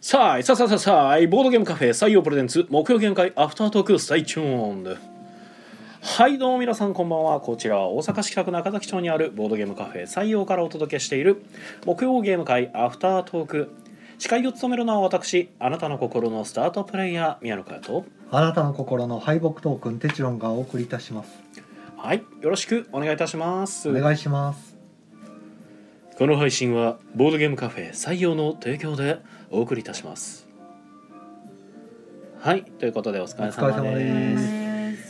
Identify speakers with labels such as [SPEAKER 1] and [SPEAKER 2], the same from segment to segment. [SPEAKER 1] さあいさあさあさあさあいボードゲームカフェ採用プレゼンツ木曜ゲーム会アフタートークスタイチューンはいどうも皆さんこんばんはこちらは大阪市北区中崎町にあるボードゲームカフェ採用からお届けしている木曜ゲーム会アフタートーク司会を務めるのは私あなたの心のスタートプレイヤー宮野佳代と
[SPEAKER 2] あなたの心の敗北トークンテチロンがお送りいたします。
[SPEAKER 1] はいよろしくお願いいたします
[SPEAKER 2] お願いし ます。
[SPEAKER 1] この配信はボードゲームカフェ採用の提供でお送りいたしますはいということでお疲れ様
[SPEAKER 2] お疲れ様
[SPEAKER 1] で
[SPEAKER 2] です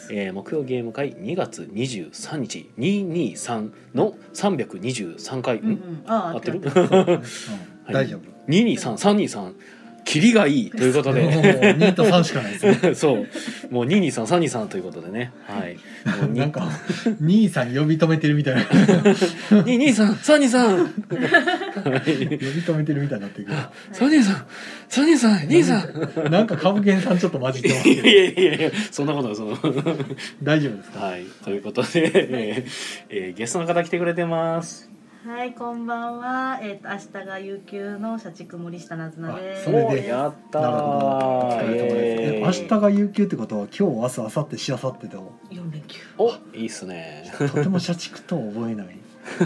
[SPEAKER 2] す
[SPEAKER 1] えー木曜ゲーム会2月23日223の323回、、
[SPEAKER 3] うんうんん、あ
[SPEAKER 1] 合ってる
[SPEAKER 2] うん
[SPEAKER 1] は
[SPEAKER 2] 大
[SPEAKER 1] い
[SPEAKER 2] 丈夫。
[SPEAKER 1] 223323キリが いいということ
[SPEAKER 2] もう
[SPEAKER 1] で
[SPEAKER 2] 2と3しかないです ね。
[SPEAKER 1] そうもう223323ということでねはいもうに
[SPEAKER 2] なんか兄さん呼び止めてるみたいな呼
[SPEAKER 1] 223323
[SPEAKER 2] び止めてるみたいになってるけ
[SPEAKER 1] 三人さん三人さん兄さ ん
[SPEAKER 2] どなんか株券さんちょっと混じってますけ
[SPEAKER 1] い
[SPEAKER 2] ど
[SPEAKER 1] やいやいやそんなことない その
[SPEAKER 2] 大丈夫ですか
[SPEAKER 1] はいということで、えーえーゲストの方来てくれてます
[SPEAKER 3] はい、こんばんは。えっ、と明日が有給の社畜森下なずなで
[SPEAKER 2] あ
[SPEAKER 3] す。
[SPEAKER 2] それで
[SPEAKER 1] おーやったー
[SPEAKER 2] なるほどお疲れ様
[SPEAKER 1] イエーイ
[SPEAKER 2] ですえ明日が有給ってことは今日明日明後日しあさってと
[SPEAKER 3] 四連休。
[SPEAKER 1] おいいっすね
[SPEAKER 2] とても社畜とは覚えないう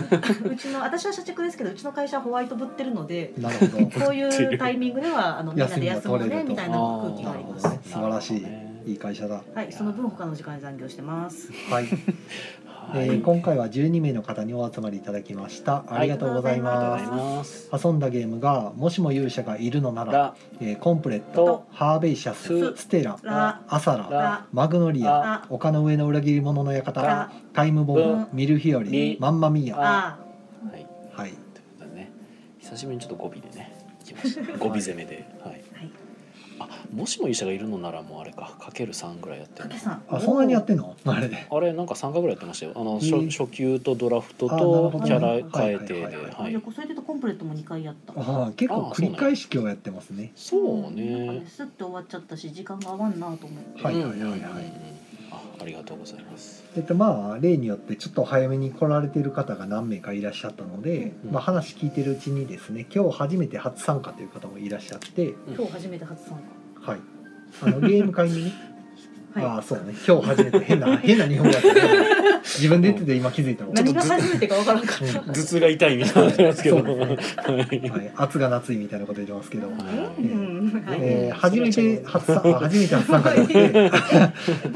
[SPEAKER 3] ちの私は社畜ですけど、うちの会社はホワイトぶってるので、
[SPEAKER 2] なるほど
[SPEAKER 3] こういうタイミングではあのみんなで休もう
[SPEAKER 2] 休みが取れ
[SPEAKER 3] ね
[SPEAKER 2] ると
[SPEAKER 3] みたいな空気があります。
[SPEAKER 2] なるほどね素晴らしいいい会社だ
[SPEAKER 3] はい、その分他の時間に残業してます。
[SPEAKER 2] はい、
[SPEAKER 1] は
[SPEAKER 2] え
[SPEAKER 1] い、
[SPEAKER 2] ー今回は12名の方にお集まりいただきましたありがとうござい
[SPEAKER 1] ありがとうご
[SPEAKER 2] ま
[SPEAKER 1] ざ
[SPEAKER 2] す
[SPEAKER 1] います。
[SPEAKER 2] 遊んだゲームがもしも勇者がいるのなら、
[SPEAKER 1] ラ
[SPEAKER 2] えーコンプレット
[SPEAKER 1] と
[SPEAKER 2] ハーベイシャス
[SPEAKER 1] ス
[SPEAKER 2] ステラ
[SPEAKER 3] ラ
[SPEAKER 2] アサラ
[SPEAKER 1] ラ
[SPEAKER 2] マグノリア
[SPEAKER 3] あ
[SPEAKER 2] 丘の上の裏切り者の
[SPEAKER 1] ラ
[SPEAKER 2] 館タイムボム
[SPEAKER 3] ブ
[SPEAKER 2] ミルフィオ
[SPEAKER 1] リ
[SPEAKER 2] リマンマミー
[SPEAKER 1] あ
[SPEAKER 2] ア
[SPEAKER 3] あ、
[SPEAKER 1] はい。
[SPEAKER 2] はい
[SPEAKER 1] ということでね、久しぶりにちょっと語尾でね、来ました。語尾攻めで、はい。
[SPEAKER 3] はい、
[SPEAKER 1] あ、もしも勇者がいるのならもうあれか、かける三ぐらいやって
[SPEAKER 3] か
[SPEAKER 1] る
[SPEAKER 3] け。さん。
[SPEAKER 2] あそんなにやってんのあれ
[SPEAKER 1] あれなんか三回ぐらいやってましたよ。あの、
[SPEAKER 2] へー
[SPEAKER 1] 初初級とドラフト
[SPEAKER 2] あなるほ
[SPEAKER 1] と
[SPEAKER 2] ど
[SPEAKER 1] キャラ変えてで、
[SPEAKER 2] はいはいはい
[SPEAKER 1] は
[SPEAKER 3] じゃ
[SPEAKER 1] い
[SPEAKER 3] あ。こうそれで言うとコンプレートも二回やった。
[SPEAKER 2] あー結構繰り返し今日やってますね
[SPEAKER 1] そう
[SPEAKER 3] なんか
[SPEAKER 1] ね
[SPEAKER 3] ね。スッと終わっちゃったし、時間が合わんなと思って。
[SPEAKER 2] はい
[SPEAKER 1] うん
[SPEAKER 2] は
[SPEAKER 1] うん
[SPEAKER 2] い
[SPEAKER 1] うんう
[SPEAKER 2] は
[SPEAKER 1] ん
[SPEAKER 2] いはい
[SPEAKER 1] あ、ありがとうございます。
[SPEAKER 2] えっとまあ例によってちょっと早めに来られてる方が何名かいらっしゃったので、
[SPEAKER 1] うん
[SPEAKER 2] まあ、話聞いてるうちにですね今日初めて初参加という方もいらっしゃって、
[SPEAKER 3] 今日初めて初参
[SPEAKER 2] はい、あのゲーム会にね
[SPEAKER 3] 加。
[SPEAKER 2] あ
[SPEAKER 3] は
[SPEAKER 2] あそうね今日初めて 変な変な日本語だったね自分で言ってて今気づいた
[SPEAKER 3] い。
[SPEAKER 2] の
[SPEAKER 3] 何が初めてかわからんか った。
[SPEAKER 2] うん
[SPEAKER 1] 頭痛が痛いみたいになってますけど。
[SPEAKER 2] そうです
[SPEAKER 1] はい。
[SPEAKER 2] はい、圧が夏いみたいなこと言ってますけど、
[SPEAKER 1] はい
[SPEAKER 3] うんはい
[SPEAKER 2] えー、初めて初参あ初めて初参加だ って
[SPEAKER 3] ボ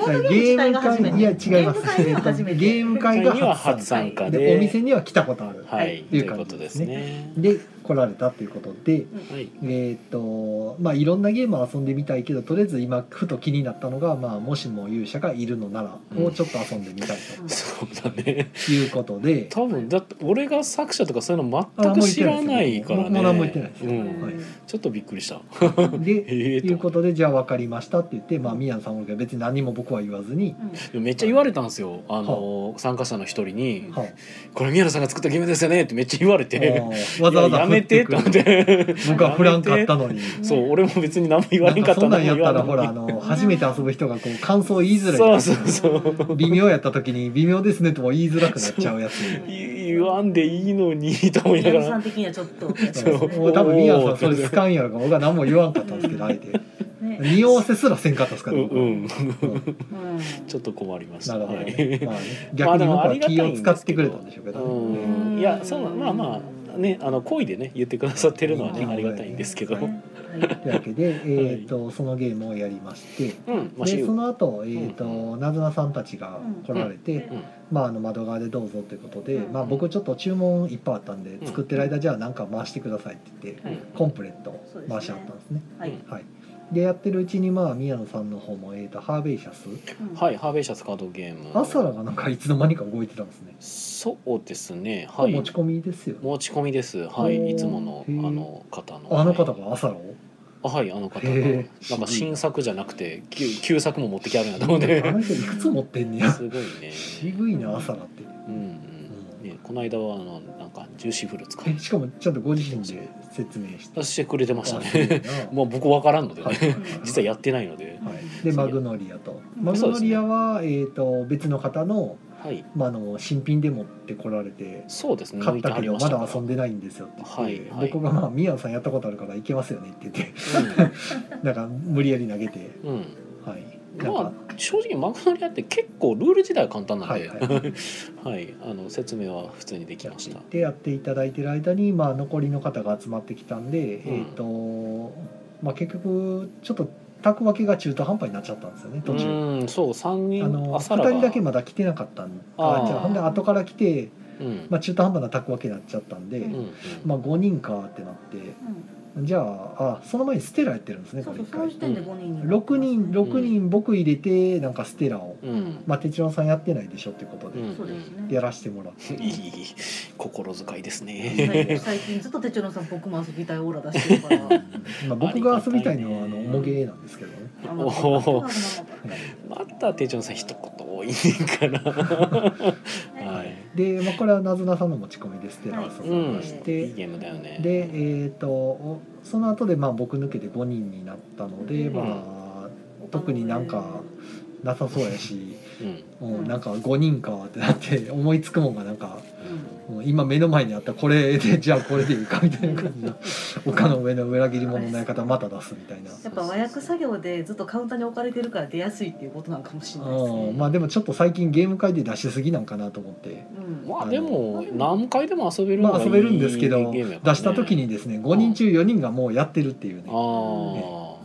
[SPEAKER 3] ードゲーム自体が初めて。
[SPEAKER 2] いや違います
[SPEAKER 3] ゲーム会では初めて。
[SPEAKER 2] ゲーム会
[SPEAKER 1] には
[SPEAKER 2] が
[SPEAKER 1] 初
[SPEAKER 2] 初参
[SPEAKER 1] 参加
[SPEAKER 2] 加
[SPEAKER 1] で、
[SPEAKER 2] でお店には来たことある、
[SPEAKER 1] はい、と
[SPEAKER 2] と
[SPEAKER 1] い
[SPEAKER 2] いうう
[SPEAKER 1] こ
[SPEAKER 2] ことと
[SPEAKER 1] で
[SPEAKER 2] ですす
[SPEAKER 1] ね。
[SPEAKER 2] で来られたということで
[SPEAKER 1] はい、
[SPEAKER 2] えーっとまあいろんなゲームを遊んでみたいけどとりあえず今ふと気になったのが、まあ、もしも勇者がいるのならをちょっと遊んでみたい
[SPEAKER 1] そうだね。
[SPEAKER 2] というこ とで、
[SPEAKER 1] 多分だって俺が作者とかそういうの全
[SPEAKER 2] あ
[SPEAKER 1] く
[SPEAKER 2] もう言ってないです
[SPEAKER 1] 知らないからね。
[SPEAKER 2] 僕も何も言ってないです
[SPEAKER 1] うん、
[SPEAKER 2] はい
[SPEAKER 1] ちょっとびっくりした。
[SPEAKER 2] で
[SPEAKER 1] ええ。
[SPEAKER 2] いうこととでじゃあ分かりましたって言って、まあ、宮野さんもおるけど別に何も僕は言わずに
[SPEAKER 3] うん
[SPEAKER 1] でもめっちゃ言われたんです よ。あの参加者の一人
[SPEAKER 2] 「
[SPEAKER 1] に
[SPEAKER 2] は
[SPEAKER 1] 「これ宮野さんが作ったゲームですよね」ってめっちゃ言われ
[SPEAKER 2] あ
[SPEAKER 1] て。
[SPEAKER 2] わざわざ
[SPEAKER 1] いややめてっ
[SPEAKER 2] 振
[SPEAKER 1] て
[SPEAKER 2] っ
[SPEAKER 1] 思って
[SPEAKER 2] くる
[SPEAKER 1] て。
[SPEAKER 2] 僕は振らんかったのに。
[SPEAKER 1] そう、俺も別に何も言わ
[SPEAKER 2] な
[SPEAKER 1] れ
[SPEAKER 2] ん
[SPEAKER 1] んかっ
[SPEAKER 2] か
[SPEAKER 1] た
[SPEAKER 2] そんなんやったら
[SPEAKER 1] 何
[SPEAKER 2] ほ
[SPEAKER 1] も言わ
[SPEAKER 2] らあ
[SPEAKER 1] ん
[SPEAKER 2] の初めて遊ぶ人がこう感想を言いづらい
[SPEAKER 1] そうそうそう。
[SPEAKER 2] 微妙やった時に「微妙ですね」とも言いづらくなっちゃうやつ
[SPEAKER 1] 言わんでいいのにと思いなが
[SPEAKER 3] 宮野さ
[SPEAKER 1] ら。
[SPEAKER 3] ん的にはちょっと。
[SPEAKER 1] そう
[SPEAKER 2] そうもう多分宮野さんそれ好かんやろから僕は何も言わんかったんですけどあえて
[SPEAKER 3] ね
[SPEAKER 2] 匂わせすらせんかったですか
[SPEAKER 1] う
[SPEAKER 2] ら
[SPEAKER 1] ん、
[SPEAKER 2] 僕は
[SPEAKER 1] うん。
[SPEAKER 2] うん
[SPEAKER 3] うん
[SPEAKER 1] ちょっと困りました。
[SPEAKER 2] なるほど
[SPEAKER 1] はい
[SPEAKER 2] ねまあね
[SPEAKER 1] まあ
[SPEAKER 2] 逆
[SPEAKER 1] で
[SPEAKER 2] に僕
[SPEAKER 1] もあ
[SPEAKER 2] は
[SPEAKER 1] りがたいん
[SPEAKER 2] 気
[SPEAKER 1] ですけど
[SPEAKER 2] を使ってくれたんでしょうけどね
[SPEAKER 1] うん、いやそうまあまあねあの恋でね言ってくださってるのはね
[SPEAKER 2] うん
[SPEAKER 1] ありがたいんですけど、
[SPEAKER 3] はい
[SPEAKER 2] というわけで、えー、とそのゲームをやりまして
[SPEAKER 1] うんまあ
[SPEAKER 2] でその後、えー
[SPEAKER 1] う
[SPEAKER 2] となずなさんたちが来られて、
[SPEAKER 3] うん
[SPEAKER 1] うん
[SPEAKER 2] まあ、あの窓側でどうぞということで、
[SPEAKER 3] うん
[SPEAKER 2] まあ、僕ちょっと注文いっぱいあったんで、
[SPEAKER 1] うん
[SPEAKER 2] 作ってる間じゃあ何か回してくださいって言って、
[SPEAKER 1] うん
[SPEAKER 2] コンプレットを回しあったんですね。
[SPEAKER 3] はい
[SPEAKER 1] うん
[SPEAKER 2] はい、でやってるうちに、まあ、宮野さんの方も、えー、とハーベイシャス
[SPEAKER 3] うん
[SPEAKER 1] はいハーベイシャスカードゲーム
[SPEAKER 2] アサラがなんかいつの間にか動いてたんですね。
[SPEAKER 1] そうですねはい
[SPEAKER 2] 持ち込みですよね。
[SPEAKER 1] 持ち込みですは
[SPEAKER 2] お
[SPEAKER 1] い
[SPEAKER 2] ー
[SPEAKER 1] いつものあ
[SPEAKER 2] へー
[SPEAKER 1] の方の
[SPEAKER 2] あの方
[SPEAKER 1] はい
[SPEAKER 2] がアサラを
[SPEAKER 1] あはいあの方が
[SPEAKER 2] へー
[SPEAKER 1] なんか新作じゃなくて旧旧作も持ってきあるんやと思って
[SPEAKER 2] あの人いくつ持ってんね や
[SPEAKER 1] すごいね
[SPEAKER 2] 渋いなアサラって、
[SPEAKER 1] うんうんねこの間はあのなんかジューシーフルーツか
[SPEAKER 2] えしかもちゃんとご自身で説明して
[SPEAKER 1] してくれ てました
[SPEAKER 2] あすごい
[SPEAKER 1] ね
[SPEAKER 2] な
[SPEAKER 1] もう僕わからんので
[SPEAKER 2] はい
[SPEAKER 1] ね 実はやってないので
[SPEAKER 2] はい、でマグノリアと
[SPEAKER 3] うん
[SPEAKER 2] マグノリアは、えー、と別の方の、
[SPEAKER 1] はい
[SPEAKER 2] まあ、あの新品で持ってこられて
[SPEAKER 1] そうですね
[SPEAKER 2] 買ったけどまだ遊ん
[SPEAKER 1] で
[SPEAKER 2] でないんですよって言って、
[SPEAKER 1] はいはい
[SPEAKER 2] 僕が、まあ「ミヤさんやったことあるからいけますよね」って言って なんか無理やり投げて
[SPEAKER 1] うん、うん
[SPEAKER 2] はいなんか
[SPEAKER 1] まあ正直マグノリアって結構ルール自体は簡単なんで、
[SPEAKER 2] は
[SPEAKER 1] はいい
[SPEAKER 2] は
[SPEAKER 1] あの説明は普通にでき
[SPEAKER 2] やっ
[SPEAKER 1] まして
[SPEAKER 2] い
[SPEAKER 1] た。
[SPEAKER 2] ってやっていただいてる間に、まあ、残りの方が集まってきたんで、
[SPEAKER 1] うん
[SPEAKER 2] えっ、と、まあ、結局ちょっと宅分けが中途半端になっちゃったんですよね
[SPEAKER 1] う
[SPEAKER 2] 途中。
[SPEAKER 1] ん、そう三
[SPEAKER 2] あ
[SPEAKER 1] 人
[SPEAKER 2] の
[SPEAKER 1] 朝
[SPEAKER 2] 2人だけまだ来てなかったん
[SPEAKER 1] あ
[SPEAKER 2] あ
[SPEAKER 1] ー
[SPEAKER 2] じゃあほんで後から来て、
[SPEAKER 1] うん、
[SPEAKER 2] まあ、中途半端な宅分けになっちゃったんで、
[SPEAKER 1] うんうん
[SPEAKER 2] まあ、5人かってなってじゃああその前にステラやってるんですね
[SPEAKER 3] そ
[SPEAKER 2] こ
[SPEAKER 3] う
[SPEAKER 2] れ
[SPEAKER 3] そう
[SPEAKER 2] 一
[SPEAKER 3] そ
[SPEAKER 2] 回
[SPEAKER 3] の時点で5人に
[SPEAKER 2] 6人6人僕入れてなんかステラを、
[SPEAKER 1] うん
[SPEAKER 2] まあ、哲郎さんやってないでしょってことで
[SPEAKER 1] うん
[SPEAKER 3] そうですね
[SPEAKER 2] やらしてもらって、
[SPEAKER 1] いい心遣いですね。
[SPEAKER 3] 最最近ずっと手帳のさん僕も遊びたいオーラ出してるから
[SPEAKER 2] まあ、僕が遊びたいのはあの重げなんですけどね
[SPEAKER 3] あ
[SPEAKER 1] お
[SPEAKER 3] の
[SPEAKER 1] お
[SPEAKER 3] あの
[SPEAKER 1] また手順さん一言多いねんかな。はい。
[SPEAKER 2] で、まあ、これはなずなさんの持ち込みですテラー
[SPEAKER 1] う
[SPEAKER 2] 遊び
[SPEAKER 1] ん
[SPEAKER 2] まし、
[SPEAKER 1] いい
[SPEAKER 2] て、
[SPEAKER 1] ゲームだよね。
[SPEAKER 2] で、えー、とおその後でまあ僕抜けて5人になったので、
[SPEAKER 3] うん
[SPEAKER 2] まあ特になんかなさそうやし、
[SPEAKER 1] うん、
[SPEAKER 2] うん、なんか5人かってなって思いつくもんがなんか
[SPEAKER 3] うん
[SPEAKER 2] うん今目の前にあったこれで じゃあこれでいいかみたいな感じの丘の上の裏切り者のやり方また出すみたいな。
[SPEAKER 3] やっぱ和訳作業でずっとカウンターに置かれてるから出やすいっていうことなんかもしれないですね
[SPEAKER 2] うんまあでもちょっと最近ゲーム界で出しすぎなんかなと思って、
[SPEAKER 3] うん
[SPEAKER 1] まあでも何回でも遊べるの
[SPEAKER 2] まあ
[SPEAKER 1] がいい
[SPEAKER 2] 遊べるんですけど、
[SPEAKER 1] ゲームやから
[SPEAKER 2] 出
[SPEAKER 1] ね
[SPEAKER 2] した時にですね5人中4人がもうやってるっていうね
[SPEAKER 1] あ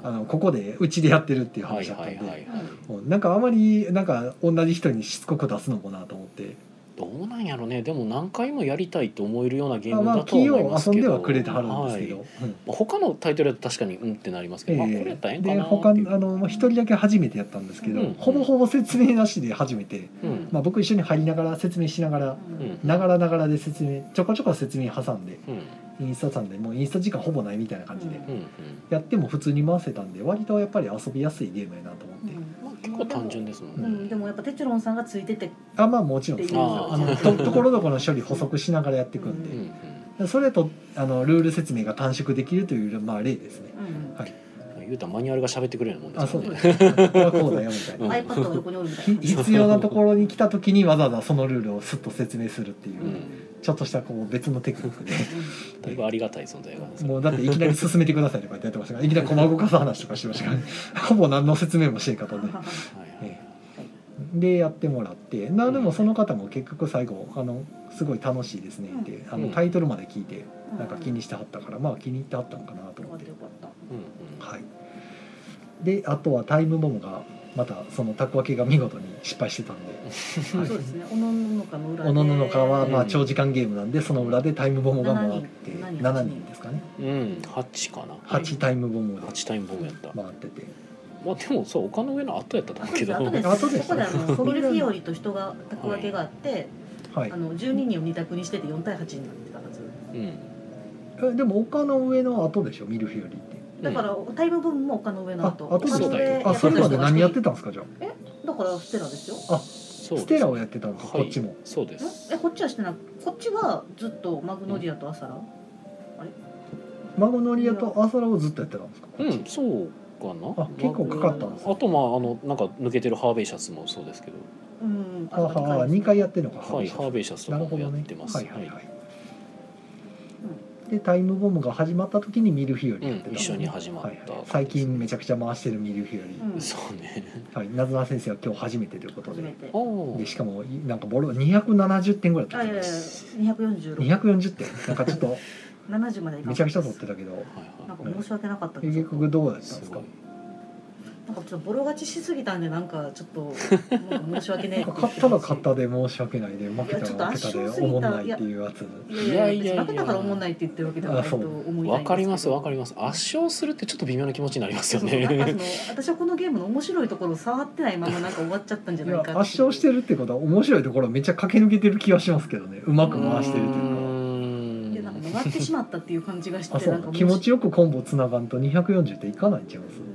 [SPEAKER 1] あ、
[SPEAKER 2] あのここでうちでやってるっていう
[SPEAKER 1] は
[SPEAKER 2] 話
[SPEAKER 1] い
[SPEAKER 2] だったん
[SPEAKER 1] は
[SPEAKER 2] で、
[SPEAKER 1] いはいはい。
[SPEAKER 2] もうなんかあまりなんか同じ人にしつこく出すのもなと思って
[SPEAKER 1] どうなんやろね。でも何回もやりたいと思えるようなゲー
[SPEAKER 2] まあ
[SPEAKER 1] ム
[SPEAKER 2] まあ
[SPEAKER 1] だと
[SPEAKER 2] 企
[SPEAKER 1] 思い
[SPEAKER 2] 業
[SPEAKER 1] ます
[SPEAKER 2] 遊
[SPEAKER 1] け
[SPEAKER 2] ん
[SPEAKER 1] ど。
[SPEAKER 2] ではくれてはるんですけ
[SPEAKER 1] はい
[SPEAKER 2] ど、うん
[SPEAKER 1] まあ他のタイトルだと確かにうんってなりますけど、まあこれやったらええんか
[SPEAKER 2] で
[SPEAKER 1] な
[SPEAKER 2] 他
[SPEAKER 1] ってい
[SPEAKER 2] に
[SPEAKER 1] う。
[SPEAKER 2] あのまあ一人だけ初めてやったんですけど、
[SPEAKER 1] うん
[SPEAKER 2] ほぼほぼ説明なしで初めて、
[SPEAKER 1] うん
[SPEAKER 2] まあ、僕一緒に入りながら説明しなが
[SPEAKER 3] う
[SPEAKER 2] ら
[SPEAKER 3] ん
[SPEAKER 2] ながらながらで説明ちょこちょこ説明挟んで
[SPEAKER 1] うん
[SPEAKER 2] インスタさんでもうインスタ時間ほぼないみたいな感じで、
[SPEAKER 3] うん
[SPEAKER 1] うんうん。
[SPEAKER 2] やっても普通に回せたんで割とやっぱり遊びやすいゲームやなと思って、
[SPEAKER 1] まあ結構単純ですも
[SPEAKER 3] うん
[SPEAKER 1] ね。
[SPEAKER 3] んでもやっぱテチロンさんがついてて
[SPEAKER 2] あまあもちろんそうです
[SPEAKER 1] あー
[SPEAKER 2] あのと ところどころの処理補足しながらやっていくん
[SPEAKER 1] う
[SPEAKER 2] で
[SPEAKER 1] ん、
[SPEAKER 2] それとあのルール説明が短縮できるという、まあ、例ですね
[SPEAKER 3] うん
[SPEAKER 1] うん。言うたらマニュアルが喋ってくれるようなもん
[SPEAKER 2] あ
[SPEAKER 1] です
[SPEAKER 2] そ
[SPEAKER 1] よ
[SPEAKER 2] う
[SPEAKER 1] ね
[SPEAKER 2] で。すねこれはこうだよみたい な
[SPEAKER 1] うん
[SPEAKER 3] iPad が横におるみたいな
[SPEAKER 2] 必要なところに来た時にわざわざそのルールをすっと説明するっていう、
[SPEAKER 1] うん
[SPEAKER 2] ちょっとしたこう別のテクニックで
[SPEAKER 1] だいぶありがたい存在があるんですよ
[SPEAKER 2] もうだっていきなり進めてくださいとかやってましたからいきなり駒動かす話とかしてましたから、ね、 ほぼ何の説明もしていかとね
[SPEAKER 1] はいはい
[SPEAKER 2] えでやってもらってなでもその方も結局最後あのすごい楽しいですねって、あのタイトルまで聞いてなんか気にしてはったから、まあ気に入ってはったのかなと
[SPEAKER 3] よ
[SPEAKER 2] 思
[SPEAKER 3] か
[SPEAKER 2] っ
[SPEAKER 3] ってたよかった
[SPEAKER 1] うん
[SPEAKER 2] はいであとはタイムボムがまたその宅分けが見事に失敗してたんではい
[SPEAKER 3] そうですね。おのののかの裏で。
[SPEAKER 2] おのののかは
[SPEAKER 1] うん
[SPEAKER 2] まあ長時間ゲームなんでその裏でタイムボムが回って
[SPEAKER 3] 7人
[SPEAKER 2] 7人ですかね
[SPEAKER 1] うん。うん八かな。
[SPEAKER 2] 8タイムボムが
[SPEAKER 1] 八タイムボムやった。
[SPEAKER 2] 回ってて
[SPEAKER 1] まあでもそう丘の上の後やったと思うけど。
[SPEAKER 3] 後です。
[SPEAKER 2] 後
[SPEAKER 3] 後
[SPEAKER 2] で
[SPEAKER 3] ですす。ここであの
[SPEAKER 2] そ
[SPEAKER 3] ソ
[SPEAKER 2] れ
[SPEAKER 3] ウルフィオリと人が宅分けがあって、
[SPEAKER 2] はい
[SPEAKER 3] あの12人を二択にしてて4対8になってたはず。
[SPEAKER 1] うん。
[SPEAKER 2] えでも丘の上の後でしょミルフィオリって
[SPEAKER 3] だからタイム分も丘の上の
[SPEAKER 2] あ
[SPEAKER 3] 後。
[SPEAKER 2] 後で
[SPEAKER 3] 丘の上
[SPEAKER 1] で
[SPEAKER 3] や
[SPEAKER 2] し
[SPEAKER 3] っ
[SPEAKER 2] ょ
[SPEAKER 3] た
[SPEAKER 2] あそれまで何やって
[SPEAKER 3] 人
[SPEAKER 2] たんですかじゃ
[SPEAKER 3] だからステラですよ。
[SPEAKER 1] そう
[SPEAKER 2] あ
[SPEAKER 1] です
[SPEAKER 2] ステラをやってたんですか
[SPEAKER 1] はい
[SPEAKER 2] こっちも
[SPEAKER 1] そうです。
[SPEAKER 3] んえこっちはしてない。こっちはずっとマグノリアとアサラ。
[SPEAKER 2] 孫のリアとアサラをずっとやってたんですか
[SPEAKER 1] うん、そうかな。
[SPEAKER 2] あ結構かかったんですね
[SPEAKER 1] あとまああのなんか抜けてるハーベイシャスもそうですけど、
[SPEAKER 3] うん。
[SPEAKER 2] ああ2回やってるのか
[SPEAKER 1] はい、ハーベイシャスと
[SPEAKER 2] な
[SPEAKER 1] か
[SPEAKER 2] るほ
[SPEAKER 1] もや
[SPEAKER 2] ど
[SPEAKER 1] っ
[SPEAKER 2] ね
[SPEAKER 1] てます。
[SPEAKER 2] はいはいはいでタイムボムが始まった時にミルフィオリやってた
[SPEAKER 1] うん、一緒に始まった、
[SPEAKER 2] はいはい最近めちゃくちゃ回してるミルフィオリ、
[SPEAKER 3] うん
[SPEAKER 1] そうね。
[SPEAKER 2] はい、なずな先生は今日初めてということ
[SPEAKER 3] 初
[SPEAKER 2] で
[SPEAKER 3] めて。
[SPEAKER 1] お
[SPEAKER 2] でしかもいなんかボロ270点ぐらいだ
[SPEAKER 3] あ
[SPEAKER 2] っ
[SPEAKER 3] い
[SPEAKER 2] た
[SPEAKER 3] や
[SPEAKER 2] ん
[SPEAKER 3] いや
[SPEAKER 2] です
[SPEAKER 3] 246。
[SPEAKER 2] 240点なんかちょっと
[SPEAKER 3] 70までいか
[SPEAKER 2] め
[SPEAKER 3] な
[SPEAKER 2] ち
[SPEAKER 3] か
[SPEAKER 2] ゃ
[SPEAKER 3] っ
[SPEAKER 2] くち
[SPEAKER 3] た
[SPEAKER 2] ゃ
[SPEAKER 3] で
[SPEAKER 2] 取っ
[SPEAKER 3] す
[SPEAKER 2] てたけど
[SPEAKER 3] な
[SPEAKER 1] は
[SPEAKER 3] んか申し訳なかったんです
[SPEAKER 2] 結
[SPEAKER 3] けど
[SPEAKER 2] 局どうだ
[SPEAKER 1] い。
[SPEAKER 2] ったんですす
[SPEAKER 1] ご
[SPEAKER 2] か
[SPEAKER 1] い。
[SPEAKER 3] なんかちょっとボロ勝ちしすぎたんでなんかちょっ となんか申し訳
[SPEAKER 2] な
[SPEAKER 3] ねえ
[SPEAKER 2] んか勝ったら勝ったで申し訳ないで負けたら負けたで思んないっていうやつ
[SPEAKER 3] いやい
[SPEAKER 1] い
[SPEAKER 3] や
[SPEAKER 1] やいやいや
[SPEAKER 3] 負けたから思んないって言ってるわけではないと思いたい
[SPEAKER 1] わかりますわか
[SPEAKER 3] り
[SPEAKER 1] ります。圧勝するってちょっと微妙な気持ちになりますよ
[SPEAKER 3] なんかそ
[SPEAKER 1] ね。
[SPEAKER 3] の私はこのゲームの面白いところを触ってないままなんか終わっちゃったんじゃ
[SPEAKER 2] い
[SPEAKER 3] ない
[SPEAKER 2] や
[SPEAKER 3] か
[SPEAKER 2] 圧勝してるってことは面白いところめっちゃ駆け抜けてる気はしますけどねうまく回してると
[SPEAKER 1] う
[SPEAKER 2] いうか
[SPEAKER 1] ーん
[SPEAKER 3] でなんか回ってしまったっていう感じがし
[SPEAKER 2] あ
[SPEAKER 3] て
[SPEAKER 2] そ
[SPEAKER 3] なん
[SPEAKER 2] う
[SPEAKER 3] か
[SPEAKER 2] 気持ちよくコンボつながんと240っていかないんちゃいます
[SPEAKER 3] うーん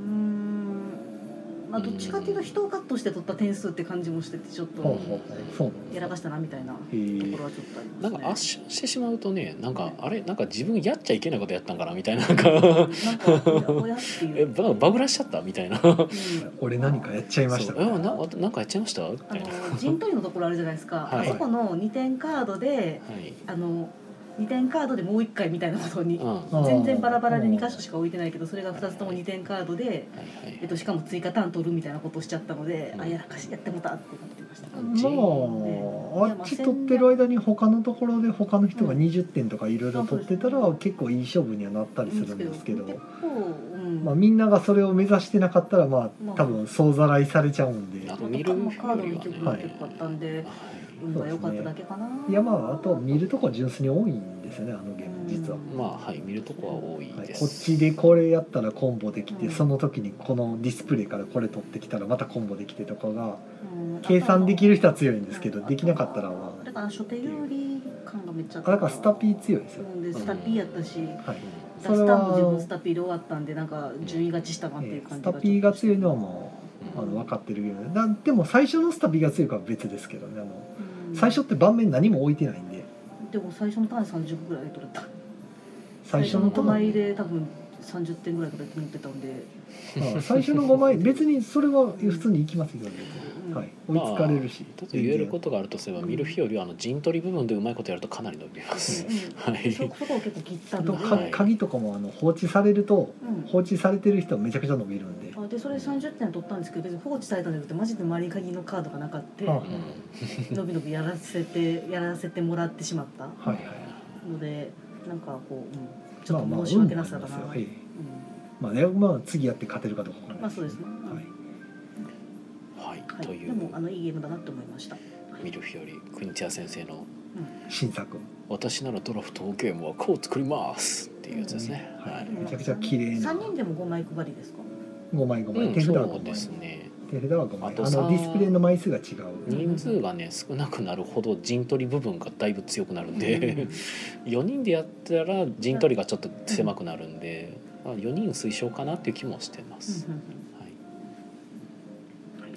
[SPEAKER 3] まあ、どっちかっていうと人をカットして取った点数って感じもしててちょっ
[SPEAKER 2] ほう
[SPEAKER 3] と
[SPEAKER 2] ほうそう
[SPEAKER 3] や
[SPEAKER 2] な
[SPEAKER 3] ら
[SPEAKER 2] んで
[SPEAKER 3] かしたなみたいなとこ
[SPEAKER 2] すね
[SPEAKER 3] ろはちょっとあります
[SPEAKER 1] な
[SPEAKER 3] ね
[SPEAKER 1] んか圧勝してしまうとねなんかあれなんか自分やっちゃいけないことやったんかなみたいななん か
[SPEAKER 3] なんかおやってい
[SPEAKER 1] え
[SPEAKER 3] う、
[SPEAKER 1] ばバグらしちゃったみたいな
[SPEAKER 3] うん
[SPEAKER 2] 俺何かやっちゃいました
[SPEAKER 1] そうあななんかやっちゃいましたみ
[SPEAKER 3] あ
[SPEAKER 1] たいなは
[SPEAKER 3] の陣取りのところあるじゃないですか、
[SPEAKER 1] はい
[SPEAKER 3] あそこの2点カードで
[SPEAKER 1] い、
[SPEAKER 3] あの2点カードでもう1回みたいなことに
[SPEAKER 1] うんは
[SPEAKER 2] あー
[SPEAKER 3] 全然バラバラで2箇所しか置いてないけどそれが2つとも2点カードで、
[SPEAKER 1] いはい
[SPEAKER 3] えっと、しかも追加ターン取るみたいなことをしちゃったので、
[SPEAKER 1] うん
[SPEAKER 3] あやらかしやってもたってなってました、
[SPEAKER 1] うん
[SPEAKER 2] まああっち取ってる間に他のところで他の人が20点とかいろいろ取ってたら結構いい勝負にはなったりするんですけど
[SPEAKER 3] 結、構、うん
[SPEAKER 2] まあ、みんながそれを目指してなかったらま
[SPEAKER 3] ま
[SPEAKER 2] あ
[SPEAKER 3] あ
[SPEAKER 2] 多分総ざらいされちゃうんで
[SPEAKER 1] あ
[SPEAKER 3] まあ
[SPEAKER 1] 見る
[SPEAKER 3] カードの曲が結構あったんで、
[SPEAKER 1] は
[SPEAKER 3] 運が良かっただけかな、
[SPEAKER 2] いやまああと見るとこ純粋に多いんですよねあのゲーム実は。
[SPEAKER 1] いまあはい見るとこは多い
[SPEAKER 2] はい
[SPEAKER 1] です、
[SPEAKER 2] こっちでこれやったらコンボできて、
[SPEAKER 3] うん
[SPEAKER 2] その時にこのディスプレイからこれ取ってきたらまたコンボできてとかが
[SPEAKER 3] うん
[SPEAKER 2] 計算できる人は強いんですけど
[SPEAKER 3] うん
[SPEAKER 2] できなかったらま
[SPEAKER 3] だから初手料理感がめっちゃあっ
[SPEAKER 2] あ
[SPEAKER 3] た
[SPEAKER 2] だからスタピー強いですよ、
[SPEAKER 3] うんでスタピーやったし、
[SPEAKER 2] はい、
[SPEAKER 3] ス
[SPEAKER 2] そ
[SPEAKER 3] タ
[SPEAKER 2] れは
[SPEAKER 3] スタンも自分スタピーで終わったんでなんか順位勝ちしたなっていう
[SPEAKER 2] えー
[SPEAKER 3] 感
[SPEAKER 2] スタ
[SPEAKER 3] じがちょっと
[SPEAKER 2] ピーが強いのはもうあ
[SPEAKER 1] うん
[SPEAKER 2] の分かってるゲームでだでも最初のスタピーが強いから別ですけどねあの
[SPEAKER 3] うん
[SPEAKER 2] 最初って盤面何も置いてないんで
[SPEAKER 3] でも最初の単位30ぐらい取れた
[SPEAKER 2] 最初の
[SPEAKER 3] 5
[SPEAKER 2] と
[SPEAKER 1] は
[SPEAKER 2] 枚
[SPEAKER 1] い
[SPEAKER 3] 枚で多分30点ぐらい取れて持ってたんで
[SPEAKER 2] 最初の5枚別にそれは普通に行きますよ、はい、追いつかれるし、
[SPEAKER 1] ちょっと言えることがあるとすれば見る日よりはあの陣取り部分でうまいことやるとかなり伸びます、
[SPEAKER 3] う
[SPEAKER 1] は
[SPEAKER 3] ん、そ
[SPEAKER 1] い
[SPEAKER 3] こそこ結構切った
[SPEAKER 2] あ
[SPEAKER 3] んで、
[SPEAKER 2] と
[SPEAKER 3] う
[SPEAKER 2] か
[SPEAKER 1] はい
[SPEAKER 2] 鍵とかもあの放置されると
[SPEAKER 3] ん
[SPEAKER 2] 放置されてる人はめちゃくちゃ伸びるんで、
[SPEAKER 3] あでそれ30点取ったんですけど別に放置されたんじゃなくてマジで周りに鍵のカードがなかって
[SPEAKER 2] あ
[SPEAKER 1] う
[SPEAKER 3] のびのびやらせてやらせてもらってしまった
[SPEAKER 2] はいはい
[SPEAKER 3] のでなんかこう、うん、ち
[SPEAKER 2] ま
[SPEAKER 3] ょ
[SPEAKER 2] あ
[SPEAKER 3] っ
[SPEAKER 2] まあ
[SPEAKER 3] と申し訳なさだな、
[SPEAKER 2] 運もありますよは
[SPEAKER 3] うん
[SPEAKER 2] いまあねまあ次やって勝てるかどうかわから
[SPEAKER 3] ま
[SPEAKER 2] な
[SPEAKER 3] あ
[SPEAKER 2] い
[SPEAKER 3] そうですね、うん
[SPEAKER 2] はい
[SPEAKER 1] んはい、
[SPEAKER 3] はい、
[SPEAKER 1] とい
[SPEAKER 3] でもあ
[SPEAKER 1] う
[SPEAKER 3] のいいゲームだなと思いました。
[SPEAKER 1] 見る日よりクニチア先生の
[SPEAKER 2] 新作
[SPEAKER 1] 「私ならドラフトゲームはこう作ります」っていうやつですね、
[SPEAKER 2] うん
[SPEAKER 1] はい、
[SPEAKER 2] めちゃくちゃ綺麗な
[SPEAKER 3] 三人でも五枚配りですか。
[SPEAKER 2] 5枚5枚、
[SPEAKER 1] うん
[SPEAKER 2] 手札は
[SPEAKER 1] そう
[SPEAKER 2] 5枚
[SPEAKER 1] ですね
[SPEAKER 2] 手札は5枚
[SPEAKER 1] あ
[SPEAKER 2] あ
[SPEAKER 1] とさ
[SPEAKER 2] のディスプレイの枚数が違
[SPEAKER 3] うん
[SPEAKER 2] う、
[SPEAKER 1] 人数がね少なくなるほど陣取り部分がだいぶ強くなるん
[SPEAKER 3] う
[SPEAKER 1] で
[SPEAKER 3] ん
[SPEAKER 1] 4人でやったら陣取りがちょっと狭くなるんで、まあ、4人推奨かなっていう気もしてます。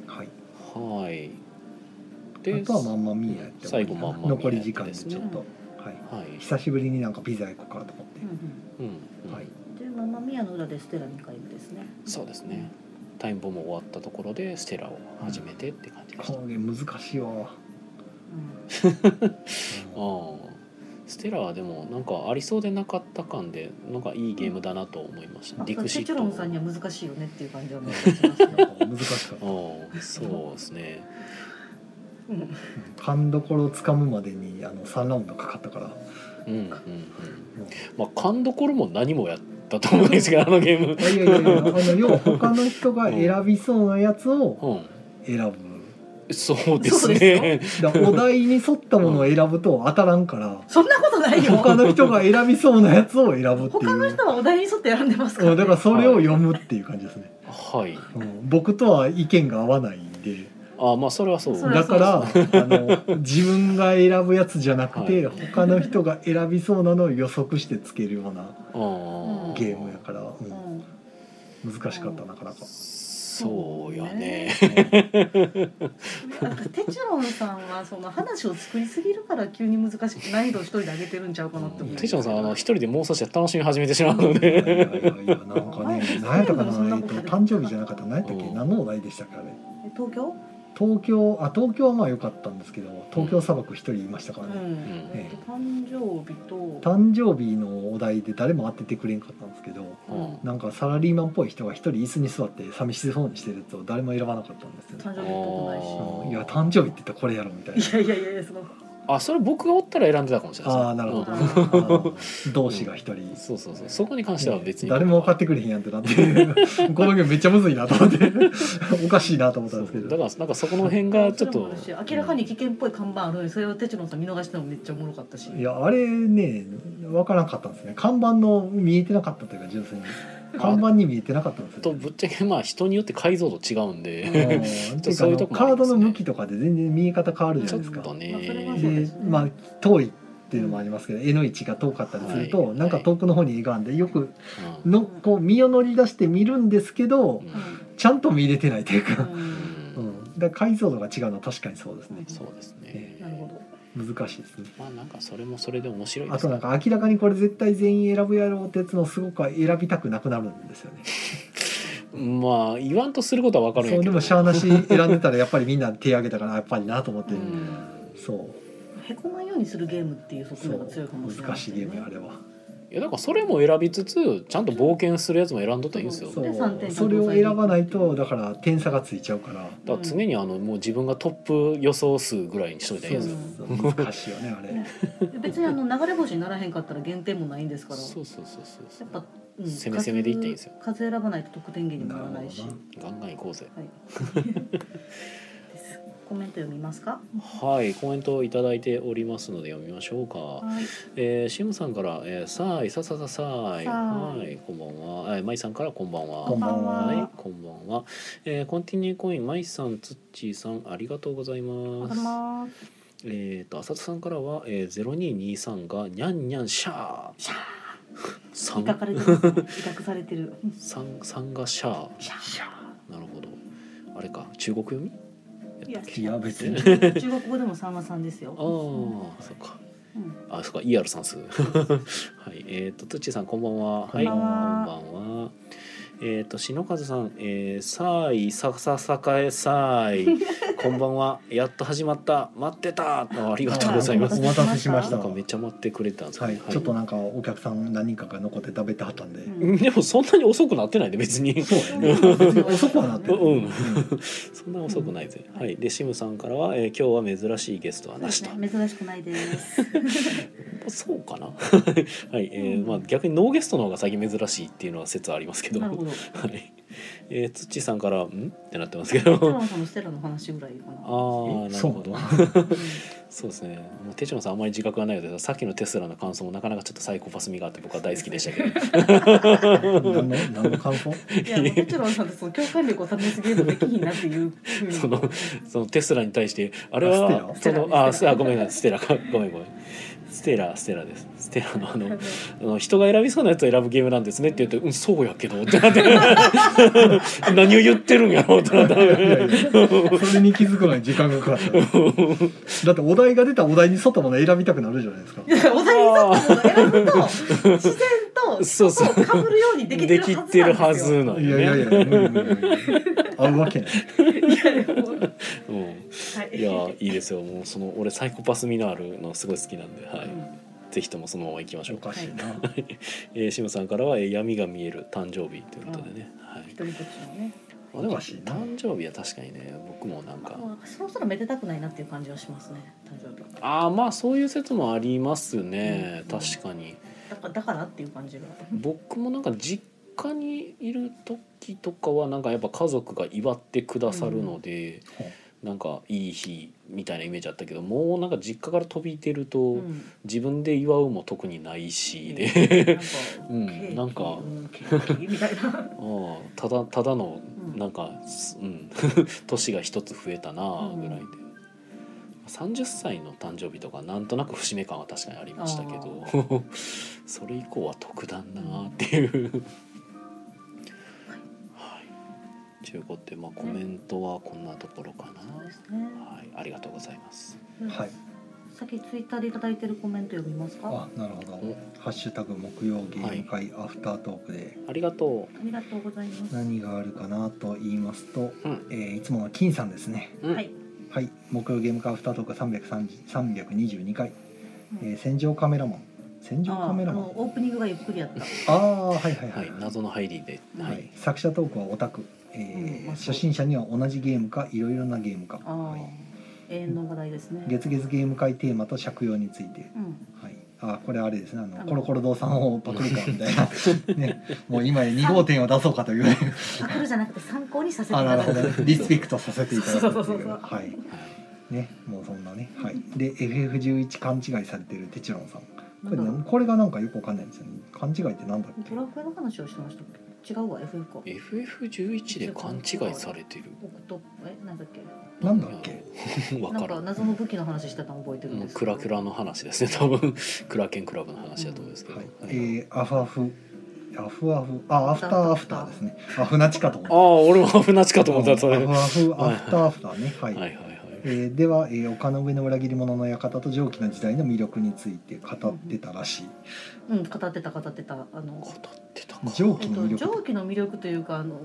[SPEAKER 2] はい、
[SPEAKER 1] はい、はい
[SPEAKER 2] あ
[SPEAKER 1] で
[SPEAKER 2] とはまんまみーやって
[SPEAKER 1] 最後まんまみーや
[SPEAKER 2] 残り時間で
[SPEAKER 1] です
[SPEAKER 2] ち
[SPEAKER 1] ね
[SPEAKER 2] ょっと、はい、
[SPEAKER 1] はい、
[SPEAKER 2] 久しぶりになんかピザ行こうかと思って、
[SPEAKER 1] うんうん
[SPEAKER 2] はい、
[SPEAKER 3] で、ママミヤの裏でステラ二回目ですね。
[SPEAKER 1] そうですねタイムボム終わったところでステラを始めてって感じでした、
[SPEAKER 2] このゲーム難しいわ、
[SPEAKER 3] う
[SPEAKER 1] ああステラはでもなんかありそうでなかった感でなんかいいゲームだなと思いました、
[SPEAKER 3] ん。
[SPEAKER 1] ディクシ
[SPEAKER 3] テ
[SPEAKER 1] ッ
[SPEAKER 3] チ
[SPEAKER 1] ト
[SPEAKER 3] ュロンさんには難しいよねっていう感じはもうしますね。
[SPEAKER 2] 難しかった
[SPEAKER 1] ああそうですね
[SPEAKER 3] うん
[SPEAKER 2] 勘どころをつかむまでにあの3ラウンドかかったから
[SPEAKER 1] うんうんうんまあ勘どころも何もやったと思うんですけどあのゲーム
[SPEAKER 2] いやいやいやあの要は他の人が選びそうなやつを
[SPEAKER 1] う
[SPEAKER 2] 選ぶ
[SPEAKER 1] んそうです
[SPEAKER 3] そうで
[SPEAKER 1] ね
[SPEAKER 2] だからお題に沿ったものを選ぶと当たらんから
[SPEAKER 3] そんなことな いよ。
[SPEAKER 2] 他の人が選びそうなやつを選ぶってい
[SPEAKER 3] 他の
[SPEAKER 2] う
[SPEAKER 3] 人はお題に沿って選んでますか
[SPEAKER 2] う
[SPEAKER 3] ら、
[SPEAKER 2] ん
[SPEAKER 3] ね。
[SPEAKER 2] だからそれを読むっていう感じですね、
[SPEAKER 1] はい
[SPEAKER 2] うん、僕とは意見が合わないんで
[SPEAKER 1] ああまあそれはそう
[SPEAKER 3] それ
[SPEAKER 2] だ
[SPEAKER 3] は
[SPEAKER 2] からあの自分が選ぶやつじゃなくて、
[SPEAKER 1] はい
[SPEAKER 2] 他の人が選びそうなのを予測してつけるような
[SPEAKER 1] ああ
[SPEAKER 2] ゲームやから、う
[SPEAKER 3] うんん。
[SPEAKER 2] 難しかったなかなか。
[SPEAKER 1] そうやね
[SPEAKER 3] なんかテチュロンさんはその話を作りすぎるから急に難しく難易度を一人で上げてるんちゃうかなって思う。
[SPEAKER 1] テチョンさんあの一人で妄想して楽しみ始めてしまうの
[SPEAKER 2] いやいや
[SPEAKER 1] で
[SPEAKER 2] いやなんかね、何やったかな、えっと、誕生日じゃなかった、何やったっけ、
[SPEAKER 1] うん
[SPEAKER 2] 何のお題でしたかね。
[SPEAKER 3] え東京？
[SPEAKER 2] 東京、あ、東京はまあ良かったんですけど、東京砂漠一人いましたから
[SPEAKER 3] う
[SPEAKER 2] ね。
[SPEAKER 3] ん。えっと誕生日と。
[SPEAKER 2] 誕生日のお題で誰も当ててくれんかったんですけど、
[SPEAKER 1] うん
[SPEAKER 2] なんかサラリーマンっぽい人が一人椅子に座って寂しそうにしてるやつを誰も選ばなかったんですよね
[SPEAKER 3] 誕生日っぽくない
[SPEAKER 1] あー
[SPEAKER 2] うん。いや、誕生日って言ったらこれやろみたいな
[SPEAKER 3] し。。いやいやいや いやその。
[SPEAKER 1] あそれ僕がおったら選んでたかもしれないですね
[SPEAKER 2] ああ、なるほど
[SPEAKER 1] うん
[SPEAKER 2] ね。あの同志が一人。
[SPEAKER 1] そうそうそうそこに関しては別に
[SPEAKER 2] 誰も分かってくれへんやんってなって このゲームめっちゃむずいなと思って おかしいなと思ったんですけ
[SPEAKER 1] そう
[SPEAKER 2] ど
[SPEAKER 1] だからなんかそこの辺がちょっ
[SPEAKER 3] それも
[SPEAKER 1] と
[SPEAKER 3] あるし明らかに危険っぽい看板あるのにそれをテチロンさん見逃してたのめっちゃおもろかったし
[SPEAKER 2] いやあれね分からんかったんですね看板の見えてなかったというか純粋に看板に見えてなかったんです
[SPEAKER 1] と
[SPEAKER 2] よ、
[SPEAKER 1] ぶっちゃけまあ人によって解像度違うん で、
[SPEAKER 2] うんてい
[SPEAKER 1] そういうと
[SPEAKER 2] う
[SPEAKER 1] こ
[SPEAKER 2] か
[SPEAKER 1] も
[SPEAKER 2] カ
[SPEAKER 1] ありま
[SPEAKER 2] ード
[SPEAKER 1] すね
[SPEAKER 2] の向きとかで全然見え方変わるじ
[SPEAKER 1] ち
[SPEAKER 2] ゃ
[SPEAKER 1] ょ
[SPEAKER 2] な
[SPEAKER 1] っ
[SPEAKER 2] いですか。
[SPEAKER 1] と
[SPEAKER 3] まあそれは
[SPEAKER 1] ね
[SPEAKER 3] そうで
[SPEAKER 2] です
[SPEAKER 3] ね
[SPEAKER 2] まあ遠いっていうのもありますけど、絵の位置が遠かったりすると、
[SPEAKER 1] はい
[SPEAKER 2] なんか遠くの方に絵があんでよく
[SPEAKER 1] うん
[SPEAKER 2] のこう身を乗り出して見るんですけど、
[SPEAKER 1] うん
[SPEAKER 3] う
[SPEAKER 2] ちゃんと見れてないという
[SPEAKER 3] う
[SPEAKER 2] か、
[SPEAKER 3] ん
[SPEAKER 2] う
[SPEAKER 1] うん
[SPEAKER 2] ん、だから解像度が違うのは確かにそうですね
[SPEAKER 1] そうですね
[SPEAKER 2] え
[SPEAKER 3] なるほど
[SPEAKER 2] 難しいですね
[SPEAKER 1] まあなんかそれもそれで面白いで
[SPEAKER 2] あ
[SPEAKER 1] す
[SPEAKER 2] と
[SPEAKER 1] ね
[SPEAKER 2] なんか明らかにこれ絶対全員選ぶやろうってやつのすごく選びたくなくなるんですよね
[SPEAKER 1] まあ言わんとすることは分かるんや
[SPEAKER 2] そう
[SPEAKER 1] け
[SPEAKER 2] で
[SPEAKER 1] ど
[SPEAKER 2] もしゃあなし選んでたらやっぱりみんな手挙げたからやっぱりなと思って、
[SPEAKER 3] うん
[SPEAKER 2] そう
[SPEAKER 3] へこまんようにするゲームっていう側
[SPEAKER 2] そ
[SPEAKER 3] 面が
[SPEAKER 2] う
[SPEAKER 3] 強いかもしれない
[SPEAKER 2] 難しいゲームやあれはい
[SPEAKER 1] やだからそれも選びつつちゃんと冒険するやつも選んどったらいいんですよ
[SPEAKER 3] そ
[SPEAKER 1] だ
[SPEAKER 3] れ3点
[SPEAKER 2] それを選ばないとだから点差がついちゃうから
[SPEAKER 1] から常にあのもう自分がトップ予想数ぐらいにしといたらいいですよ
[SPEAKER 2] そうそう難しいよねあれ
[SPEAKER 3] ね別にあの流れ星にならへんかったら減点もないんですからや
[SPEAKER 1] そうそうそうそうそう
[SPEAKER 3] っぱ、うん、
[SPEAKER 1] 攻め攻めでいっていいんですよ
[SPEAKER 3] 数数選ばないと得点源にもならないし
[SPEAKER 2] なる
[SPEAKER 1] ガンガン行こうぜ
[SPEAKER 3] はいですコメント読みますか
[SPEAKER 1] はいコメントをいただいておりますので読みましょうか、
[SPEAKER 3] はい
[SPEAKER 1] えー、シムさんから「えー、さあいささささあい」
[SPEAKER 3] さあい
[SPEAKER 1] はいこんばんは、えー、マイさんからこんばんは
[SPEAKER 2] こんばん
[SPEAKER 3] こんばん
[SPEAKER 1] はい
[SPEAKER 2] は
[SPEAKER 3] は、
[SPEAKER 1] こんばんは、えー、コンティニューコインマイさんつっちーさんありがとうござい
[SPEAKER 3] お
[SPEAKER 1] ます
[SPEAKER 3] はようございます
[SPEAKER 1] えっ、と浅田さんからは、えー、0223がにゃんにゃんシャー
[SPEAKER 3] シャー
[SPEAKER 1] さ
[SPEAKER 3] 威嚇
[SPEAKER 1] ん
[SPEAKER 3] されてますね威嚇されてる
[SPEAKER 1] さんさんがシャー
[SPEAKER 3] シャー
[SPEAKER 1] なるほどあれか中国読み
[SPEAKER 3] いや
[SPEAKER 2] いや別に
[SPEAKER 3] 中国語でも三は三ですよ
[SPEAKER 1] ああそっか
[SPEAKER 3] うん
[SPEAKER 1] あそっか ER 算 数はいえっ、とつっちーさんこんばんは
[SPEAKER 2] こんばん
[SPEAKER 3] は
[SPEAKER 1] はいこんばんはえっ、と篠和さん、えー、さあいさささかえさあい こんばんはやっと始まった待ってたあありがとうございます
[SPEAKER 2] お待たせしまし
[SPEAKER 1] な
[SPEAKER 2] た
[SPEAKER 1] んかめっちゃ待ってくれたんですね
[SPEAKER 2] はい、ちょっとなんかお客さん何人かが残って食べてはったんで、
[SPEAKER 3] うん
[SPEAKER 1] でもそんなに遅くなってないで別 に
[SPEAKER 2] そうやね別に遅くはなってる、
[SPEAKER 1] うん
[SPEAKER 2] うん
[SPEAKER 1] そんな遅くないぜ、はい、でシムさんからは、えー今日は珍しいゲストはなしと
[SPEAKER 3] そうですね珍しくないです。
[SPEAKER 1] そうか なはい、えー
[SPEAKER 3] うん
[SPEAKER 1] まあ、逆にノーゲストの方が最近珍しいっていうのは説はありますけど
[SPEAKER 3] なるほど。
[SPEAKER 1] はいえー、土さんから「ん?」ってなってますけどあ
[SPEAKER 3] テラノさんのステラの話ぐらいかな。
[SPEAKER 1] あ
[SPEAKER 2] え
[SPEAKER 1] なる
[SPEAKER 2] そう
[SPEAKER 1] ほど
[SPEAKER 2] な
[SPEAKER 1] そうですねもう手順さんあんまり自覚がないのでさっきのテスラの感想もなかなかちょっとサイコパス味があって僕は大好きでしたけど
[SPEAKER 2] 何の何の感想
[SPEAKER 3] うんいや、もうテチロンさんってその共感力を試すゲームできひんなっていうふうに。
[SPEAKER 1] そのそのテスラに対してあれは
[SPEAKER 2] あ
[SPEAKER 1] そ
[SPEAKER 3] ステラ
[SPEAKER 1] のあ
[SPEAKER 3] ステラ
[SPEAKER 1] あごめんなさいステラ かごめんごめんステラステラですステラのあ
[SPEAKER 3] あ
[SPEAKER 1] の
[SPEAKER 3] の
[SPEAKER 1] あの人が選びそうなやつを選ぶゲームなんですねって言うと「うんそうやけど」ってなって 何を言ってるんやろうってなっ
[SPEAKER 2] いやいやいやそれに気づくのに時間がかかっただってお題が出たお題に沿ったもの選びたくなるじゃないですか
[SPEAKER 3] いやお題に沿ったものを選ぶと自然と
[SPEAKER 1] そうそう
[SPEAKER 3] をかぶるようにできて
[SPEAKER 1] で
[SPEAKER 3] るはず
[SPEAKER 1] き
[SPEAKER 3] なんで
[SPEAKER 1] てるはずなん
[SPEAKER 3] すよ。
[SPEAKER 2] い
[SPEAKER 1] よ
[SPEAKER 2] やいやい
[SPEAKER 1] ね。
[SPEAKER 2] や無理無理無理合うわけない
[SPEAKER 3] いやもう
[SPEAKER 1] うん
[SPEAKER 3] はい。
[SPEAKER 1] いやいいですよもうその俺サイコパス味のあるのすごい好きなんで、は
[SPEAKER 3] う
[SPEAKER 1] い
[SPEAKER 3] ん
[SPEAKER 1] ぜひともそのまま行きましょ
[SPEAKER 2] お
[SPEAKER 1] うか。
[SPEAKER 2] かしいな、
[SPEAKER 1] えー、シムさんからは、えー闇が見える誕生日ということでね。はい
[SPEAKER 3] 一人ぼっちのね。
[SPEAKER 1] あでも
[SPEAKER 2] おかしいな
[SPEAKER 1] 誕生日は確かにね僕もなんか
[SPEAKER 3] まあそろそろめでたくないなっていう感じはしますね。誕生日。
[SPEAKER 1] ああまあそういう説もありますね、
[SPEAKER 3] うん
[SPEAKER 1] 確かに。
[SPEAKER 3] だからだからっていう感じが。
[SPEAKER 1] 僕もなんか実家にいる時とかはなんかやっぱ家族が祝ってくださるので、なんかいい日みたいなイメージあったけどもうなんか実家から飛び出ると、
[SPEAKER 3] うん
[SPEAKER 1] 自分で祝うも特にないしで、うん
[SPEAKER 3] うん
[SPEAKER 1] なんか
[SPEAKER 3] ケーキみたいな。
[SPEAKER 1] ああただただの
[SPEAKER 3] うん
[SPEAKER 1] なんか、すうん 年が一つ増えたなぐらいで、30歳の誕生日とかなんとなく節目感は確かにありましたけど それ以降は特段なあっていう。はいということで、まあ、コメントはこんなところか
[SPEAKER 3] そうです
[SPEAKER 1] な、
[SPEAKER 3] ね。
[SPEAKER 1] はい、ありがとうございます
[SPEAKER 2] はい
[SPEAKER 3] さっきツイッターでいただいてるコメント読みますか。あ
[SPEAKER 2] あなるほど
[SPEAKER 1] お
[SPEAKER 2] 「ハッシュタグ木曜ゲーム会アフタートーク」で
[SPEAKER 1] ありがと
[SPEAKER 3] りがとうございます。
[SPEAKER 2] 何があるかなと言いますと、
[SPEAKER 1] うん
[SPEAKER 2] えーいつもの金さんですね
[SPEAKER 1] う、うん
[SPEAKER 3] はい。
[SPEAKER 2] はい木曜ゲーム会アフタートーク330 322回、
[SPEAKER 3] う
[SPEAKER 2] え
[SPEAKER 3] ん
[SPEAKER 2] ー戦場カメラマン戦場
[SPEAKER 3] ああ
[SPEAKER 2] カメラマン
[SPEAKER 3] のオープニングがゆっくりやった。
[SPEAKER 2] ああはいはいは、
[SPEAKER 1] はいい、謎の入りで、
[SPEAKER 2] は
[SPEAKER 1] はいい、
[SPEAKER 2] 作者トークはオタク、えー
[SPEAKER 3] うんまあそう
[SPEAKER 2] 初心者には同じゲームかいろいろなゲームか、
[SPEAKER 3] ああ、
[SPEAKER 2] はい、
[SPEAKER 3] 永遠の話題ですね。
[SPEAKER 2] 月月ゲーム会テーマと借用について、
[SPEAKER 3] うん。
[SPEAKER 2] はい、あこれあれですねあの
[SPEAKER 3] あの
[SPEAKER 2] コロコロ堂さんをパクるかみたいな、ね、もう今や2号店を出そうかという
[SPEAKER 3] パクるじゃなくて参考にさせてい
[SPEAKER 2] あな
[SPEAKER 3] ただ
[SPEAKER 2] る
[SPEAKER 3] く
[SPEAKER 2] ほ。どリスペクトさせていただくって
[SPEAKER 3] そう
[SPEAKER 2] い
[SPEAKER 3] そう
[SPEAKER 2] う
[SPEAKER 3] そうそう
[SPEAKER 2] はい
[SPEAKER 1] はい
[SPEAKER 2] ねもうそんなね、はい、で FF11 勘違いされてるテチロンさんこれ,、
[SPEAKER 3] なんだろう
[SPEAKER 2] これがなんかよくわかんないんですよね勘違いってなんだっけ
[SPEAKER 3] ドラクエの話をしてましたっけ。違うわ FF か。
[SPEAKER 1] FF11 で勘違いされてる
[SPEAKER 3] オクトえなんだっけ。
[SPEAKER 2] なんだっけ
[SPEAKER 1] わ
[SPEAKER 3] な
[SPEAKER 1] か
[SPEAKER 3] んから
[SPEAKER 1] ん
[SPEAKER 3] 謎の武器の話してたの覚えてるん
[SPEAKER 1] もう
[SPEAKER 3] です
[SPEAKER 1] ク ラクラの話ですね多分クラケンクラブの話だと思うんですけど、
[SPEAKER 2] はい
[SPEAKER 1] はい
[SPEAKER 2] えー、アフアフ、えアフアフあアフターアフターですねあ船地かと思っ
[SPEAKER 1] あ
[SPEAKER 2] た
[SPEAKER 1] あ俺も船地かと思ったそれ、
[SPEAKER 2] うん
[SPEAKER 1] はい
[SPEAKER 2] アフアフアフターアフターねはい、
[SPEAKER 1] はいはい
[SPEAKER 2] えーでは、えー丘の上の裏切り者の館と蒸気の時代の魅力について語ってたらしい
[SPEAKER 3] うん、語ってた語ってたあの
[SPEAKER 1] 語ってたか
[SPEAKER 2] 蒸
[SPEAKER 3] え
[SPEAKER 2] 気
[SPEAKER 3] っ
[SPEAKER 2] の
[SPEAKER 3] と
[SPEAKER 2] 魅力
[SPEAKER 3] 蒸気の魅力というかあの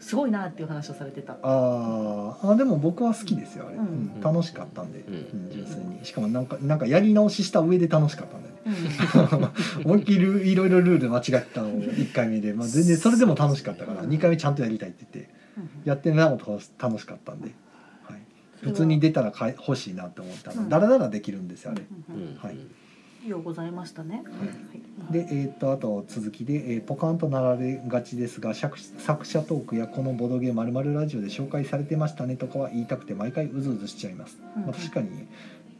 [SPEAKER 3] すごいなっていう話をされてた。
[SPEAKER 2] あーあでも僕は好きですよあれ、
[SPEAKER 3] う
[SPEAKER 2] うんん楽しかったんで、
[SPEAKER 1] うん
[SPEAKER 2] うん純粋にしかもなんかなんかやり直しした上で楽しかったんで、ね、
[SPEAKER 3] うん、
[SPEAKER 2] 思いっきりルいろいろルール間違ったのを1回目で、まあ、全然それでも楽しかったから
[SPEAKER 3] うん
[SPEAKER 2] 2回目ちゃんとやりたいって言ってやってなおと楽しかったんで、はい、普通に出たら買い欲しいなって思った
[SPEAKER 3] うん
[SPEAKER 2] のダラダラできるんですよあれ。
[SPEAKER 3] うん
[SPEAKER 1] う
[SPEAKER 3] うん
[SPEAKER 1] ん
[SPEAKER 2] はい
[SPEAKER 3] うんようございましたね。はい
[SPEAKER 2] で、えー、とあと続きで、えーポカンとなられがちですが作作者トークやこのボドゲまるラジオで紹介されてましたねとかは言いたくて毎回うずうずしちゃいます、
[SPEAKER 3] うん
[SPEAKER 2] まあ、確かに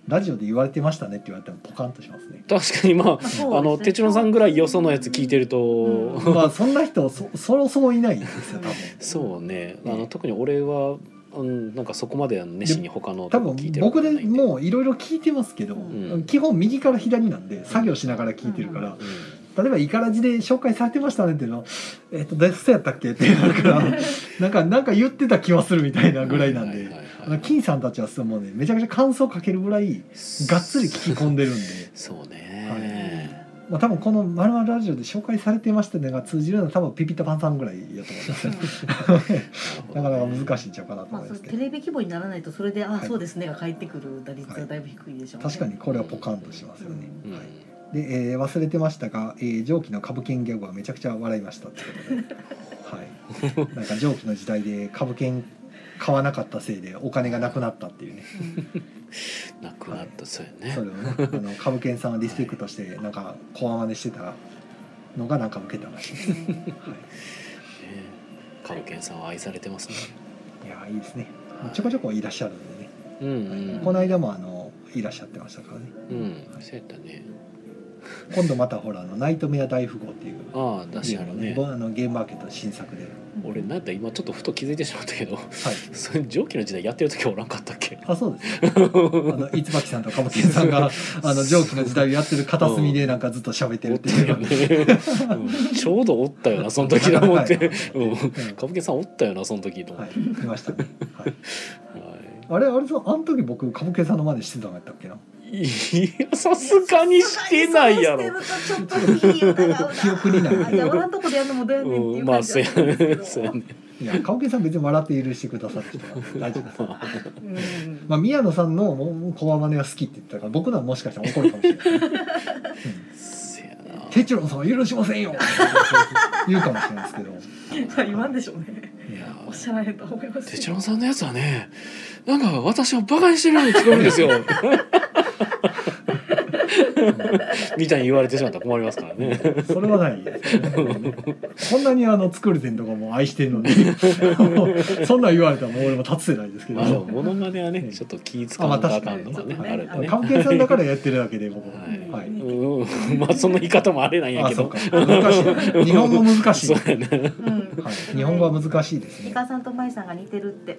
[SPEAKER 2] ラジオで言われてましたねって言われてもポカンとしますね
[SPEAKER 1] 確かにまあ
[SPEAKER 3] まそう
[SPEAKER 1] あの
[SPEAKER 3] ですね
[SPEAKER 1] 哲郎さんぐらいよそのやつ聞いてると、
[SPEAKER 3] うん
[SPEAKER 2] まあそんな人そそうそういないですよ多分
[SPEAKER 1] そうねあ
[SPEAKER 2] う
[SPEAKER 1] の
[SPEAKER 2] ん
[SPEAKER 1] 特に俺は、うん、なんかそこまであの熱心に他の
[SPEAKER 2] 多
[SPEAKER 1] とこ聞い
[SPEAKER 2] 分
[SPEAKER 1] てるわけじ
[SPEAKER 2] 僕で
[SPEAKER 1] ゃないん
[SPEAKER 2] もういろいろ聞いてますけど、
[SPEAKER 1] ん
[SPEAKER 2] 基本右から左なんで作業しながら聞いてるから、
[SPEAKER 1] う
[SPEAKER 2] 例えば「イカラジで紹介されてましたね」っていうの「えっ、と大卒やったっけ?」ってなるからなんかなんか言ってた気はするみたいなんぐらいなんで、
[SPEAKER 1] ははい
[SPEAKER 2] あ
[SPEAKER 1] は
[SPEAKER 2] の
[SPEAKER 1] い
[SPEAKER 2] 金さんたちはそうもうねめちゃくちゃ感想かけるぐらいがっつり聞き込んでるんで、
[SPEAKER 1] そうね、
[SPEAKER 2] まあ、多分この「まるまるラジオ」で紹介されてましたねが通じるのは多分ピピタパンさんぐらいやと思い ますねなかなか難しいんちゃうかなと
[SPEAKER 3] まあ
[SPEAKER 2] 思いま
[SPEAKER 3] そ
[SPEAKER 2] す
[SPEAKER 3] う
[SPEAKER 2] け
[SPEAKER 3] テ
[SPEAKER 2] ど
[SPEAKER 3] レビ規模にならないとそれで「あ、
[SPEAKER 2] はい
[SPEAKER 3] そうですね」が返ってくる打率はだいぶ低いでしょう、ね
[SPEAKER 2] 確かにこれはポカンとしますよね、
[SPEAKER 1] うん
[SPEAKER 2] はい、で、えー忘れてましたが、えー蒸気の株券ギャグはめちゃくちゃ笑いましたって ことで、はい、なんか蒸気の時代で株券買わなかったせいでお金がなくなったっていうね
[SPEAKER 1] なくなったそうやね、
[SPEAKER 2] それをねあの株券さんをリスペクトしてなんかコア真似してたのがなんか受けたらしいです、
[SPEAKER 3] うんうん
[SPEAKER 2] はい、
[SPEAKER 1] ねカブケンさんは愛されてますね、
[SPEAKER 2] いやーいいですねまあちょこちょこいらっしゃるんでね、
[SPEAKER 1] うんう
[SPEAKER 2] はい
[SPEAKER 1] ん
[SPEAKER 2] この間もあのいらっしゃってましたからね
[SPEAKER 1] うんそうやったね
[SPEAKER 2] 今度またほらあの「ナイトメア大富豪」っていう
[SPEAKER 1] ああ出しあるね
[SPEAKER 2] ゲームのあのゲームマーケットの新作で、はい、
[SPEAKER 1] 俺なんだ今ちょっとふと気づいてしまったけど それ蒸気の時代やってる時おらんかったっけ
[SPEAKER 2] あそうですねあのいつばきさんとかもけんさ んがあの蒸気の時代をやってる片隅でなんかずっと喋ってるっていう、うん
[SPEAKER 1] うんちょうどおったよなその 時だ思っ
[SPEAKER 2] はい
[SPEAKER 1] てうん歌舞伎さんおったよなその時と思
[SPEAKER 2] は
[SPEAKER 1] っ
[SPEAKER 2] い
[SPEAKER 1] て、
[SPEAKER 2] 見ましたね、はい、
[SPEAKER 1] は、
[SPEAKER 2] あれあれそうあの時僕歌舞伎さんの真似してたのやったっけない
[SPEAKER 1] いやさすがにしてないやろ
[SPEAKER 3] さすがにそうしてるとちょっと疑うな
[SPEAKER 2] 記憶にない
[SPEAKER 3] あいや俺のとこでやるのもどうやねんって
[SPEAKER 1] う
[SPEAKER 3] い
[SPEAKER 1] ん
[SPEAKER 3] う
[SPEAKER 1] ま
[SPEAKER 3] 感
[SPEAKER 1] あ
[SPEAKER 3] じ
[SPEAKER 1] そう
[SPEAKER 3] だ
[SPEAKER 1] や
[SPEAKER 3] ったんですけど
[SPEAKER 1] そうやね
[SPEAKER 2] いや歌舞伎さん別に笑って許してくださる人は大丈夫で す
[SPEAKER 1] まあ
[SPEAKER 3] うん
[SPEAKER 2] まあ宮野さんのもうコア真似が好きって言ってたから僕のはもしかしたら怒るかもし れないね
[SPEAKER 1] せや
[SPEAKER 2] 「
[SPEAKER 1] な
[SPEAKER 2] テチロンさんは許しませんよ」言うかもしれないですけど
[SPEAKER 3] まあ言わんでしょうね。
[SPEAKER 1] いや
[SPEAKER 3] おっしゃられると思います。
[SPEAKER 1] てちろんさんのやつはねなんか私をバカにしてるように聞こえるんですよ みたいに言われてしまったら困りますからね
[SPEAKER 2] それはないですね、こんなにあの作るぜんとかも愛してるのにそんなん言われたらもう俺も立つせないですけど、
[SPEAKER 1] まあでもモノマネはねちょっと気使わなきゃあかんとかね
[SPEAKER 3] あまあ確か
[SPEAKER 1] あ
[SPEAKER 3] に
[SPEAKER 1] るんでね
[SPEAKER 2] 歌舞伎さんだからやってるだけで僕も
[SPEAKER 1] はい
[SPEAKER 2] はい、
[SPEAKER 1] うんまあその言い方もあれなんや
[SPEAKER 2] あ
[SPEAKER 1] け
[SPEAKER 2] そ
[SPEAKER 1] ど
[SPEAKER 2] うか難しい日本語難しい、
[SPEAKER 1] そう
[SPEAKER 2] は
[SPEAKER 1] やね、、
[SPEAKER 3] うん。
[SPEAKER 2] い、日本語は難しいです
[SPEAKER 3] イ
[SPEAKER 2] ね、
[SPEAKER 3] カさんとマイさんが似てるって。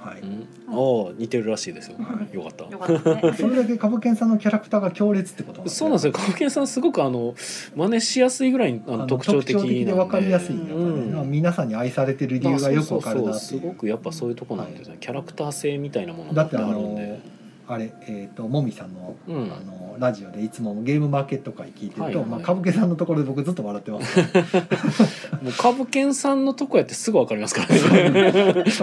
[SPEAKER 2] はいう
[SPEAKER 1] ん、お似てるらしいですよ、よかった
[SPEAKER 3] よかったね。
[SPEAKER 2] それだけ歌舞伎さんのキャラクターが強烈ってことなん
[SPEAKER 1] そうなんです
[SPEAKER 2] よ
[SPEAKER 1] よ歌舞伎さんすごくあの真似しやすいぐらいあの
[SPEAKER 2] あの
[SPEAKER 1] 特徴的な
[SPEAKER 2] 特
[SPEAKER 1] ん
[SPEAKER 2] で分かりやすい、
[SPEAKER 3] やっぱね
[SPEAKER 1] うん
[SPEAKER 2] まあ皆さんに愛されてる理由がよく分かるなって
[SPEAKER 1] そうそうそう
[SPEAKER 2] い
[SPEAKER 1] すご
[SPEAKER 2] う
[SPEAKER 1] くやっぱそういうとこなんですね、キャラクター性みたいなもの
[SPEAKER 2] だ
[SPEAKER 1] が
[SPEAKER 2] ってあ
[SPEAKER 1] あるんで
[SPEAKER 2] のあれえっ、ともみさんの
[SPEAKER 1] うん
[SPEAKER 2] あのラジオでいつもゲームマーケット会聞いてると、
[SPEAKER 1] はいはい
[SPEAKER 2] まあ、歌舞伎さんのところで僕ずっと笑ってます、
[SPEAKER 1] もうカブケンさんのとこやってすぐわかりますから ね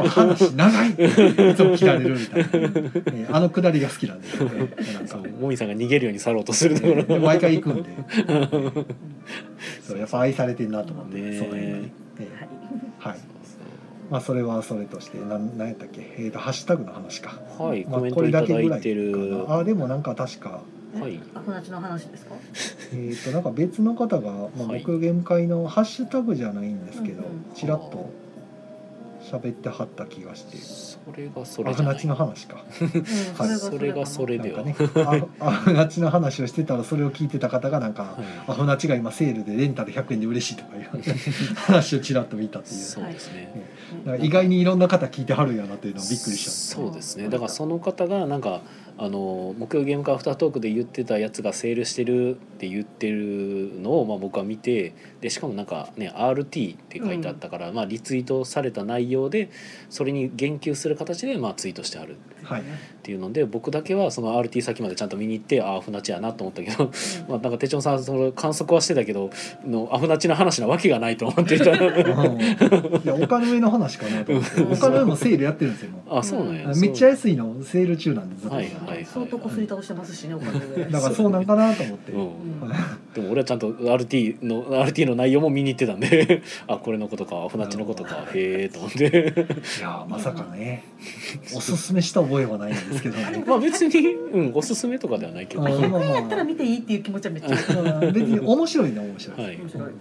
[SPEAKER 2] 話長いっていつも切られるみたいな、えーあのくだりが好 きなんですよねなん
[SPEAKER 1] そ
[SPEAKER 2] か
[SPEAKER 1] うもみさんが逃げるように去ろうとするところ
[SPEAKER 2] で毎回 行くんでそうやっぱ愛されてるなと思って、
[SPEAKER 1] ねえ
[SPEAKER 2] その辺がね、え
[SPEAKER 3] はい。
[SPEAKER 2] ーはいまあ、それはそれとしてなんなんやったっけ、えー、とハッシュタグの話か、
[SPEAKER 1] はい
[SPEAKER 2] ま
[SPEAKER 1] コ
[SPEAKER 2] あ
[SPEAKER 1] メン
[SPEAKER 2] こ
[SPEAKER 1] ト
[SPEAKER 2] れ
[SPEAKER 1] いた
[SPEAKER 2] だけ
[SPEAKER 1] だ
[SPEAKER 2] ぐら
[SPEAKER 1] い
[SPEAKER 2] いか
[SPEAKER 1] てる
[SPEAKER 2] なあでもなんか確か
[SPEAKER 1] はい
[SPEAKER 3] え。アフナチの話ですか。
[SPEAKER 2] えー、となんか別の方が、まあ、
[SPEAKER 1] はい
[SPEAKER 2] 僕限界のハッシュタグじゃないんですけど、
[SPEAKER 3] うんうん
[SPEAKER 2] ちらっと喋ってはった気がして
[SPEAKER 1] それがそ
[SPEAKER 2] ア
[SPEAKER 1] れじ
[SPEAKER 2] フ
[SPEAKER 1] ゃな
[SPEAKER 2] ナ
[SPEAKER 1] い
[SPEAKER 2] チの話か
[SPEAKER 3] うん
[SPEAKER 2] はい
[SPEAKER 1] それがそれ
[SPEAKER 2] な
[SPEAKER 1] で
[SPEAKER 2] んか
[SPEAKER 1] は、
[SPEAKER 2] ねあアフナチの話をしてたらそれを聞いてた方がなんか
[SPEAKER 1] はい
[SPEAKER 2] アフナチが今セールでレンタル100円で嬉しいとかいう 話をちらっと見たっていう
[SPEAKER 1] そうですね、
[SPEAKER 2] なんか意外にいろんな方聞いてはるんやなっていうのはびっくりし
[SPEAKER 1] そうですねだからその方がなんかあの木曜ゲームカフェアフタートークで言ってたやつがセールしてるって言ってるのを、まあ、僕は見てでしかもなんかね RT って書いてあったから、まあ、リツイートされた内容でそれに言及する形で、まあ、ツイートしてある
[SPEAKER 2] たはい
[SPEAKER 1] っていうので僕だけはその RT 先までちゃんと見に行ってああ船地やなと思ったけど まあなんか手帳さんその観測はしてたけどのアフナチの話なわけがないと思っていた
[SPEAKER 2] うんいや丘の上の話かなと思って
[SPEAKER 3] うん
[SPEAKER 2] 丘の上もセールやってるんですよ 今
[SPEAKER 1] あそうなんや、
[SPEAKER 2] めっちゃ
[SPEAKER 1] そう
[SPEAKER 2] 安いのセール中なんでずっと、
[SPEAKER 1] はいはいはい
[SPEAKER 3] 相当こすり倒してますしねお金で
[SPEAKER 2] だからそうなんかなと思って、
[SPEAKER 1] う
[SPEAKER 2] うん
[SPEAKER 1] ん
[SPEAKER 3] うん
[SPEAKER 1] でも俺はちゃんと RT の RT の内容も見に行ってたんで あこれのことか船地のことかへえと思って
[SPEAKER 2] いやーまさかねおすすめした覚えはないんですけどね
[SPEAKER 1] まあ別に、うん、おすすめとかではないけど、は
[SPEAKER 2] あ
[SPEAKER 1] い、い
[SPEAKER 2] まあまあ
[SPEAKER 3] やったら見ていいっていう気持ちはめっちゃ
[SPEAKER 2] うん別に面白いのは面白い、
[SPEAKER 3] 面白い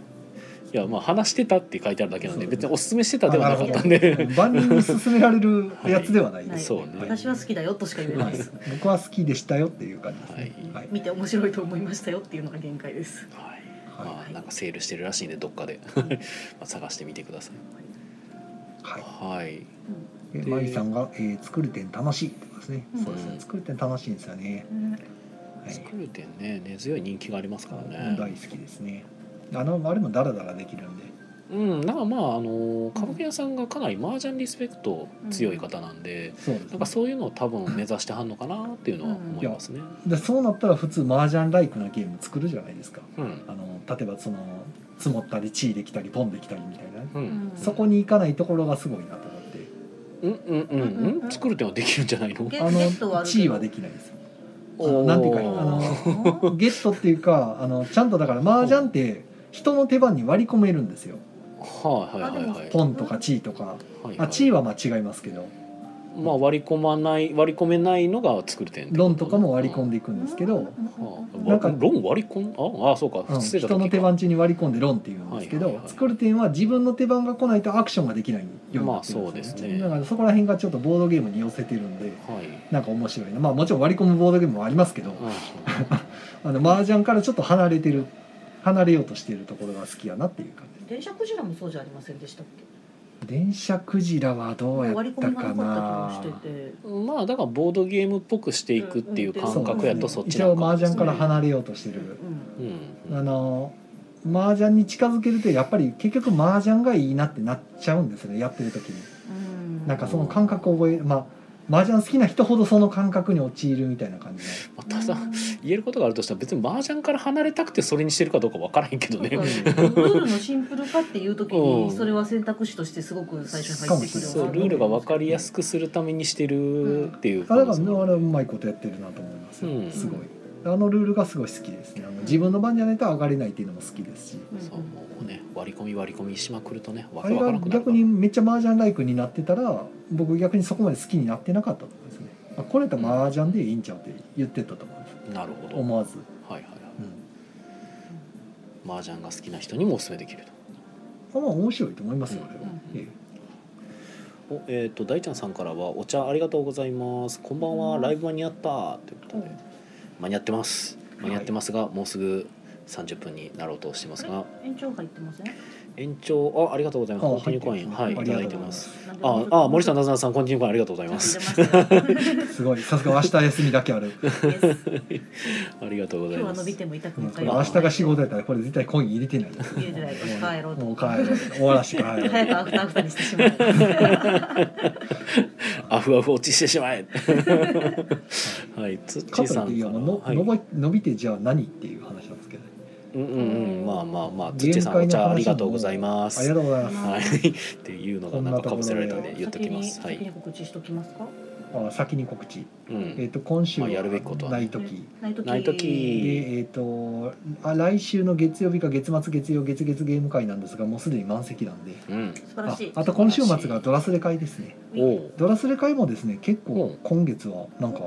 [SPEAKER 1] やまあ話してたって書いてあるだけなんで別におすすめしてたで
[SPEAKER 2] あ
[SPEAKER 1] は
[SPEAKER 2] な
[SPEAKER 1] な
[SPEAKER 2] る
[SPEAKER 1] か
[SPEAKER 2] ほ
[SPEAKER 1] っ
[SPEAKER 2] ど
[SPEAKER 1] たんで
[SPEAKER 2] 万人に勧められるやつではない
[SPEAKER 3] な
[SPEAKER 2] で
[SPEAKER 3] い
[SPEAKER 2] す、
[SPEAKER 1] そうね
[SPEAKER 3] 私は好きだよとしか言えないです
[SPEAKER 2] 僕は好きでしたよっていう感じですね
[SPEAKER 1] は
[SPEAKER 2] はいい、
[SPEAKER 3] 見て面白いと思いましたよっていうのが限界です
[SPEAKER 1] はい
[SPEAKER 2] は
[SPEAKER 1] まあなんかセールしてるらしいんでどっかで まあ探してみてください
[SPEAKER 2] いはい
[SPEAKER 1] はい
[SPEAKER 2] で
[SPEAKER 1] で
[SPEAKER 2] マリさんが、えー作る点楽しい」ってことですね、
[SPEAKER 3] うん
[SPEAKER 2] そうですね作る点楽しいんですよね、
[SPEAKER 3] うん
[SPEAKER 2] はい、
[SPEAKER 1] 作る点ね根強い人気がありますから
[SPEAKER 2] 大
[SPEAKER 1] ね
[SPEAKER 2] 好きですねあのあれもダラダラできるんで
[SPEAKER 1] うんなんかまああの歌舞伎屋さんがかなり麻雀リスペクト強い方なんで、
[SPEAKER 2] そうです
[SPEAKER 1] なん
[SPEAKER 2] ね
[SPEAKER 1] かそういうのを多分目指してはんのかなっていうのは思いますね。
[SPEAKER 2] でそうなったら普通麻雀ライクなゲーム作るじゃないですか
[SPEAKER 1] うん、
[SPEAKER 2] あの例えばその積もったり地位できたりポンできたりみたい
[SPEAKER 1] う
[SPEAKER 2] な、
[SPEAKER 1] ん、
[SPEAKER 2] そこに行かないところがすごいなと思って
[SPEAKER 1] うん、うん、うん、うん、作る点はできるんじゃないの
[SPEAKER 3] ゲ。
[SPEAKER 2] あ
[SPEAKER 3] ゲットは
[SPEAKER 2] の
[SPEAKER 3] あるけど
[SPEAKER 2] 地位はできないですよあの
[SPEAKER 1] おー
[SPEAKER 2] なんていうかねあ
[SPEAKER 3] あ
[SPEAKER 2] の
[SPEAKER 3] ー
[SPEAKER 2] ゲットっていうかあのちゃんとだから麻雀って人の手番に割り込めるんですよ
[SPEAKER 1] はい、はい、はい、はい。
[SPEAKER 2] ポンとか地位とか
[SPEAKER 1] はいは
[SPEAKER 2] あ
[SPEAKER 1] い
[SPEAKER 2] 地位はまあ違いますけど
[SPEAKER 1] まあ、割り込まない、割り込めないのが作る点ってこ。
[SPEAKER 2] 論とかも割り込ん
[SPEAKER 1] で。
[SPEAKER 2] でいくんですけど、
[SPEAKER 1] は
[SPEAKER 2] なん
[SPEAKER 1] あ、
[SPEAKER 2] か
[SPEAKER 1] 論割り込ん、あ、ああ、そうか、
[SPEAKER 2] うん、
[SPEAKER 1] 普通
[SPEAKER 2] 人の手番中に割り込んで論っていうんですけど、
[SPEAKER 1] はいはいはい
[SPEAKER 2] 作る点は自分の手番が来ないとアクションができないようになってる
[SPEAKER 1] まあそうんで
[SPEAKER 2] ですす
[SPEAKER 1] ね
[SPEAKER 2] だからそこら辺がちょっとボードゲームに寄せてるんで
[SPEAKER 1] はい。
[SPEAKER 2] なんか面白いなまあもちろん割り込むボードゲームもありますけど、あの麻雀からちょっと離れてる離れようとしてるところが好きやなっていう感じ
[SPEAKER 3] 電車クジラもそうじゃありませんでしたっけ
[SPEAKER 2] 電車クジラはどうや
[SPEAKER 3] 割
[SPEAKER 2] っ
[SPEAKER 3] り込
[SPEAKER 2] た
[SPEAKER 3] みが
[SPEAKER 2] か
[SPEAKER 3] なかった
[SPEAKER 2] な
[SPEAKER 3] 気もしてて
[SPEAKER 1] うんまあ、だから、ボードゲームっぽくしていくっていう感覚やと、そっち
[SPEAKER 2] 一
[SPEAKER 1] な
[SPEAKER 2] 応
[SPEAKER 1] のかも
[SPEAKER 2] 麻
[SPEAKER 1] です
[SPEAKER 2] 雀
[SPEAKER 1] ね
[SPEAKER 2] から離れようとしてる、
[SPEAKER 3] う
[SPEAKER 1] うん
[SPEAKER 2] あ
[SPEAKER 1] うん。
[SPEAKER 2] の麻雀に近づけるとやっぱり結局麻雀がいいなってなっちゃうんですねやってる時に
[SPEAKER 3] ん
[SPEAKER 2] なんかその感覚を覚えまあ麻雀好きな人ほどその感覚に陥るみたいな感じ
[SPEAKER 1] まあただ、言えることがあるとしたら、別に麻雀から離れたくて、それにしてるかどうかわからへんけど
[SPEAKER 3] そう
[SPEAKER 1] ね
[SPEAKER 3] かル。ールのシンプル化っていう時にそれは選択肢としてすごく最初に入ってくるよ
[SPEAKER 1] そうルールが分かりやすくするためにしてるっていう
[SPEAKER 2] あだか
[SPEAKER 1] 感
[SPEAKER 2] ら
[SPEAKER 1] じ
[SPEAKER 2] あれはうまいことやってるなと思います、
[SPEAKER 1] うん
[SPEAKER 2] すごいあのルールがすごい好きですねあの自分の番じゃないと上がれないっていうのも好きですし
[SPEAKER 1] そうもうね割り込み割り込みしまくるとねわ
[SPEAKER 2] あ
[SPEAKER 1] け
[SPEAKER 2] れ
[SPEAKER 1] わからな
[SPEAKER 2] が
[SPEAKER 1] くなる
[SPEAKER 2] 逆
[SPEAKER 1] から
[SPEAKER 2] にめっちゃ麻雀ライクになってたら僕逆にそこまで好きになってなかったと思うんですねあこれやったら麻雀でいいんちゃうって言ってたと思うんです
[SPEAKER 1] なるほど
[SPEAKER 2] 思わず、
[SPEAKER 1] はいはいは
[SPEAKER 2] うん、
[SPEAKER 1] い麻雀が好きな人にもおすすめできる
[SPEAKER 2] まあ面白いと思いますよあれは、
[SPEAKER 3] うん
[SPEAKER 2] ええ
[SPEAKER 1] とおえっ、と大ちゃんさんからはお茶ありがとうございますこんばんはライブ間に合ったということで間に合ってます間に合ってますが、もうすぐ30分になろうとしてますが
[SPEAKER 3] 延長入ってません
[SPEAKER 1] 延長あありがとうございますコンティニューコイン
[SPEAKER 2] あ
[SPEAKER 1] はいい
[SPEAKER 2] 入
[SPEAKER 1] た
[SPEAKER 2] ってますね
[SPEAKER 1] だいてますああ森さんなずなずさんコンティニューコインありがとうございます
[SPEAKER 2] すごいさすが明日休みだけある
[SPEAKER 1] ありがとうござ
[SPEAKER 3] 今
[SPEAKER 1] い
[SPEAKER 3] 日は
[SPEAKER 1] ま
[SPEAKER 3] 伸
[SPEAKER 1] す
[SPEAKER 3] びても痛く
[SPEAKER 2] う
[SPEAKER 3] も
[SPEAKER 2] ん
[SPEAKER 3] か
[SPEAKER 2] これ
[SPEAKER 3] ゆく
[SPEAKER 2] 明
[SPEAKER 3] も
[SPEAKER 2] 日が仕事やったらこれ絶対コイン入れてないです
[SPEAKER 3] 入れてないです帰ろうと
[SPEAKER 2] もう帰ろう終わらして帰 ろう
[SPEAKER 3] 早くアフターアフターにしてしまう
[SPEAKER 1] アフアフ落ちしてしまえ はいつっち
[SPEAKER 2] か
[SPEAKER 1] ー
[SPEAKER 2] と
[SPEAKER 1] さ
[SPEAKER 2] い
[SPEAKER 1] ん
[SPEAKER 2] っていや
[SPEAKER 1] から
[SPEAKER 2] の、
[SPEAKER 1] はい
[SPEAKER 2] 伸び伸びてじゃあ何っていう話なんですけど、ね、
[SPEAKER 1] うんうんうんまあまあまあつっ
[SPEAKER 2] 限界の話
[SPEAKER 1] ちーさんお茶ありがとうございます
[SPEAKER 2] ありがとうございます
[SPEAKER 3] もう
[SPEAKER 1] はい っていうのがなんか被せられたんで言っとき
[SPEAKER 3] 先
[SPEAKER 1] ま
[SPEAKER 3] に
[SPEAKER 1] すは
[SPEAKER 3] 先
[SPEAKER 1] い
[SPEAKER 3] に告知しときますか
[SPEAKER 2] あ先に告知、
[SPEAKER 1] う
[SPEAKER 2] えっ
[SPEAKER 1] ん
[SPEAKER 2] と今週
[SPEAKER 1] まあやるべきことは
[SPEAKER 2] ない時
[SPEAKER 3] ないとき
[SPEAKER 1] ない時
[SPEAKER 2] でえっとあ来週の月曜日か月末月曜月月ゲーム会なんですがもうすでに満席なんで
[SPEAKER 1] うん
[SPEAKER 3] 素晴ら
[SPEAKER 2] あ
[SPEAKER 3] しい
[SPEAKER 2] あと今週末がドラスレ会ですね
[SPEAKER 1] おう
[SPEAKER 2] ドラスレ会もですね結
[SPEAKER 1] う
[SPEAKER 2] 構
[SPEAKER 1] ん
[SPEAKER 2] 今月はなんか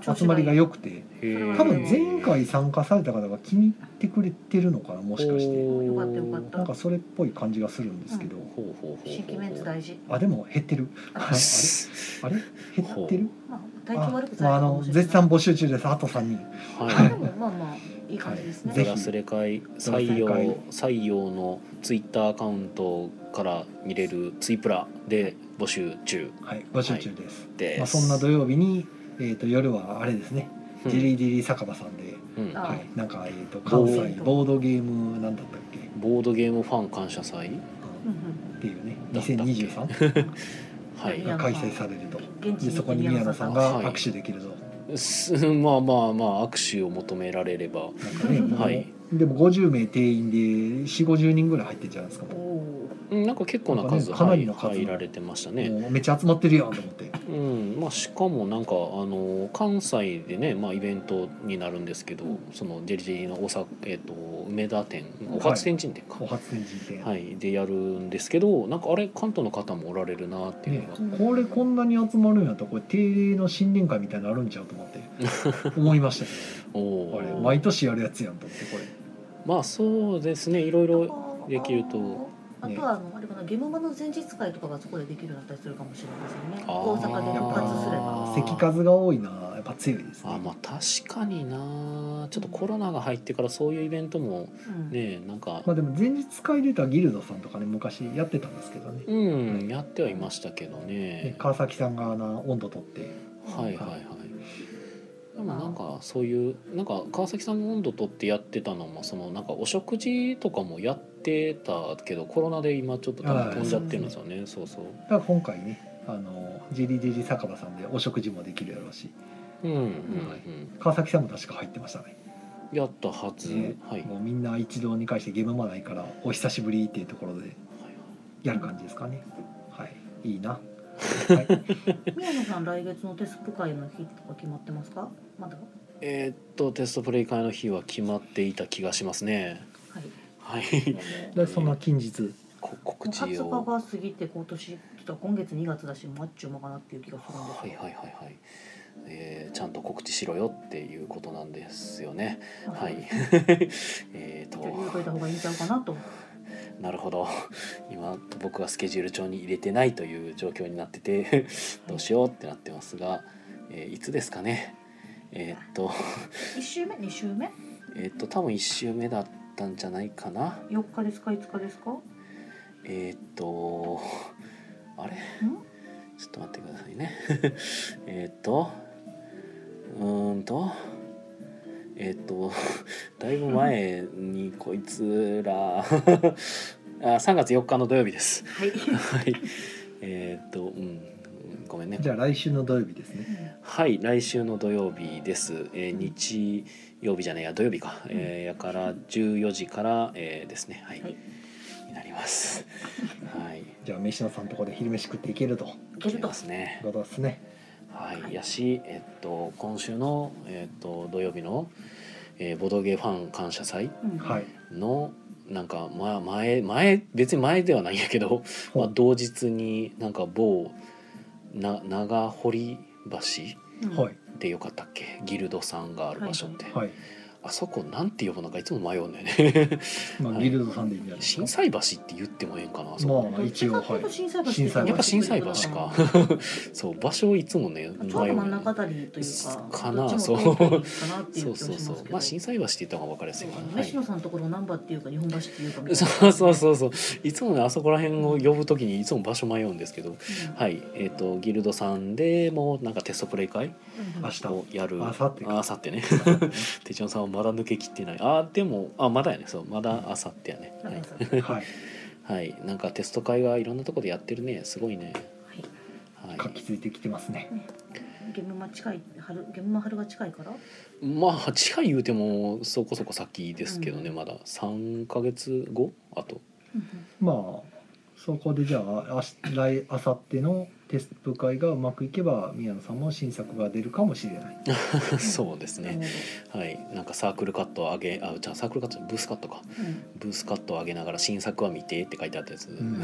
[SPEAKER 3] 調
[SPEAKER 2] 集
[SPEAKER 3] 子
[SPEAKER 2] ま
[SPEAKER 3] がい
[SPEAKER 2] り
[SPEAKER 3] い
[SPEAKER 2] が良くて
[SPEAKER 1] へー
[SPEAKER 2] 多分前回参加された方が気に入ってくれてるのかなもしかして
[SPEAKER 1] おー
[SPEAKER 3] よかったよかった
[SPEAKER 2] なんかそれっぽい感じがするんですけど、
[SPEAKER 1] ほうほうほうほう
[SPEAKER 3] 新規メンツ大事
[SPEAKER 2] あでも減ってるああれ減ってる
[SPEAKER 3] まあ体
[SPEAKER 2] あ
[SPEAKER 3] 調悪く、さ
[SPEAKER 2] まあ、あ
[SPEAKER 3] れるかも
[SPEAKER 2] の
[SPEAKER 3] しれない
[SPEAKER 2] 絶賛募集中ですあと3人
[SPEAKER 1] は
[SPEAKER 3] で
[SPEAKER 1] い
[SPEAKER 3] もまあまあいい感じですね、
[SPEAKER 2] は
[SPEAKER 1] ド
[SPEAKER 2] いぜ
[SPEAKER 1] ラ
[SPEAKER 2] ひ
[SPEAKER 1] スレ会採用
[SPEAKER 2] ドラスレ
[SPEAKER 1] 採用のツイッターアカウントから見れるツイプラで募集中
[SPEAKER 2] はい募集中です、
[SPEAKER 1] です。
[SPEAKER 2] まあ、そんな土曜日に、えー、と夜はあれですね
[SPEAKER 1] う
[SPEAKER 2] ジリジリ酒場さんで、
[SPEAKER 1] んうん
[SPEAKER 3] あ
[SPEAKER 2] はい、なんか、えー、と関
[SPEAKER 3] ボ
[SPEAKER 2] 西
[SPEAKER 3] ード
[SPEAKER 2] ボードゲームなんだったっけ、う
[SPEAKER 1] ボードゲームファン感謝祭
[SPEAKER 3] う
[SPEAKER 2] ん
[SPEAKER 3] んうん
[SPEAKER 2] っていうね
[SPEAKER 1] だったっけ
[SPEAKER 2] 2023
[SPEAKER 1] はい
[SPEAKER 2] が開催されると
[SPEAKER 3] 現地
[SPEAKER 2] で
[SPEAKER 3] に
[SPEAKER 2] そこに宮野さんが握手できるぞ、
[SPEAKER 1] す まあまあまあ握手を求められれば
[SPEAKER 2] なんかね、もう
[SPEAKER 1] はい
[SPEAKER 2] でも50名定員で4 5 0人ぐらい入ってんじゃないですか
[SPEAKER 3] お
[SPEAKER 2] も
[SPEAKER 3] おー
[SPEAKER 1] うんなんか結構な
[SPEAKER 2] なんかね
[SPEAKER 1] 数
[SPEAKER 2] かな
[SPEAKER 1] 入
[SPEAKER 2] りの数
[SPEAKER 1] 入られてました
[SPEAKER 2] う,、
[SPEAKER 1] ね。
[SPEAKER 2] もうめっちゃ集まってるやんと思って
[SPEAKER 1] うんまあ、しかもなんかあの関西でね、まあ、イベントになるんですけどそのジェリジェリの大阪、えっと梅田店
[SPEAKER 2] はい
[SPEAKER 1] お初天神店か、
[SPEAKER 2] 後発展示展、
[SPEAKER 1] はい、でやるんですけどなんかあれ関東の方もおられるなっていう
[SPEAKER 2] ね
[SPEAKER 1] のが、
[SPEAKER 2] これこんなに集まるんやったらこれ定例の新年会みたいになるんちゃうと思って思いましたけ
[SPEAKER 1] お
[SPEAKER 2] どあ
[SPEAKER 1] お
[SPEAKER 2] れ毎年やるやつやんと思ってこれ
[SPEAKER 1] まあそうですねいろいろできると
[SPEAKER 3] あとはあのあれかなゲームマの前日会とかがそこでできるようになったりするかもしれませんね
[SPEAKER 1] あー
[SPEAKER 3] 大阪で
[SPEAKER 2] や
[SPEAKER 3] 復
[SPEAKER 2] っ
[SPEAKER 3] 活すれば
[SPEAKER 1] あ
[SPEAKER 2] ぱ
[SPEAKER 1] ー
[SPEAKER 2] 席数が多いなやっぱ強いです
[SPEAKER 1] あ
[SPEAKER 2] ね
[SPEAKER 1] まあ確かになちょっとコロナが入ってからそういうイベントも
[SPEAKER 3] うん
[SPEAKER 1] ねなんか
[SPEAKER 2] まあでも前日会出たギルドさんとかね昔やってたんですけどね
[SPEAKER 1] うんやってはいましたけど
[SPEAKER 2] ね
[SPEAKER 1] ね
[SPEAKER 2] 川崎さんがな温度取って
[SPEAKER 1] はいはいはいでもなんかそういうなんか川崎さんの温度とってやってたのもそのなんかお食事とかもやってたけどコロナで今ちょっと多分飛んじゃってるんですよねそうそう
[SPEAKER 2] だから今回ねあのジェリジェリ酒場さんでお食事もできるやろうし
[SPEAKER 1] うんうん
[SPEAKER 2] 川崎さんも確か入ってましたね
[SPEAKER 1] うんやったはず
[SPEAKER 2] ね
[SPEAKER 1] はい
[SPEAKER 2] もうみんな一堂に会してゲームマないからお久しぶりっていうところでやる感じですかねはいいいな、はい、
[SPEAKER 3] 宮野さん来月のテスプ会の日とか決まってますかまだは
[SPEAKER 1] えーっとテストプレイ会の日は決まっていた気がしますね
[SPEAKER 3] い
[SPEAKER 1] はい
[SPEAKER 2] でその近日
[SPEAKER 1] こ
[SPEAKER 3] もう
[SPEAKER 1] 告知
[SPEAKER 3] 20
[SPEAKER 1] を
[SPEAKER 3] 日が過ぎて今年ちょっと今月2月だしマッチュもかなっていう気がするんです
[SPEAKER 1] は
[SPEAKER 3] け
[SPEAKER 1] いはいはいはい、えーちゃんと告知しろよっていうことなんですよね
[SPEAKER 3] ど
[SPEAKER 1] はい えっと
[SPEAKER 3] ちょっと言うといた方がいいんちゃうかなと
[SPEAKER 1] なるほど 今僕はスケジュール帳に入れてないという状況になってて どうしようってなってますが、えーいつですかねえーっと
[SPEAKER 3] 1週目2週目
[SPEAKER 1] えーっと多分1週目だったんじゃないかな
[SPEAKER 3] 4日ですか5日ですかん
[SPEAKER 1] えーっとあれちょっと待ってくださいね。 えーっと、うーんと、えーっと、 だいぶ前にこいつら、 あ3月4日の土曜日です。
[SPEAKER 3] はい
[SPEAKER 1] はい。えーっと、うん、ごめんね。
[SPEAKER 2] じゃあ来週の土曜日ですね
[SPEAKER 1] はい、来週の土曜日です。えー日曜日じゃないや、土曜日か。えーやから14時から、えーですね。はい。
[SPEAKER 3] はい
[SPEAKER 1] になり ます。はい。
[SPEAKER 2] じゃあ飯野さんのとこで昼飯食っていけるとい
[SPEAKER 3] いけ
[SPEAKER 1] い
[SPEAKER 3] る
[SPEAKER 1] き
[SPEAKER 3] と
[SPEAKER 1] ますね。
[SPEAKER 2] うことですね
[SPEAKER 1] はい、やし、えっと、今週の、えっと、土曜日の、えーボドゲファン感謝祭
[SPEAKER 3] うん
[SPEAKER 2] はい
[SPEAKER 1] のなんか、まあ、前前別に前ではないんやけど、まあ、同日になんか某な長堀橋
[SPEAKER 3] うん
[SPEAKER 2] はい
[SPEAKER 1] でよかったっけギルドさんがある場所って、
[SPEAKER 2] はい、
[SPEAKER 1] あそこなんて呼ぶのかいつも迷うんだよね
[SPEAKER 2] まあ、
[SPEAKER 1] はい
[SPEAKER 2] ギルドさんでいいんじゃないですか
[SPEAKER 1] 震災橋って言ってもええんかなあそこ、
[SPEAKER 2] まあ一応
[SPEAKER 3] どっちかってうと震災橋
[SPEAKER 2] 震災橋
[SPEAKER 1] やっぱ震災橋か そう場所をいつもね
[SPEAKER 3] ちょう
[SPEAKER 1] 迷
[SPEAKER 3] ど
[SPEAKER 1] う
[SPEAKER 3] 真ん
[SPEAKER 1] ん
[SPEAKER 3] 中あたりというか
[SPEAKER 1] かな
[SPEAKER 3] どっちも
[SPEAKER 1] そう
[SPEAKER 3] 遠いかなってい
[SPEAKER 1] そうう
[SPEAKER 3] 気がし
[SPEAKER 1] そう
[SPEAKER 3] ます
[SPEAKER 1] そ
[SPEAKER 3] け
[SPEAKER 1] う
[SPEAKER 3] ど
[SPEAKER 1] まあ震災橋って言った方が分かりやす
[SPEAKER 3] そ
[SPEAKER 1] いうか
[SPEAKER 3] そう
[SPEAKER 1] な、はい
[SPEAKER 3] 飯野さんのところ難波っていうか日本橋っていうかみたいな
[SPEAKER 1] そうそうそうそういつもねあそこら辺を呼ぶときにいつも場所迷うんですけど
[SPEAKER 3] うん
[SPEAKER 1] はいえっ、とギルドさんでもうなんかテストプレイ会
[SPEAKER 3] うん
[SPEAKER 2] 明日
[SPEAKER 1] をやる
[SPEAKER 2] あさってか
[SPEAKER 1] あさってね 手順さんはまだ抜けきってないあでもあまだやねそうまだあさってやね
[SPEAKER 3] な
[SPEAKER 1] は
[SPEAKER 3] ん
[SPEAKER 1] い
[SPEAKER 3] かさ
[SPEAKER 2] はい
[SPEAKER 1] はい、なんかテスト会がいろんなとこでやってるねすごいね
[SPEAKER 3] はい
[SPEAKER 1] はい
[SPEAKER 2] 活気づいてきてますね
[SPEAKER 3] ゲームマ近い春ゲームマ春が近いから
[SPEAKER 1] まあ近い言うてもそこそこ先ですけどね、
[SPEAKER 3] うん
[SPEAKER 1] まだ3ヶ月後あと
[SPEAKER 3] うん
[SPEAKER 2] まあそこでじゃああし来あさってのテスト会がうまくいけば宮野さんも新作が出るかもしれない
[SPEAKER 1] そうです
[SPEAKER 3] なる
[SPEAKER 1] ね。はい、なんかサークルカットを上げ、あ、じゃあサークルカット、ブースカットか。
[SPEAKER 3] ほどうん
[SPEAKER 1] ブースカットを上げながら新作は見てって書いてあったやつ、
[SPEAKER 2] ん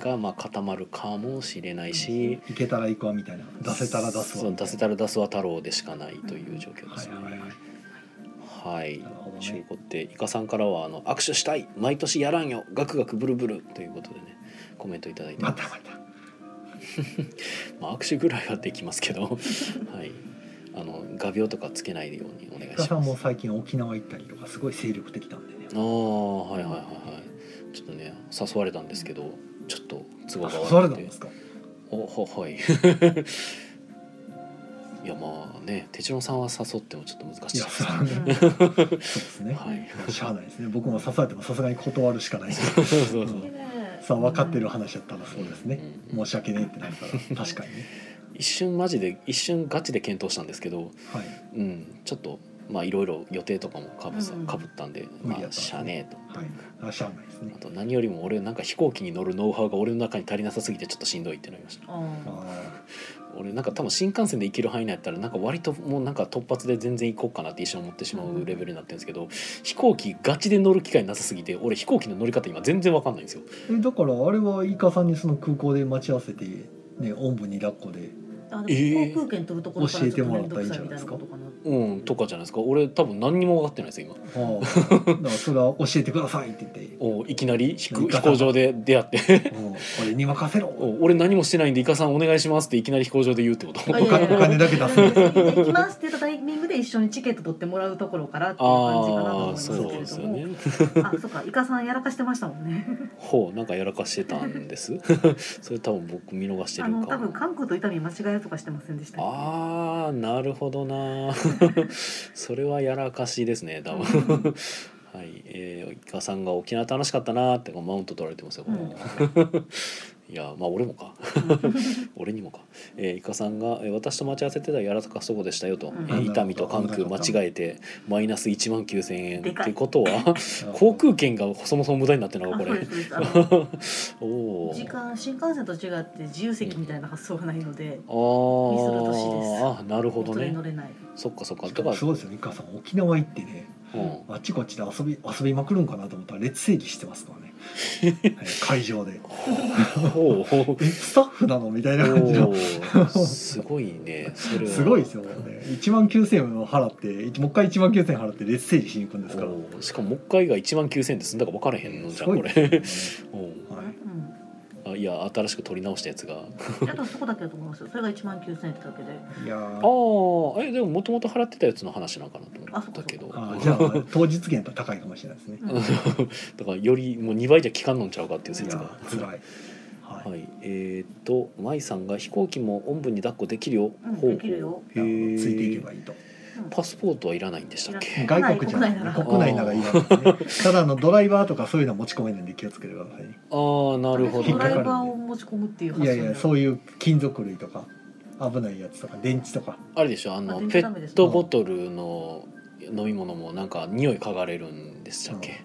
[SPEAKER 1] がまあ固まるかもしれないし、
[SPEAKER 2] いけたら行くわみたいな出せたら出す
[SPEAKER 1] そ
[SPEAKER 2] わ
[SPEAKER 1] う出せたら出すは太郎でしかないという状況で
[SPEAKER 2] は
[SPEAKER 1] す
[SPEAKER 2] い
[SPEAKER 1] ね。
[SPEAKER 2] はいはい
[SPEAKER 1] はい
[SPEAKER 2] なるほどね
[SPEAKER 1] 中古ってイカさんからはあの握手したい毎年やらんよガクガクブルブルということでねコメントいただいて
[SPEAKER 2] ま
[SPEAKER 1] ま
[SPEAKER 2] た
[SPEAKER 1] す、
[SPEAKER 2] また
[SPEAKER 1] まあ、握手ぐらいはできますけ どはいあの画鋲とかつけないようにお願い
[SPEAKER 2] 伊
[SPEAKER 1] し
[SPEAKER 2] 賀さ
[SPEAKER 1] ま
[SPEAKER 2] ん
[SPEAKER 1] す
[SPEAKER 2] も最近沖縄行ったりとかすごい精力的なんでね
[SPEAKER 1] ああはいはいはいはいちょっとね誘われたんですけどちょっと都合が
[SPEAKER 2] そ
[SPEAKER 1] 悪く
[SPEAKER 2] れなん
[SPEAKER 1] て
[SPEAKER 2] ですか
[SPEAKER 1] おははい いやまあね哲郎さんは誘ってもちょっと難し
[SPEAKER 2] い
[SPEAKER 1] い
[SPEAKER 2] や
[SPEAKER 1] です
[SPEAKER 2] そ
[SPEAKER 1] ね
[SPEAKER 2] うね
[SPEAKER 3] うん
[SPEAKER 2] そうですね
[SPEAKER 1] はい
[SPEAKER 2] しゃあないですね僕も刺されてもさすがに断るしかないし
[SPEAKER 1] そうそうそう
[SPEAKER 2] さあ分かってる話だったらそうですね
[SPEAKER 1] うん
[SPEAKER 2] 申し訳ねえってなるから確かにね
[SPEAKER 1] 一瞬マジで一瞬ガチで検討したんですけど
[SPEAKER 2] はい
[SPEAKER 1] うんちょっとまあいろいろ予定とかもかぶさ
[SPEAKER 3] うん
[SPEAKER 1] かぶったんで
[SPEAKER 2] 無
[SPEAKER 1] ま
[SPEAKER 2] 理や
[SPEAKER 1] あ
[SPEAKER 2] ったんですね
[SPEAKER 1] しゃあねえと
[SPEAKER 2] はいあしゃあないですね
[SPEAKER 1] あと何よりも俺なんか飛行機に乗るノウハウが俺の中に足りなさすぎてちょっとしんどいってなりました
[SPEAKER 3] あ
[SPEAKER 2] あ
[SPEAKER 1] 俺なんか多分新幹線で行ける範囲内やったらなんか割ともうなんか突発で全然行こうかなって一瞬思ってしまうレベルになってるんですけど飛行機ガチで乗る機会なさすぎて俺飛行機の乗り方今全然わかんないんですよ
[SPEAKER 2] ーえだからあれはイカさんにその空港で待ち合わせてねおんぶに抱っこで
[SPEAKER 3] あ
[SPEAKER 1] え
[SPEAKER 3] で
[SPEAKER 1] ー
[SPEAKER 3] も航空券取るところからちょっと面倒くさいみたいなことかな。
[SPEAKER 1] うんとかじゃないですか俺多分何にも分かってないですよ今
[SPEAKER 2] あ あだからそれは教えてくださいって言って
[SPEAKER 1] おいきなり飛
[SPEAKER 2] 乗
[SPEAKER 1] 行
[SPEAKER 2] り方
[SPEAKER 1] 飛行場で出会って
[SPEAKER 2] 「うん俺に任せろ
[SPEAKER 1] お俺何もしてないんでイカさんお願いしますっていきなり飛行場で言うってこと
[SPEAKER 3] あ
[SPEAKER 2] お金お金だけ出す
[SPEAKER 3] 行きますって言ったタイミングで一緒にチケット取ってもらうところからっていう感じかなと
[SPEAKER 1] あ
[SPEAKER 3] 思い
[SPEAKER 1] あ
[SPEAKER 3] ま
[SPEAKER 1] そう
[SPEAKER 3] すけ
[SPEAKER 1] で
[SPEAKER 3] れ
[SPEAKER 1] す
[SPEAKER 3] ど
[SPEAKER 1] よ
[SPEAKER 3] も。
[SPEAKER 1] ね
[SPEAKER 3] あ、そっか、イカさんやらかしてましたもんね。
[SPEAKER 1] ほうなんかやらかしてたんです それ多分僕見逃して
[SPEAKER 3] あ
[SPEAKER 1] る
[SPEAKER 3] の、
[SPEAKER 1] か
[SPEAKER 3] 多
[SPEAKER 1] も
[SPEAKER 3] 分韓国と痛み間違えとかしてませんでしたっけ。
[SPEAKER 1] あーなるほど なそれはやらかしですね多分はいえー、イカさんが沖縄楽しかったなーってマウント取られてますよ、これ
[SPEAKER 3] うん
[SPEAKER 1] いやまあ俺もか俺にもか、えー、イカさんが、えー私と待ち合わせてたやらかすとこでしたよと、
[SPEAKER 3] うん
[SPEAKER 1] えー、痛みと関空間違えてマイナス1万9,000円
[SPEAKER 3] でかい
[SPEAKER 1] ってことは航空券がそもそも無駄になってるの
[SPEAKER 3] あ
[SPEAKER 1] かこ
[SPEAKER 3] そうで
[SPEAKER 1] れ
[SPEAKER 3] すそうですあの
[SPEAKER 1] お お
[SPEAKER 3] 時間新幹線と違って自由席みたいな発想がないので、
[SPEAKER 1] あ
[SPEAKER 3] ミスる年です
[SPEAKER 1] ーあなるほど
[SPEAKER 3] 本当に
[SPEAKER 1] ね
[SPEAKER 3] 乗れない。
[SPEAKER 1] そっかそっか
[SPEAKER 2] しか
[SPEAKER 1] だ
[SPEAKER 2] も
[SPEAKER 1] か
[SPEAKER 2] すごいですよねイカさん沖縄行ってね
[SPEAKER 1] ら、うん、
[SPEAKER 2] あっちこっちで遊び遊びまくるんかなと思ったら列整理してま すからねはい会場で
[SPEAKER 1] ほうほう
[SPEAKER 2] えスタッフなのみたいな感じの
[SPEAKER 1] おーすごいねそれは
[SPEAKER 2] すごいですよね1万9000円を払っていもう一回1万9000円払って列整理しに行くんですから
[SPEAKER 1] おーしかももう一回が1万9000円で済んだか分からへんのじ
[SPEAKER 2] す
[SPEAKER 1] ゃん
[SPEAKER 2] ご
[SPEAKER 1] こ
[SPEAKER 2] い
[SPEAKER 1] れ、
[SPEAKER 2] ですよね
[SPEAKER 1] お
[SPEAKER 2] は
[SPEAKER 1] ーあいや新しく取り直したやつがあ
[SPEAKER 3] うん。あとそこだけだと思いますよ。それが一万九千円ってだけで。
[SPEAKER 2] いいや
[SPEAKER 1] あ
[SPEAKER 2] ー
[SPEAKER 1] ーえでももともと払ってたやつの話なんかなと思ったけど
[SPEAKER 2] あーじゃあ当日券と高いかもしれないですね
[SPEAKER 3] うん
[SPEAKER 1] うん だからよりもう2倍じゃ効かんのんちゃうかっていう
[SPEAKER 2] い
[SPEAKER 1] 説
[SPEAKER 2] や
[SPEAKER 1] が
[SPEAKER 2] ー辛いはい
[SPEAKER 1] はいえーっと舞さんが飛行機もおんぶに抱っこできるよ、
[SPEAKER 3] うん
[SPEAKER 1] ほう
[SPEAKER 3] できるよ
[SPEAKER 1] へ
[SPEAKER 2] いや
[SPEAKER 1] ー
[SPEAKER 2] ついていけばいいと
[SPEAKER 3] うん
[SPEAKER 1] パスポートはいらないんでしたっけ
[SPEAKER 3] いらない
[SPEAKER 2] 外国じゃない
[SPEAKER 3] 国内なら
[SPEAKER 2] 国内ならいいですね ただあのドライバーとかそういうのは持ち込めないんで気をつけてくださいね
[SPEAKER 1] ああなるほど
[SPEAKER 2] 引っ
[SPEAKER 3] ド
[SPEAKER 2] か
[SPEAKER 3] ラ
[SPEAKER 2] か
[SPEAKER 3] イ
[SPEAKER 2] る
[SPEAKER 3] バ
[SPEAKER 2] んで
[SPEAKER 3] ーを持ち込むっていう発
[SPEAKER 2] い
[SPEAKER 3] 想
[SPEAKER 2] やい
[SPEAKER 3] にな
[SPEAKER 2] や
[SPEAKER 3] る
[SPEAKER 2] そういう金属類とか危ないやつとか電池とか
[SPEAKER 1] あれでしょあの
[SPEAKER 3] あ全
[SPEAKER 1] ペ
[SPEAKER 3] 然ダメで
[SPEAKER 1] ッ
[SPEAKER 3] す
[SPEAKER 1] トボトルの飲み物もなんか匂い嗅がれるんでしたっけ、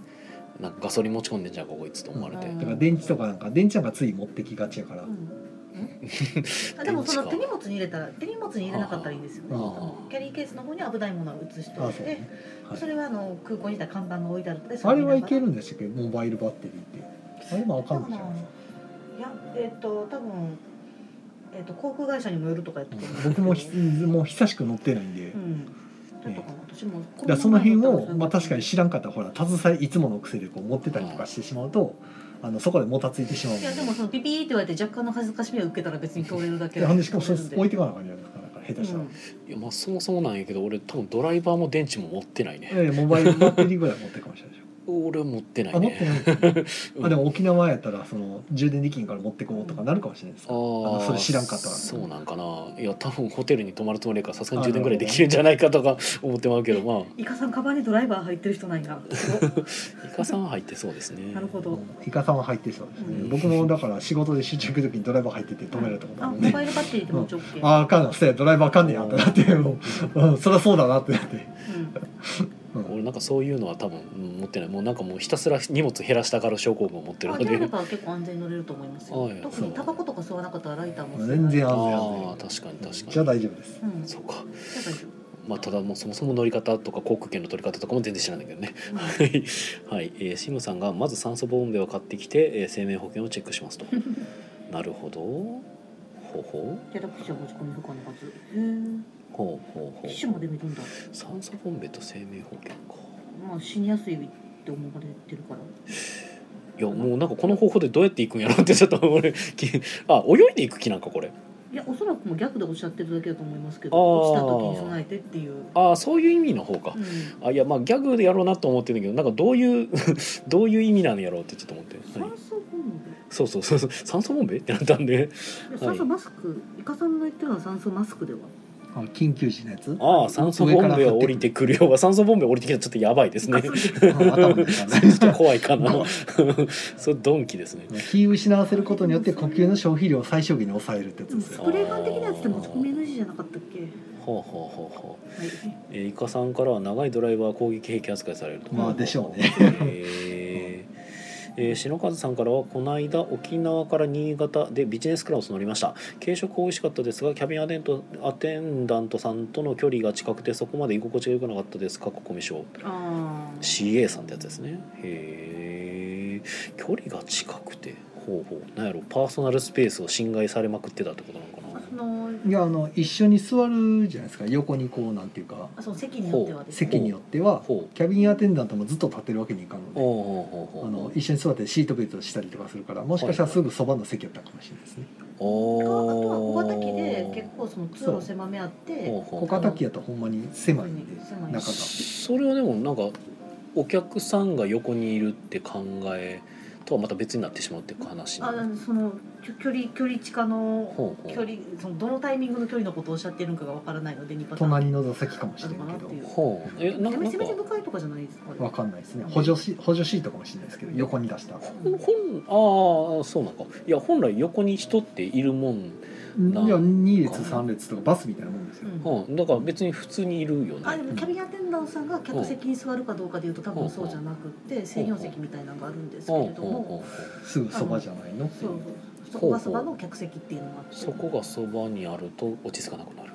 [SPEAKER 1] なんかガソリン持ち込んでんじゃんかこいつと思われて、
[SPEAKER 3] うん
[SPEAKER 2] だから電池とかなんか電池なんかつい持ってきがちやから、
[SPEAKER 3] うんんあでもその手荷物に入れたら手荷物に入れなかったらいいんですよね
[SPEAKER 2] ああ
[SPEAKER 3] あのキャリーケースの方に危ないものを移して
[SPEAKER 2] あ
[SPEAKER 3] お
[SPEAKER 2] あ
[SPEAKER 3] い
[SPEAKER 2] そう
[SPEAKER 3] て
[SPEAKER 2] ね、はい
[SPEAKER 3] それはあの空港にいたら看板が置いてあるのでそ
[SPEAKER 2] あれ
[SPEAKER 3] を見な
[SPEAKER 2] は
[SPEAKER 3] が
[SPEAKER 2] い
[SPEAKER 3] ら
[SPEAKER 2] けるんでしたっけモバイルバッテリーってあれもあかんのじゃないですか
[SPEAKER 3] いやえっ、と多分えっ、と航空会社にもよるとかやってる
[SPEAKER 2] 僕もひもう久しく乗ってないんで、
[SPEAKER 3] う
[SPEAKER 2] だ
[SPEAKER 3] んちょっとかな私も
[SPEAKER 2] からその辺を、まあ、確かに知らんかったらほら携えいつもの癖でこう持ってたりとかしてしまうとあのそこでもたついてしまうん
[SPEAKER 3] い
[SPEAKER 2] で
[SPEAKER 3] やでもそのピピーって言われて若干の恥ずかしみを受けたら別に通れるだけ
[SPEAKER 2] でほんでしかもそれ
[SPEAKER 3] 通れるん
[SPEAKER 2] 置いてかなあかんじゃないですかだから下手したら、
[SPEAKER 1] いやまあそもそもなんやけど俺多分ドライバーも電池も持ってないね、
[SPEAKER 2] ええモバイルバッテリーぐらい持ってるかもしれないでしょ
[SPEAKER 1] 俺は持ってない
[SPEAKER 2] あ持って
[SPEAKER 1] ね
[SPEAKER 2] ない、
[SPEAKER 1] うん
[SPEAKER 2] あでも沖縄やったらその充電できんから持ってこうとかなるかもしれないです
[SPEAKER 1] あ
[SPEAKER 2] からあ
[SPEAKER 1] ー
[SPEAKER 2] のそれ知らんかったら
[SPEAKER 1] そうなんかないや多分ホテルに泊まるつもりやからさすがに充電ぐらいできるんじゃないかとか思ってまうけどま
[SPEAKER 3] イカさんカバンにドライバー入ってる人ないな
[SPEAKER 1] あ イカさんは入ってそうですね
[SPEAKER 3] なるほど
[SPEAKER 2] うんイカさんは入ってそうですね、
[SPEAKER 3] うん
[SPEAKER 2] 僕もだから仕事で集中行く時にドライバー入ってて止められたこと
[SPEAKER 3] あ
[SPEAKER 2] あるん
[SPEAKER 3] モ
[SPEAKER 2] で
[SPEAKER 3] バイルバッテリーでもちょっ け
[SPEAKER 2] ああかんのせやドライバーあかんねやってなってもう、うん、そりゃそうだなってなって、
[SPEAKER 3] うん
[SPEAKER 2] うん、
[SPEAKER 1] 分なんかそういうのは多分うん持ってないもうなんかもうひたすら荷物減らしたがる症候群を持ってる
[SPEAKER 3] あ
[SPEAKER 1] の
[SPEAKER 3] じゃあ
[SPEAKER 1] で
[SPEAKER 3] れば結構安全に乗れると思いますよ
[SPEAKER 1] あいや
[SPEAKER 3] 特にタバコとか吸わなかったらライターも吸え
[SPEAKER 2] 全然
[SPEAKER 1] あ
[SPEAKER 2] 安
[SPEAKER 3] ない
[SPEAKER 2] 全
[SPEAKER 1] あ
[SPEAKER 2] 安全
[SPEAKER 1] 確かに確
[SPEAKER 2] じゃ
[SPEAKER 1] か
[SPEAKER 2] あ
[SPEAKER 1] に
[SPEAKER 2] 大丈夫です
[SPEAKER 3] うんじ
[SPEAKER 1] そ
[SPEAKER 3] ゃ
[SPEAKER 1] うか
[SPEAKER 3] あ大丈
[SPEAKER 1] まあただもうそもそも乗り方とか航空券の取り方とかも全然知らないけどね
[SPEAKER 3] 夫うん
[SPEAKER 1] はい、はいえーシムさんがまず酸素ボンベを買ってきて、えー生命保険をチェックします となるほどほうほ
[SPEAKER 3] デラックスは持ち込めるかのはずへ
[SPEAKER 1] うほうほうほ
[SPEAKER 3] え機種ま
[SPEAKER 1] う
[SPEAKER 3] で見るんだ
[SPEAKER 1] 酸素ボンベと生命保険か
[SPEAKER 3] まあ死にやすいって思われてるから
[SPEAKER 1] いやもうなんかこの方法でどうやって行くんやろってちょっと俺きあ泳いでいく気なんかこれ
[SPEAKER 3] いやおそらくもう逆でおっしゃってるだけだと思いますけ
[SPEAKER 1] あー
[SPEAKER 3] ど落ちた時に備えてっていう、
[SPEAKER 1] ああそういう意味の方か
[SPEAKER 3] うん、
[SPEAKER 1] あいやまあギャグでやろうなと思ってるんだけどなんかどういう どういう意味なんやろうってちょっと思って、は
[SPEAKER 3] 酸
[SPEAKER 1] い、
[SPEAKER 3] 素ボンベ
[SPEAKER 1] そうそうそうそう酸素ボンベってなったんで
[SPEAKER 3] いや酸素マスク、イカさんの言ってるのは酸素マスクでは
[SPEAKER 2] あ緊急時のやつ
[SPEAKER 1] ああ酸素ボンベを降りてくるようは酸素ボンベ降りてきたらちょっとやばいです ね
[SPEAKER 3] ガツン
[SPEAKER 2] あ頭で考え
[SPEAKER 1] ちょっと
[SPEAKER 2] た
[SPEAKER 1] 怖いかな。 そうドンキですね。
[SPEAKER 2] 気を失わせることによって呼吸の消費量を最小限に抑えるってやつ
[SPEAKER 3] でも
[SPEAKER 2] です
[SPEAKER 3] ス
[SPEAKER 2] よ
[SPEAKER 3] プレー缶的なやつって持ち込み NG じゃなかったっけ
[SPEAKER 1] ほうほうほうほう。
[SPEAKER 3] はい
[SPEAKER 1] えー、イカさんからは長いドライバー攻撃兵器扱いされると。
[SPEAKER 2] まあでしょうね
[SPEAKER 1] えーえー、篠和さんからはこの間沖縄から新潟でビジネスクラス乗りました軽食美味しかったですがキャビンアテントアテンダントさんとの距離が近くてそこまで居心地が良くなかったですかっこコミショ
[SPEAKER 3] ああ
[SPEAKER 1] CA さんってやつですねへえ距離が近くてほうほうなんやろパーソナルスペースを侵害されまくってたってことなのかな
[SPEAKER 3] その
[SPEAKER 2] いやあの一緒に座るじゃないですか横にこうなんていうか
[SPEAKER 3] あその席によってはですね
[SPEAKER 2] 席によっては
[SPEAKER 1] ほう
[SPEAKER 2] キャビンアテンダントもずっと立ってるわけにいかんの
[SPEAKER 1] お
[SPEAKER 2] で
[SPEAKER 1] うおうおうおう
[SPEAKER 2] あの一緒に座ってシートベルトしたりとかするからもしかしたらすぐそばの席やったかもしれないですね
[SPEAKER 3] ああとは
[SPEAKER 1] お
[SPEAKER 3] 小
[SPEAKER 1] ー
[SPEAKER 3] 型機で結構その通路狭めあって
[SPEAKER 1] ほう
[SPEAKER 2] 小
[SPEAKER 1] ほう
[SPEAKER 2] 型機やとほんまに狭いんで
[SPEAKER 3] 狭い
[SPEAKER 2] 中が
[SPEAKER 1] それはでもなんかお客さんが横にいるって考えとはまた別になってしまうっていう話な
[SPEAKER 3] あ
[SPEAKER 1] の
[SPEAKER 3] そのきょ距離距離近の
[SPEAKER 1] ほうほ
[SPEAKER 3] 距
[SPEAKER 1] う
[SPEAKER 3] 離そのどのタイミングの距離のことをおっしゃってるのかがわからないので2パターン
[SPEAKER 2] 隣の座席かもし
[SPEAKER 3] な
[SPEAKER 2] れん
[SPEAKER 3] のかなっ
[SPEAKER 2] け
[SPEAKER 3] ていう
[SPEAKER 2] ど
[SPEAKER 1] ほうえな
[SPEAKER 3] で
[SPEAKER 1] なん
[SPEAKER 3] も
[SPEAKER 1] か
[SPEAKER 3] めちゃめちゃ深いとかじゃないですかあれ
[SPEAKER 2] わかんないですね補助シ補助シートかもしれないですけど横に出した
[SPEAKER 1] 本ああそうなんかいや本来横に人っているもん、
[SPEAKER 2] いや2列3列とかバスみたいなもんですよ
[SPEAKER 3] うん
[SPEAKER 1] うん、だから別に普通にいるよね
[SPEAKER 3] あでもキャビンアテンダントさんが客席に座るかどうかでいうと多分そうじゃなくて専用席みたいなのがあるんですけ
[SPEAKER 1] ほ
[SPEAKER 3] れ
[SPEAKER 1] う
[SPEAKER 3] ど
[SPEAKER 1] ほう
[SPEAKER 3] も
[SPEAKER 1] ほうほう
[SPEAKER 2] すぐそばじゃないのってい
[SPEAKER 3] そううそこがそばの客席っていうのがあって
[SPEAKER 1] そこがそばにあると落ち着かなくなる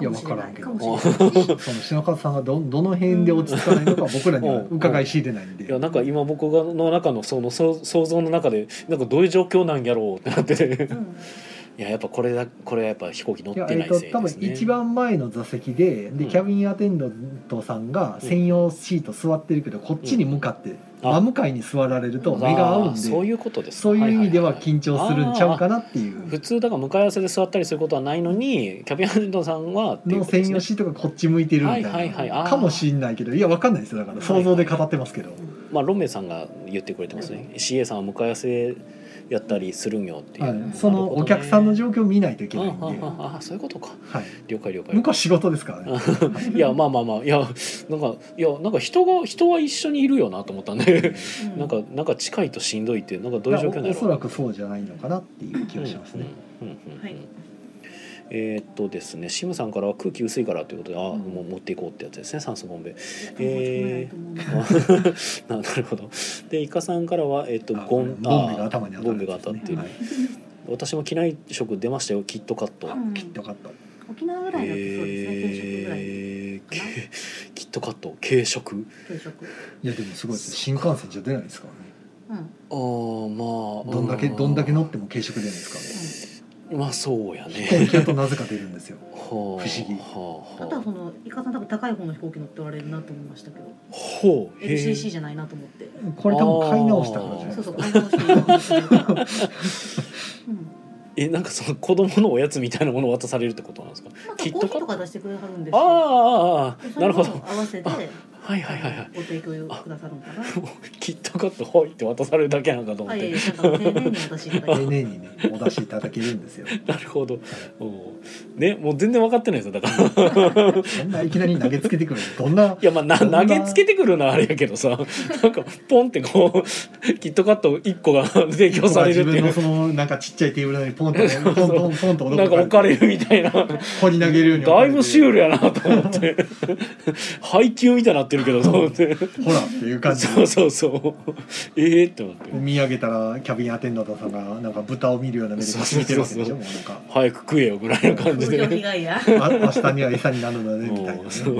[SPEAKER 2] いやわからんけ
[SPEAKER 3] か
[SPEAKER 2] ど
[SPEAKER 3] もしれない し
[SPEAKER 2] その篠川さんがどどの辺で落ち着かないのか僕らには伺い知れないんで
[SPEAKER 1] いやなんか今僕がの中のそのそう想像の中でなんかどういう状況なんやろうってなってて
[SPEAKER 3] うん
[SPEAKER 1] いややっぱこれだこれはやっぱ飛行機乗っ
[SPEAKER 2] い
[SPEAKER 1] て
[SPEAKER 2] や
[SPEAKER 1] な
[SPEAKER 2] え
[SPEAKER 1] い
[SPEAKER 2] っと
[SPEAKER 1] せい
[SPEAKER 2] 多
[SPEAKER 1] で
[SPEAKER 2] 分
[SPEAKER 1] すね。
[SPEAKER 2] 一番前の座席でで
[SPEAKER 1] うん
[SPEAKER 2] キャビンアテンダントさんが専用シート座ってるけどこっちに向かって
[SPEAKER 1] あ
[SPEAKER 2] 真向かいに座られると目が合うん
[SPEAKER 1] あーそう
[SPEAKER 2] で
[SPEAKER 1] いうことですか。
[SPEAKER 2] そういう意味で
[SPEAKER 1] い
[SPEAKER 2] はい
[SPEAKER 1] い
[SPEAKER 2] 緊張するんちゃうかなってい
[SPEAKER 1] あー普
[SPEAKER 2] う
[SPEAKER 1] 通だから向かい合わせで座ったりすることはないのにキャビンアテンダントさんはっていう
[SPEAKER 2] の
[SPEAKER 1] ことで
[SPEAKER 2] 専
[SPEAKER 1] すね
[SPEAKER 2] 用シートがこっち向いてるみたい
[SPEAKER 1] はいはいはいあ
[SPEAKER 2] な
[SPEAKER 1] ー
[SPEAKER 2] かもしんないけどいやわかんないですよだから想像で語ってますけど
[SPEAKER 1] まあロンメイさんが言ってくれてますね。CA さんは向かい合わせやったりするんよっていう。
[SPEAKER 2] はいそのお客さん
[SPEAKER 1] 況
[SPEAKER 2] の状況を見ないといけ
[SPEAKER 1] あ
[SPEAKER 2] ないんで
[SPEAKER 1] ーあ
[SPEAKER 2] は
[SPEAKER 1] ーあーそういうことか。
[SPEAKER 2] い
[SPEAKER 1] 了解了解。
[SPEAKER 2] 向こう仕事ですからね
[SPEAKER 1] いやまあまあまあいやなんかいやなんか人が人は一緒にいるよなと思ったんで
[SPEAKER 3] う
[SPEAKER 1] なんかなんか近いとしんどいってなんかどういう状況なん
[SPEAKER 2] お
[SPEAKER 1] や
[SPEAKER 2] お
[SPEAKER 1] ろ
[SPEAKER 2] そらくそうじゃないのかなっていう気がしますね。
[SPEAKER 1] うんうんうんうん
[SPEAKER 3] はい
[SPEAKER 1] えーっとですね、シムさんからは空気薄いからということで、あ、
[SPEAKER 3] うん
[SPEAKER 1] もう持っていこうってやつですね、酸素ボンベ。
[SPEAKER 3] えー、
[SPEAKER 1] ななるほど。で、イカさんからは、えーっと、
[SPEAKER 2] あ
[SPEAKER 1] ゴン、
[SPEAKER 2] ボンベが頭に
[SPEAKER 1] あー
[SPEAKER 2] 当
[SPEAKER 1] ボ
[SPEAKER 2] た
[SPEAKER 1] ン
[SPEAKER 2] るん
[SPEAKER 1] ベが
[SPEAKER 2] ですね
[SPEAKER 1] 当たっている。
[SPEAKER 2] はい
[SPEAKER 1] 私も機内食出ましたよ、キットカット。
[SPEAKER 3] うん
[SPEAKER 2] きっとよかった。
[SPEAKER 3] 沖縄ぐらいだってそうですね定食ぐらい
[SPEAKER 1] えー
[SPEAKER 3] かな
[SPEAKER 1] けキットカット、軽食。
[SPEAKER 3] 定食
[SPEAKER 2] いやでもすごいですよ新幹線じゃ出ないですからね
[SPEAKER 3] うん
[SPEAKER 1] ああ、まあ。
[SPEAKER 2] どんだけ
[SPEAKER 1] う
[SPEAKER 2] どんだけ乗っても軽食出ないですからね
[SPEAKER 3] う
[SPEAKER 1] まあ、そうや
[SPEAKER 2] 飛行
[SPEAKER 1] ね。
[SPEAKER 2] 機だとなぜか出るんですよ
[SPEAKER 1] はあ、不
[SPEAKER 2] 不思議
[SPEAKER 3] ん、あとはそのイカさん多分高い方の飛行機乗っておられるなと思いましたけど
[SPEAKER 1] ほう。へえ
[SPEAKER 3] LCC じゃないなと思って
[SPEAKER 2] これ多分買い直したからじゃない
[SPEAKER 3] そ
[SPEAKER 2] で
[SPEAKER 3] う
[SPEAKER 2] す
[SPEAKER 3] そう
[SPEAKER 2] か
[SPEAKER 3] 買い物してるなと思ってたから うん
[SPEAKER 1] えなんかその子供のおやつみたいなものを渡されるってことなんですか
[SPEAKER 3] まあ、コ
[SPEAKER 1] きっ
[SPEAKER 3] ーヒ
[SPEAKER 1] と
[SPEAKER 3] ーとか出してくれはるんです
[SPEAKER 1] あ
[SPEAKER 3] よ
[SPEAKER 1] ああああ
[SPEAKER 3] で
[SPEAKER 1] あ
[SPEAKER 3] そ
[SPEAKER 1] な
[SPEAKER 3] れ
[SPEAKER 1] るほ
[SPEAKER 3] と
[SPEAKER 1] ど
[SPEAKER 3] 合わせて
[SPEAKER 1] はいはいはいはい
[SPEAKER 3] ご提供くださるのかな
[SPEAKER 1] キットカットほいって渡されるだけなんかと思っ
[SPEAKER 3] はい
[SPEAKER 1] て、
[SPEAKER 3] ええなんか丁寧にお出しいただい
[SPEAKER 2] 丁
[SPEAKER 3] て
[SPEAKER 2] 寧にねお出しいただけるんですよ
[SPEAKER 1] なるほどおうねもう全然分かってないですよだからい
[SPEAKER 2] そんないきなり投げつけてくるどんな
[SPEAKER 1] やまあな
[SPEAKER 2] そんな
[SPEAKER 1] 投げつけてくるのはあれやけどさなんかポンってこうキットカット1個が提供される
[SPEAKER 2] 自
[SPEAKER 1] ってい
[SPEAKER 2] 分の
[SPEAKER 1] う
[SPEAKER 2] そのなんかちっちゃいテーブルの上にポンとねポンポンポンと
[SPEAKER 1] なんか置かれるみたいな
[SPEAKER 2] 掘り投げるように置か
[SPEAKER 1] だ
[SPEAKER 2] れ
[SPEAKER 1] い
[SPEAKER 2] て
[SPEAKER 1] ぶシュールやなと思って配給みたいになってるけどと思って
[SPEAKER 2] ほらっていう感じ
[SPEAKER 1] そう
[SPEAKER 2] で
[SPEAKER 1] そうそうええって思って
[SPEAKER 2] 見上げたらキャビンアテンダントさんがなんか豚を見るような目で見てるわけでしょもうなんか
[SPEAKER 1] 早く食えよぐらいの感じ
[SPEAKER 3] 風
[SPEAKER 1] で
[SPEAKER 3] 評
[SPEAKER 1] ね
[SPEAKER 3] 被 害や。
[SPEAKER 2] あ明日には餌になるのねみたいな
[SPEAKER 1] う
[SPEAKER 2] ね
[SPEAKER 1] んそう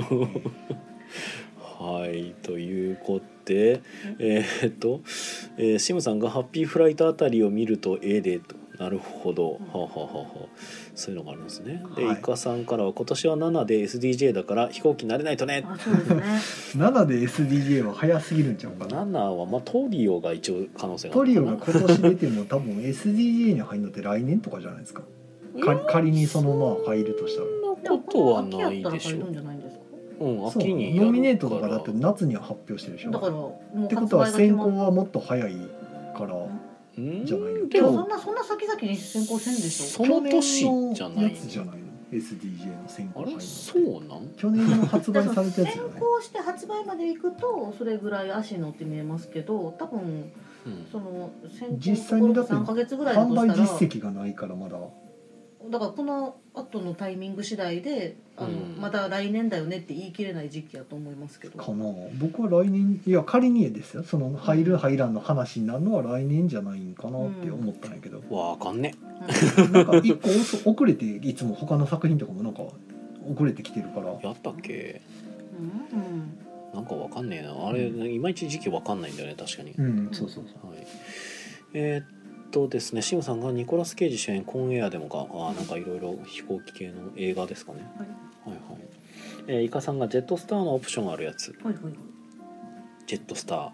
[SPEAKER 1] はいということでえーっと、えーシムさんが「ハッピーフライト」あたりを見るとええでと。なるほど、はあ、はあはあはあ、そういうのがあるんですね。で、
[SPEAKER 2] はい
[SPEAKER 1] イカさんからは今年は7で SDJ だから飛行機慣れないとね。
[SPEAKER 3] あ、そうで すね。
[SPEAKER 2] 7で SDJ は早すぎるんちゃうかな
[SPEAKER 1] 7はまあトリオが一応可能性があ
[SPEAKER 2] ト
[SPEAKER 1] る
[SPEAKER 2] リ
[SPEAKER 1] の
[SPEAKER 2] オ
[SPEAKER 1] かな
[SPEAKER 2] が今年出ても多分 SDJ に入るのって来年とかじゃないですかか仮にそのまあ入るとしたら
[SPEAKER 1] そんなことはないでし
[SPEAKER 3] でも
[SPEAKER 1] ょ
[SPEAKER 3] この秋やったら入るんじゃないんですか。
[SPEAKER 1] うん、
[SPEAKER 2] そう
[SPEAKER 1] 秋にやる
[SPEAKER 2] ノミネートとかだって夏には発表してるでしょ
[SPEAKER 3] だから
[SPEAKER 2] っ
[SPEAKER 3] もう
[SPEAKER 2] てこ
[SPEAKER 3] 発
[SPEAKER 2] とは
[SPEAKER 3] 売が決
[SPEAKER 2] 先
[SPEAKER 3] まっ
[SPEAKER 2] 行はもっと早いから
[SPEAKER 1] うん
[SPEAKER 2] じゃないの
[SPEAKER 3] い
[SPEAKER 1] で
[SPEAKER 3] やそ
[SPEAKER 1] も
[SPEAKER 3] んなそんな先々に先行せんでしょ。
[SPEAKER 1] その年じゃない
[SPEAKER 2] 去年のやつじゃないの SDJ の先行
[SPEAKER 1] あ
[SPEAKER 2] 入る
[SPEAKER 1] れそうなん
[SPEAKER 2] 去年の発
[SPEAKER 3] だ
[SPEAKER 2] 売
[SPEAKER 3] か
[SPEAKER 2] さ
[SPEAKER 3] ら
[SPEAKER 2] れたやつ
[SPEAKER 3] 先
[SPEAKER 2] じゃない
[SPEAKER 3] 行して発売まで行くとそれぐらい足乗って見えますけど、多分
[SPEAKER 1] うん
[SPEAKER 3] その先
[SPEAKER 2] 実際にだ
[SPEAKER 3] 行
[SPEAKER 2] って
[SPEAKER 3] 三ヶ月ぐらいだと
[SPEAKER 2] 販売
[SPEAKER 3] したら
[SPEAKER 2] 実、績がないからまだ
[SPEAKER 3] だからこの後のタイミング次第で、あの
[SPEAKER 1] うん
[SPEAKER 3] また来年だよねって言い切れない時期やと思いますけど。
[SPEAKER 2] かな僕は来年いや仮にですよその入る入らんの話になるのは来年じゃないんかなって思ったんやけど、
[SPEAKER 1] わかんね
[SPEAKER 2] なんか一個遅遅れていつも他の作品とかもなんか遅れてきてるから
[SPEAKER 1] やったっけ
[SPEAKER 3] うんうん
[SPEAKER 1] なんかわかんねえなあれ、
[SPEAKER 2] う
[SPEAKER 1] いまいち時期わかんないんだよね確かに、
[SPEAKER 2] うんそうそうそ
[SPEAKER 1] はいえーっとですねシムさんがニコラス・ケイジ主演「コンエア」でもかあーなんかいろいろ飛行機系の映画ですかね、
[SPEAKER 3] はい
[SPEAKER 1] はいはいえーイカさんが「ジェットスター」のオプションあるやつ
[SPEAKER 3] はいはい。
[SPEAKER 1] 「ジェットスター
[SPEAKER 2] う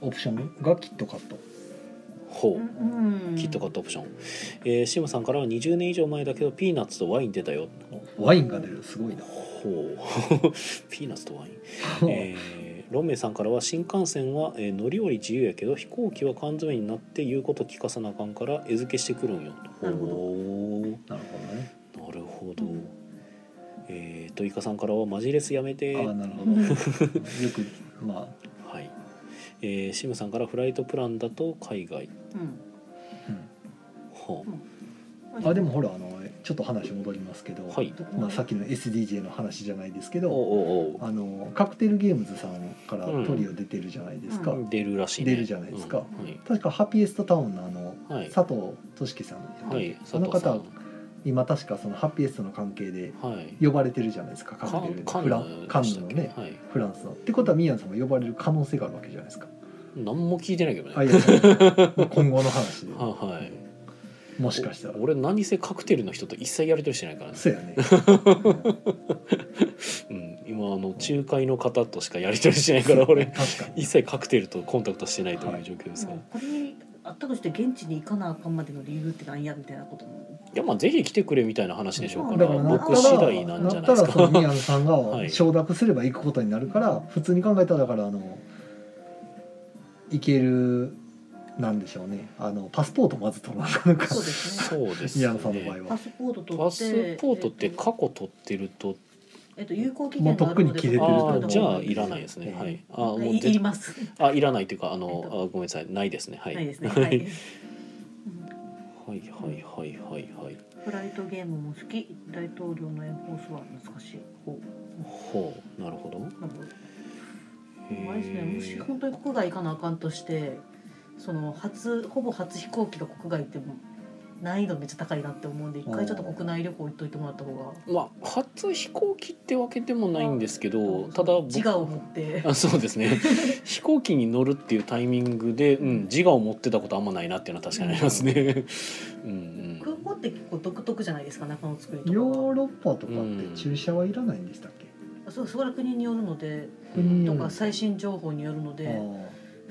[SPEAKER 2] オプションがキットカット」
[SPEAKER 1] ほう
[SPEAKER 3] うん
[SPEAKER 1] キットカットオプション、えーシムさんからは20年以上前だけどピーナッツとワイン出たよ
[SPEAKER 2] ワインが出るすごいな
[SPEAKER 1] ほう ピーナッツとワインえーロンメイさんからは新幹線は、えー乗り降り自由やけど飛行機は缶詰になって言うこと聞かさなあかんから餌付けしてくるんよと
[SPEAKER 3] なるほど
[SPEAKER 1] ほ
[SPEAKER 2] なるほどね
[SPEAKER 1] うなるほど、
[SPEAKER 3] うん
[SPEAKER 1] えーとイカさんからはマジレスやめて
[SPEAKER 2] ああなるほどよくま
[SPEAKER 1] はい、えーシムさんからフライトプランだと海外
[SPEAKER 3] うん
[SPEAKER 2] あ、
[SPEAKER 1] は
[SPEAKER 2] うん、あでもほらあのちょっと話戻りますけど、
[SPEAKER 1] あはい
[SPEAKER 2] まあ、さっきの SDJ の話じゃないですけ
[SPEAKER 1] お
[SPEAKER 2] ど
[SPEAKER 1] おう
[SPEAKER 2] あのカクテルゲームズさんからトリオ出てるじゃないですか、
[SPEAKER 1] おう出るらしい、ね、
[SPEAKER 2] 出るじゃないですか
[SPEAKER 1] うんはい
[SPEAKER 2] 確かハッピーエストタウンのあの、
[SPEAKER 1] はい
[SPEAKER 2] 佐藤俊樹さん、
[SPEAKER 1] はい、
[SPEAKER 2] あの
[SPEAKER 1] 佐藤さん
[SPEAKER 2] 方今確かそのハッピーエストの関係で
[SPEAKER 1] はい
[SPEAKER 2] 呼ばれてるじゃないですかカクテル
[SPEAKER 1] カン
[SPEAKER 2] フラ
[SPEAKER 1] カンヌ
[SPEAKER 2] ンカン
[SPEAKER 1] で
[SPEAKER 2] ヌ
[SPEAKER 1] したっ
[SPEAKER 2] の
[SPEAKER 1] け
[SPEAKER 2] ね
[SPEAKER 1] はい、
[SPEAKER 2] フランスの。ってことはミヤンさんも呼ばれる可能性があるわけじゃないですか。
[SPEAKER 1] 何も聞いてないけどね
[SPEAKER 2] あいや今後の話 で
[SPEAKER 1] はいはい
[SPEAKER 2] もしかしたら
[SPEAKER 1] お。俺何せカクテルの人と一切やり取りしてないからね
[SPEAKER 2] そうや ね。
[SPEAKER 1] うん、今あの仲介の方としかやり取りしない から俺
[SPEAKER 2] 確かに
[SPEAKER 1] 一切カクテルとコンタクトしてないという状況ですが、
[SPEAKER 3] も、
[SPEAKER 1] いう
[SPEAKER 3] これあったとして現地に行かなあかんまでの理由ってなんやみたいなことも
[SPEAKER 1] やまあぜひ来てくれみたいな話でしょうから
[SPEAKER 2] だからなった
[SPEAKER 1] 僕
[SPEAKER 2] ら
[SPEAKER 1] 次第なんじゃ
[SPEAKER 2] な
[SPEAKER 1] な
[SPEAKER 2] っ
[SPEAKER 1] い
[SPEAKER 2] た
[SPEAKER 1] です
[SPEAKER 2] らその
[SPEAKER 1] か
[SPEAKER 2] ミヤンさん
[SPEAKER 1] は
[SPEAKER 2] が
[SPEAKER 1] い
[SPEAKER 2] 承諾すれば行くことになるから普通に考えたらだからあの行けるなんでしょうねあのパスポートまず取らなあかんか
[SPEAKER 3] そうですね
[SPEAKER 1] そうです
[SPEAKER 2] ミ
[SPEAKER 1] ね
[SPEAKER 2] ヤンさんの場合
[SPEAKER 3] パ
[SPEAKER 2] は。
[SPEAKER 3] スポート取って
[SPEAKER 1] パスポートって過去取ってると
[SPEAKER 3] えっと有効期限があるので
[SPEAKER 2] もうとっくに切れてると
[SPEAKER 1] あ
[SPEAKER 2] 思
[SPEAKER 1] あ
[SPEAKER 2] う
[SPEAKER 1] じゃあいらないですね
[SPEAKER 2] うん
[SPEAKER 1] はいあ
[SPEAKER 3] あ
[SPEAKER 1] もう
[SPEAKER 3] いいり
[SPEAKER 1] ぜ
[SPEAKER 3] ます
[SPEAKER 1] あいらないというかあの
[SPEAKER 3] えっと
[SPEAKER 1] あごめんなさいないですねは
[SPEAKER 3] ない
[SPEAKER 1] い
[SPEAKER 3] ですねはいうん
[SPEAKER 1] はいはいはいはいはい
[SPEAKER 3] フライトゲームも好き大統領のエンフォースは難しいほ
[SPEAKER 1] ほうなるほど
[SPEAKER 3] うなるほど
[SPEAKER 1] へ
[SPEAKER 3] あれですねもし
[SPEAKER 1] ー
[SPEAKER 3] 本当に国外行かなあかんとしてその初ほぼ初飛行機が国外っても難易度めっちゃ高いなって思うんで一回ちょっと国内旅行行っといてもらった方が
[SPEAKER 1] まあ初飛行機ってわけでもないんですけどただ僕
[SPEAKER 3] 自我を持って
[SPEAKER 1] あそうですね飛行機に乗るっていうタイミングで、うん、自我を持ってたことあんまないなっていうのは確かにありますね。うんう
[SPEAKER 3] 空
[SPEAKER 1] ん、
[SPEAKER 3] 港って結構独特じゃないですか中の作りとか
[SPEAKER 2] ヨーロッパとかって注射はいらないんでしたっけ
[SPEAKER 3] そうそれは国によるので
[SPEAKER 2] 国
[SPEAKER 3] と
[SPEAKER 2] によ
[SPEAKER 3] か
[SPEAKER 2] る
[SPEAKER 3] 最新情報によるの
[SPEAKER 2] あ
[SPEAKER 3] で
[SPEAKER 2] ー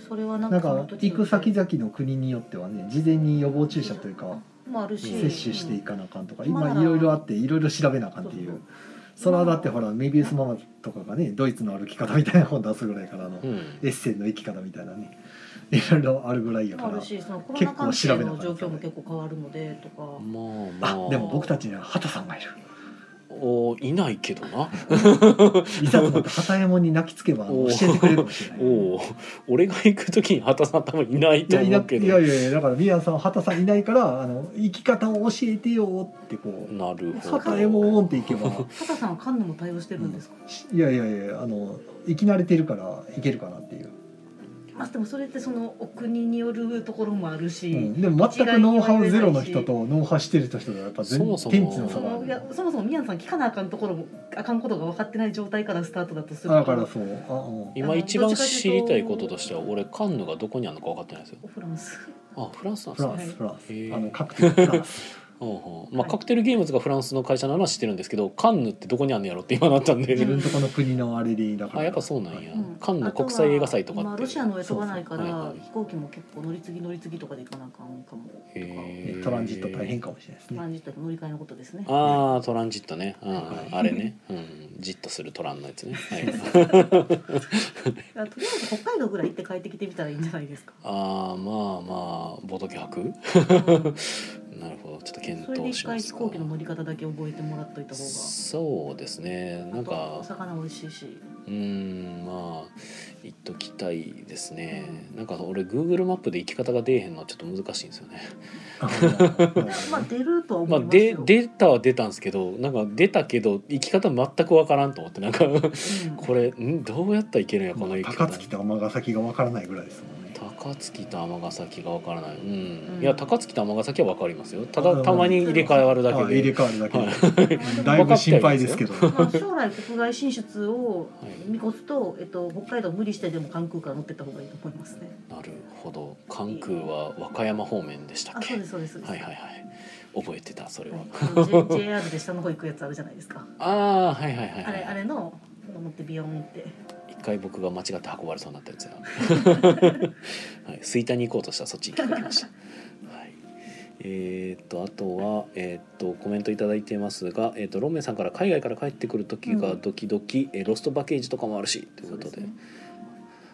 [SPEAKER 3] それはなん
[SPEAKER 2] な
[SPEAKER 3] か
[SPEAKER 2] ん
[SPEAKER 3] そ
[SPEAKER 2] か
[SPEAKER 3] の時
[SPEAKER 2] 行
[SPEAKER 3] 々
[SPEAKER 2] く先々の国によってはね事前に予防注射というか
[SPEAKER 3] もあるし
[SPEAKER 1] うん
[SPEAKER 2] 接種していかなあかんとか今
[SPEAKER 3] まあ
[SPEAKER 2] いろいろあっていろいろ調べなあかんってい
[SPEAKER 3] そうう
[SPEAKER 2] それはだってほらメビウスママとかがねドイツの歩き方みたいな本出すぐらいからの
[SPEAKER 1] う
[SPEAKER 2] エ
[SPEAKER 1] ん
[SPEAKER 2] ッセンの生き方みたいなねいろいろあるぐらいやか
[SPEAKER 3] ある
[SPEAKER 2] ら
[SPEAKER 3] しそのコロナ関
[SPEAKER 2] 結構
[SPEAKER 3] 係
[SPEAKER 2] 調べなか
[SPEAKER 3] の
[SPEAKER 2] った
[SPEAKER 3] 状況も結構変わるのでとか
[SPEAKER 1] まあま
[SPEAKER 2] あ
[SPEAKER 1] あ
[SPEAKER 2] でも僕たちには畑さんがいる
[SPEAKER 1] おいないけどない
[SPEAKER 2] ざとなった畑右衛門に泣きつけばあの教えてくれるかもしれない
[SPEAKER 1] おお俺が行く時に畑さん多分いない
[SPEAKER 2] い
[SPEAKER 1] と
[SPEAKER 2] やい
[SPEAKER 1] 思
[SPEAKER 2] な
[SPEAKER 1] うけ
[SPEAKER 2] い
[SPEAKER 1] ど
[SPEAKER 2] やいやいやだからミアンさんは畑さんいないからあの生き方を教えてよってこう
[SPEAKER 1] なるほ
[SPEAKER 2] 畑右衛門
[SPEAKER 1] ど
[SPEAKER 2] っていけば
[SPEAKER 3] 畑さんはカンヌも対応してるんですか、
[SPEAKER 2] いやいやいやあの生き慣れてるからいけるかなっていう、
[SPEAKER 3] まあでもそれってそのお国によるところもあるし、
[SPEAKER 2] うんでも全くノウハウゼロの人とノウハウしてる人とではやっぱ全
[SPEAKER 1] そもそも
[SPEAKER 2] 天地の差
[SPEAKER 3] そ
[SPEAKER 2] があ
[SPEAKER 3] のいや
[SPEAKER 2] る
[SPEAKER 3] そもそも宮野さん聞かなあかんところもあかんことが分かってない状態からスタートだとすると
[SPEAKER 2] だからそうあ、うん、
[SPEAKER 1] 今一番知りたいこととしては俺カンヌがどこにあるのか分かってないですよ
[SPEAKER 3] フランス
[SPEAKER 1] あフランスなんで
[SPEAKER 2] フ
[SPEAKER 1] す
[SPEAKER 2] ラ
[SPEAKER 1] ね
[SPEAKER 2] ンスフラン
[SPEAKER 1] へえ
[SPEAKER 2] スあの各地のフランス
[SPEAKER 1] うんうんまあ、カクテルゲームズがフランスの会社なのは知ってるんですけどカンヌってどこにあんのやろって今なったんで
[SPEAKER 2] 自分とこの国のあれでいいだから
[SPEAKER 1] あやっぱそうなんや、
[SPEAKER 2] は
[SPEAKER 3] うん
[SPEAKER 1] カンヌ国際映画祭とか
[SPEAKER 3] あは
[SPEAKER 1] っ
[SPEAKER 3] 今
[SPEAKER 1] て
[SPEAKER 3] ロシアの上飛ばないか
[SPEAKER 1] そ
[SPEAKER 3] ら
[SPEAKER 1] うそうはいはい
[SPEAKER 3] 飛行機も結構乗り継ぎ乗り継ぎとかで行かなあかんかも
[SPEAKER 2] い
[SPEAKER 1] へー
[SPEAKER 2] トランジット大変かもしれないです
[SPEAKER 3] ト
[SPEAKER 2] ね
[SPEAKER 3] ランジットで乗り換えのことですね
[SPEAKER 1] ああトランジットね、うんうん
[SPEAKER 2] はい
[SPEAKER 1] あれね、うん、じっとするトランのやつね、 はい、
[SPEAKER 3] だからとりあえず北海道ぐらい行って帰ってきてみたらいいんじゃないで すか
[SPEAKER 1] ああまあまあボトゲ博なるほどちょっと検
[SPEAKER 3] それで
[SPEAKER 1] 討
[SPEAKER 3] 一
[SPEAKER 1] しま
[SPEAKER 3] 回
[SPEAKER 1] す
[SPEAKER 3] 飛行機の乗り方だけ覚えてもらっといた方が
[SPEAKER 1] そうですねなん
[SPEAKER 3] あとお
[SPEAKER 1] か
[SPEAKER 3] 魚美味しいし
[SPEAKER 1] うーんまあ行っときたいですねなんか俺 Google マップで行き方が出えへんのはちょっと難しいんですよね
[SPEAKER 2] あの
[SPEAKER 3] いやまあ出るとは
[SPEAKER 1] ま
[SPEAKER 3] 思
[SPEAKER 1] あ、
[SPEAKER 3] います
[SPEAKER 1] で
[SPEAKER 3] よ、
[SPEAKER 1] 出たは出たんですけどなんか出たけど行き方全くわからんと思ってなんか
[SPEAKER 3] うん
[SPEAKER 1] これんどうやったらいけるんやこの行き
[SPEAKER 2] 高
[SPEAKER 1] 方
[SPEAKER 2] 槻と尼崎がわからないぐらいですもんね
[SPEAKER 1] 高槻と尼崎がわからない、うん
[SPEAKER 3] うん
[SPEAKER 1] いや高槻と尼崎はわかりますよた
[SPEAKER 2] あ
[SPEAKER 1] だたまに入れ替わるだ
[SPEAKER 2] あ
[SPEAKER 1] け
[SPEAKER 2] 入れ
[SPEAKER 1] で
[SPEAKER 2] 替わるだけで、
[SPEAKER 3] まあ
[SPEAKER 2] だいぶ心配ですけど
[SPEAKER 3] まあ将来国外進出を
[SPEAKER 1] はい
[SPEAKER 3] 見越すと、えっと、北海道無理してでも関空から乗ってった方がいいと思いますね。
[SPEAKER 1] なるほど関空は和歌山方面でしたっ
[SPEAKER 3] あ、
[SPEAKER 1] けは
[SPEAKER 3] そうで
[SPEAKER 1] い
[SPEAKER 3] す、そうです。そうです
[SPEAKER 1] はいはい覚えてたそれは、
[SPEAKER 3] はいあの J- JR で下の方行くやつあるじゃないですか。
[SPEAKER 1] ああはいはいはい
[SPEAKER 3] あ
[SPEAKER 1] は
[SPEAKER 3] れ、
[SPEAKER 1] い
[SPEAKER 3] あれの、乗ってビヨンって。
[SPEAKER 1] 一回僕が間違って運ばれそうになったやつや、 はい、吹田に行こうとしたらそっち行ってきました、はい、えーっとあとは、えーっとコメント頂いただいてますが、えーっとロンメイさんから海外から帰ってくる時がドキドキ、えーロストバケージとかもあるしということで
[SPEAKER 3] そうすね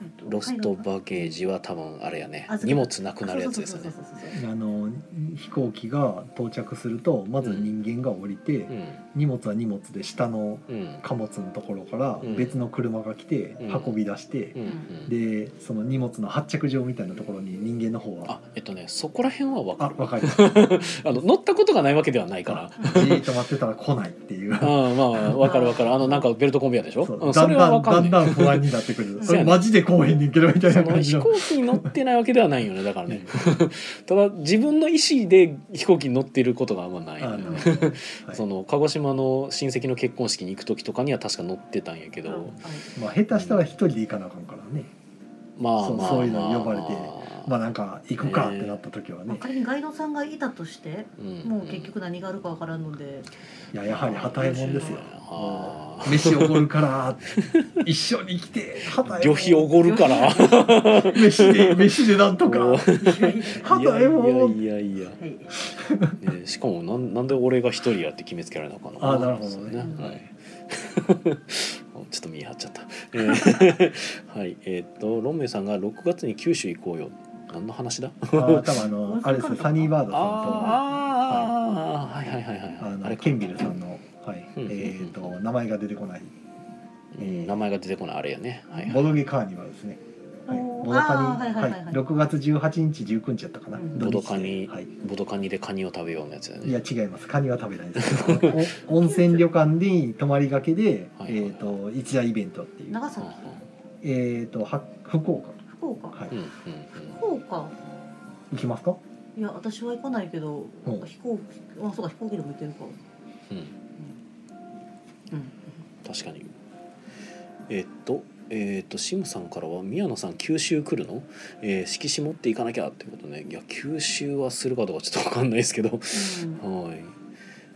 [SPEAKER 3] えっと
[SPEAKER 1] ロスト
[SPEAKER 3] 海外
[SPEAKER 1] バケージは多分あれやね
[SPEAKER 3] 預けた
[SPEAKER 1] 荷物なくなるやつですよね
[SPEAKER 3] そうそうそうそう
[SPEAKER 2] あの飛行機が到着するとまず人間が降りて、
[SPEAKER 1] うん
[SPEAKER 2] 荷物は荷物で下の
[SPEAKER 1] うん
[SPEAKER 2] 貨物のところから
[SPEAKER 1] うん
[SPEAKER 2] 別の車が来て
[SPEAKER 1] うん
[SPEAKER 2] 運び出して
[SPEAKER 1] う、んうん
[SPEAKER 2] でその荷物の発着場みたいなところに人間の方は
[SPEAKER 1] あえっとねそこら辺は分
[SPEAKER 2] あ
[SPEAKER 1] かる
[SPEAKER 2] わかる
[SPEAKER 1] あの乗ったことがないわけではないから
[SPEAKER 2] じーっと待ってたら来ないっていう
[SPEAKER 1] あーまあ分かる分かるあのなんかベルトコンベヤーでしょ、
[SPEAKER 2] そう
[SPEAKER 1] うん、
[SPEAKER 2] だ
[SPEAKER 1] そ
[SPEAKER 2] ん
[SPEAKER 1] れは分
[SPEAKER 2] だん
[SPEAKER 1] かん
[SPEAKER 2] だ
[SPEAKER 1] ない
[SPEAKER 2] んだん不安になってくる
[SPEAKER 3] うん
[SPEAKER 2] それマジで来へんねんけどみたい
[SPEAKER 1] そ
[SPEAKER 2] な感
[SPEAKER 1] の
[SPEAKER 2] じ
[SPEAKER 1] 飛
[SPEAKER 2] の
[SPEAKER 1] 行機に乗ってないわけではないよねだからねただ自分の意思で飛行機に乗っていることがあんまない、
[SPEAKER 2] あの、はい
[SPEAKER 1] その鹿児島の親戚の結婚式に行く時とかには確か乗ってたんやけど、
[SPEAKER 3] うんはい
[SPEAKER 2] まあ、下手したら一人で行かなあかんからね
[SPEAKER 1] まあ
[SPEAKER 2] そう
[SPEAKER 1] まあ
[SPEAKER 2] そういうの呼ばれてま
[SPEAKER 1] ま
[SPEAKER 2] あ
[SPEAKER 1] あ
[SPEAKER 2] なんか行くかってなった時は
[SPEAKER 3] まあ
[SPEAKER 2] ね、
[SPEAKER 3] 仮にガイドさんがいたとして、
[SPEAKER 1] うん
[SPEAKER 3] もう結局何があるかわからん ので、
[SPEAKER 2] いややはり畑右衛門ですよ
[SPEAKER 1] あー
[SPEAKER 2] 飯おごるから一緒に来て旗
[SPEAKER 1] 旅費おごるから
[SPEAKER 2] 飯で飯でなんとか
[SPEAKER 1] お
[SPEAKER 3] いやいや
[SPEAKER 1] い
[SPEAKER 2] 旗
[SPEAKER 1] や
[SPEAKER 2] 右衛
[SPEAKER 1] いや
[SPEAKER 2] 門
[SPEAKER 1] いやいや、
[SPEAKER 3] はい
[SPEAKER 1] ね、しかもなんなんで俺が一人やって決めつけられなあかんのか
[SPEAKER 2] あーなるほどね
[SPEAKER 1] そう
[SPEAKER 3] は い
[SPEAKER 1] はいちょっと見え張っちゃった、えー はいえーっとロンメイさんが6月に九州行こうよ何の話だ
[SPEAKER 2] あ多分 あのあれですサニーバードさんと
[SPEAKER 1] あーあー、はい、はいはいはい
[SPEAKER 2] あ
[SPEAKER 1] はい
[SPEAKER 2] の
[SPEAKER 1] か
[SPEAKER 2] ケンビルさんの、はい
[SPEAKER 1] うんうんうん
[SPEAKER 2] えー、と名前が出てこない
[SPEAKER 1] うん名前が出てこないあれやねはいはい
[SPEAKER 2] ボドゲカーニバルですね、はい、
[SPEAKER 3] おー
[SPEAKER 2] ボド
[SPEAKER 3] あーは
[SPEAKER 2] カ
[SPEAKER 3] い
[SPEAKER 2] ニ、
[SPEAKER 3] はい
[SPEAKER 2] は
[SPEAKER 3] はい
[SPEAKER 2] い
[SPEAKER 3] はい
[SPEAKER 2] 6月18日19日やったかな、
[SPEAKER 3] うん
[SPEAKER 2] 土日で
[SPEAKER 1] ボドカニ
[SPEAKER 2] はい、
[SPEAKER 1] ボドカニでカニを食べようのやつだよ
[SPEAKER 2] い
[SPEAKER 1] ね
[SPEAKER 2] や違いますカニは食べないですけど お温泉旅館に泊まりがけで、
[SPEAKER 1] はい
[SPEAKER 2] えー、と一大イベントっていう
[SPEAKER 3] 長
[SPEAKER 1] うん
[SPEAKER 3] 崎
[SPEAKER 1] うん、
[SPEAKER 2] えー、とは福岡、
[SPEAKER 3] 福岡、
[SPEAKER 2] はい、
[SPEAKER 1] うん
[SPEAKER 3] 福岡。
[SPEAKER 2] 行きますか
[SPEAKER 3] いや、私は行かないけど、
[SPEAKER 2] うん
[SPEAKER 3] 飛行機、あ、そうか、飛行機でも行けるか。
[SPEAKER 1] うんうん
[SPEAKER 3] うん。
[SPEAKER 1] 確かにえーっとえーっとシムさんからは「宮野さん九州来るのえー色紙持っていかなきゃ」っていうことねいや九州はするかどうかちょっと分かんないですけどは
[SPEAKER 3] うん
[SPEAKER 1] い、